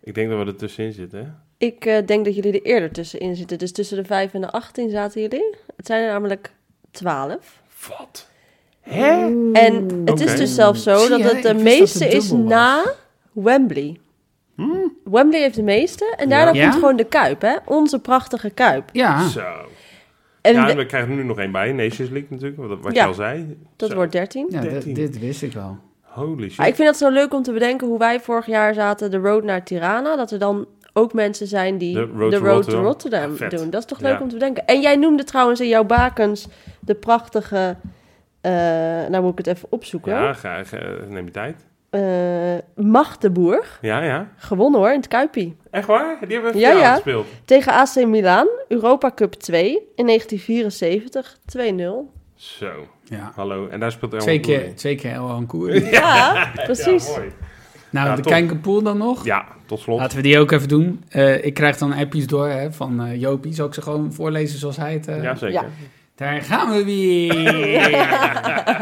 Speaker 1: Ik denk dat we er tussenin zitten. hè?
Speaker 3: Ik eh, denk dat jullie er eerder tussenin zitten. Dus tussen de 5 en de 18 zaten jullie. Het zijn er namelijk 12.
Speaker 1: Wat? Hè?
Speaker 3: En het
Speaker 1: Oké.
Speaker 3: is dus zelfs zo
Speaker 2: Zie
Speaker 3: dat
Speaker 2: je,
Speaker 3: het de
Speaker 2: Hmm. ik wist dat
Speaker 3: meeste
Speaker 2: het
Speaker 3: is
Speaker 2: dubbel was.
Speaker 3: na Wembley.
Speaker 1: Hmm.
Speaker 3: Wembley heeft de meeste en daarna
Speaker 2: Ja.
Speaker 3: komt
Speaker 2: Ja?
Speaker 3: gewoon de Kuip, hè? Onze prachtige Kuip.
Speaker 2: Ja,
Speaker 1: Zo.
Speaker 3: En
Speaker 1: Ja,
Speaker 3: we-
Speaker 1: en we krijgen er nu nog één bij. Nations League natuurlijk, wat, wat
Speaker 3: Ja.
Speaker 1: je al zei.
Speaker 3: dat
Speaker 1: Zo.
Speaker 3: wordt 13.
Speaker 2: ja dit-
Speaker 1: 13.
Speaker 2: dit wist ik wel.
Speaker 1: Holy shit.
Speaker 3: Maar ik vind dat zo leuk om te bedenken hoe wij vorig jaar zaten de road naar Tirana. Dat er dan ook mensen zijn die
Speaker 1: De
Speaker 3: de
Speaker 1: road
Speaker 3: road,
Speaker 1: to
Speaker 3: to
Speaker 1: Rotterdam.
Speaker 3: Rotterdam
Speaker 1: Ah, vet.
Speaker 3: doen. Dat is toch
Speaker 1: Ja.
Speaker 3: leuk om te bedenken. En jij noemde trouwens in jouw bakens de prachtige... eh nou moet ik het even opzoeken.
Speaker 1: Ja, ga, ga- neem je tijd.
Speaker 3: Eh, Magdeburg.
Speaker 1: Ja, ja.
Speaker 3: Gewonnen hoor, in het Kuipie.
Speaker 1: Echt waar? Die hebben we
Speaker 3: Ja,
Speaker 1: ja,
Speaker 3: ja.
Speaker 1: gespeeld.
Speaker 3: Tegen AC Milan, Europa Cup 2 in 1974, 2-0.
Speaker 1: Zo.
Speaker 2: Ja.
Speaker 1: Hallo. En daar speelt Elmer
Speaker 2: Twee
Speaker 1: Boer
Speaker 2: keer,
Speaker 1: in.
Speaker 2: twee keer El Ancour.
Speaker 3: Ja, precies.
Speaker 1: Ja, mooi.
Speaker 2: Nou,
Speaker 1: Ja,
Speaker 2: de
Speaker 1: top.
Speaker 2: Kijkenpoel dan nog.
Speaker 1: Ja, tot slot.
Speaker 2: Laten we die ook even doen. Eh, ik krijg dan appjes door hè, van eh, Jopie. Zal ik ze gewoon voorlezen zoals hij het... eh,
Speaker 1: ja, zeker.
Speaker 3: ja.
Speaker 2: Daar gaan we weer.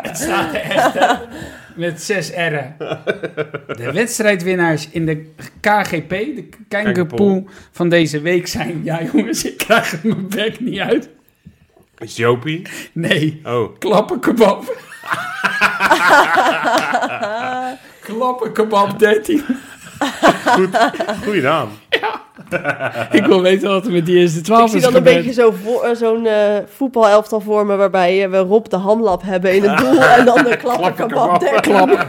Speaker 2: het staat er echt hè, met zes R'en. De wedstrijdwinnaars in de KGP, de Kijkenpoel
Speaker 1: Kijkenpoel.
Speaker 2: van deze week zijn... Ja jongens, ik krijg mijn bek niet uit.
Speaker 1: Is Jopie?
Speaker 2: Nee,
Speaker 1: Oh.
Speaker 2: klappenkebab. klappenkebab 13.
Speaker 1: Goeie naam.
Speaker 2: Ik wil weten wat er met die eerste
Speaker 3: Ik
Speaker 2: 12
Speaker 3: zie
Speaker 2: is
Speaker 3: dan een
Speaker 2: gebeurd.
Speaker 3: beetje zo voor- eh, zo'n eh, voetbalelftal voor me... waarbij eh, we Rob de hamlap hebben in het doel... en dan de klapperkebab.
Speaker 2: Klappen.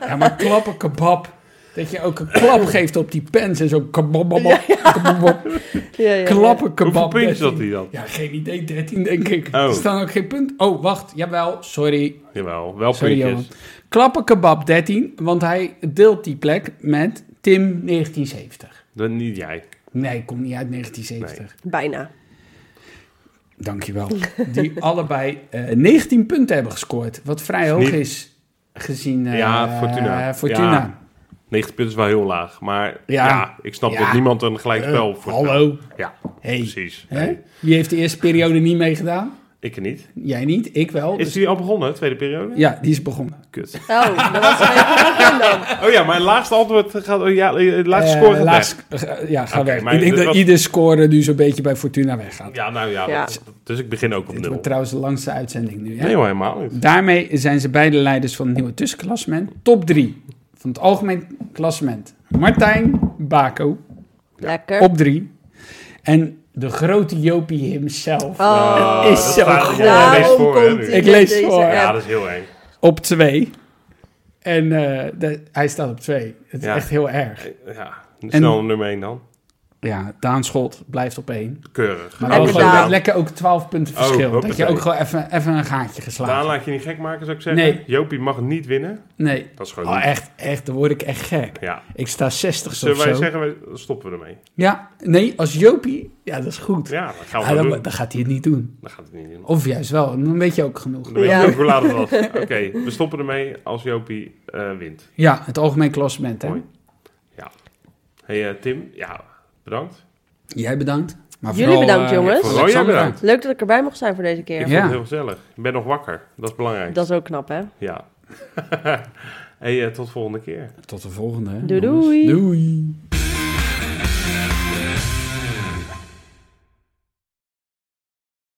Speaker 2: Ja, maar klappen kebab. Dat je ook een klap geeft op die pens en zo kabababab. kababab.
Speaker 3: Ja, ja, ja.
Speaker 2: Klappen kebab.
Speaker 1: Hoeveel puntjes had
Speaker 2: 13.
Speaker 1: hij dan?
Speaker 2: Ja, geen idee. 13 denk ik.
Speaker 1: Oh.
Speaker 2: Er staan ook geen punt. Oh, wacht. Jawel. Sorry.
Speaker 1: Jawel, wel
Speaker 2: Sorry, Johan.
Speaker 1: puntjes.
Speaker 2: Klappen kebab 13. Want hij deelt die plek met Tim 1970.
Speaker 1: Dat niet jij.
Speaker 2: Nee, komt niet uit 1970.
Speaker 3: Bijna.
Speaker 2: Dankjewel. Die allebei eh, 19 punten hebben gescoord. Wat vrij hoog
Speaker 1: niet-
Speaker 2: is gezien eh,
Speaker 1: Ja, Fortuna.
Speaker 2: Fortuna.
Speaker 1: Ja. 90 punten is wel heel laag. Maar
Speaker 2: Ja.
Speaker 1: ja, ik snap
Speaker 2: Ja.
Speaker 1: dat niemand een gelijk spel
Speaker 2: Eh,
Speaker 1: voor
Speaker 2: hallo.
Speaker 1: Ja,
Speaker 2: Hey.
Speaker 1: precies.
Speaker 2: Hè?
Speaker 1: Nee,
Speaker 2: Wie heeft de eerste periode niet meegedaan?
Speaker 1: ik niet.
Speaker 2: Jij niet, ik wel.
Speaker 1: Is
Speaker 2: Dus-
Speaker 1: die al begonnen, tweede periode?
Speaker 2: Ja, die is begonnen.
Speaker 1: Kut.
Speaker 3: Oh, dat was geen vraag dan.
Speaker 1: Oh ja, mijn laatste antwoord gaat... oh Ja, eh, laatste
Speaker 2: Eh,
Speaker 1: score gaat
Speaker 2: laatst-
Speaker 1: weg.
Speaker 2: eh, ja, ga
Speaker 1: Oké,
Speaker 2: weg.
Speaker 1: maar
Speaker 2: Ik denk
Speaker 1: dit
Speaker 2: dat
Speaker 1: was-
Speaker 2: ieder score nu zo'n beetje bij Fortuna weggaat.
Speaker 1: Ja, nou ja.
Speaker 3: Ja.
Speaker 1: dat- dus ik begin ook op
Speaker 2: Dit
Speaker 1: nul.
Speaker 2: wordt trouwens de langste uitzending nu. Hè?
Speaker 1: Nee hoor, helemaal niet.
Speaker 2: Daarmee zijn ze beide leiders van het nieuwe tussenklassement. Top 3 van het algemeen klassement. Martijn Bako
Speaker 3: Lekker.
Speaker 2: op 3. En de grote Jopie himself
Speaker 3: Oh,
Speaker 2: is zo
Speaker 1: staat-
Speaker 2: goed.
Speaker 1: Ja, lees
Speaker 3: daarom
Speaker 1: voor, hè,
Speaker 3: komt
Speaker 1: nu.
Speaker 3: hij
Speaker 2: Ik
Speaker 3: met
Speaker 2: lees
Speaker 3: deze
Speaker 2: voor.
Speaker 3: app.
Speaker 1: Ja, dat is heel eng.
Speaker 2: op 2. En eh, de- hij staat op 2. Het is
Speaker 1: Ja.
Speaker 2: echt heel erg.
Speaker 1: Ja, snel nummer 1 dan.
Speaker 2: Ja, Daan Schot blijft op 1.
Speaker 1: Keurig.
Speaker 2: Maar
Speaker 3: Heb
Speaker 2: ook
Speaker 3: je
Speaker 1: Alles
Speaker 2: gewoon
Speaker 3: daar-
Speaker 2: met lekker ook 12 punten
Speaker 1: Oh,
Speaker 2: verschil. dat je
Speaker 1: hoppatee.
Speaker 2: ook gewoon even, even een gaatje
Speaker 1: Daan
Speaker 2: geslagen.
Speaker 1: laat je niet gek maken, zou ik zeggen.
Speaker 2: Nee.
Speaker 1: Jopie mag niet winnen.
Speaker 2: Nee.
Speaker 1: Dat is gewoon
Speaker 2: Oh,
Speaker 1: niet.
Speaker 2: echt, echt, dan word ik echt gek.
Speaker 1: Ja.
Speaker 2: Ik sta 60 of
Speaker 1: Zullen wij
Speaker 2: zo.
Speaker 1: zeggen, wij stoppen we ermee?
Speaker 2: Ja, nee, als Jopie, ja, dat is goed.
Speaker 1: Ja, dat gaan we
Speaker 2: Ja,
Speaker 1: wel
Speaker 2: dan, Oh,
Speaker 1: doen.
Speaker 2: dan gaat hij het niet doen.
Speaker 1: Dan gaat het niet in.
Speaker 2: Of juist wel, dan weet je ook genoeg.
Speaker 1: Dan weet
Speaker 3: Ja.
Speaker 1: je ook hoe laat het was. Oké, we stoppen ermee als Jopie eh, wint.
Speaker 2: Ja, het algemeen klassement, hè.
Speaker 1: Mooi. hey, eh, Tim, ja, bedankt.
Speaker 2: Jij bedankt. Maar
Speaker 3: Jullie
Speaker 2: vooral,
Speaker 3: bedankt,
Speaker 2: eh,
Speaker 3: jongens.
Speaker 1: Vooral jij
Speaker 2: Alexandra.
Speaker 1: bedankt.
Speaker 3: Leuk dat ik erbij mocht zijn voor deze
Speaker 1: Ik
Speaker 3: keer.
Speaker 1: vond
Speaker 2: Ja.
Speaker 1: het heel gezellig. Ik ben nog wakker. Dat is belangrijk.
Speaker 3: Dat is ook knap, hè?
Speaker 1: Ja. hey, eh, tot volgende keer.
Speaker 2: Tot de volgende. hè,
Speaker 3: Doei,
Speaker 2: jongens.
Speaker 3: doei.
Speaker 2: Doei.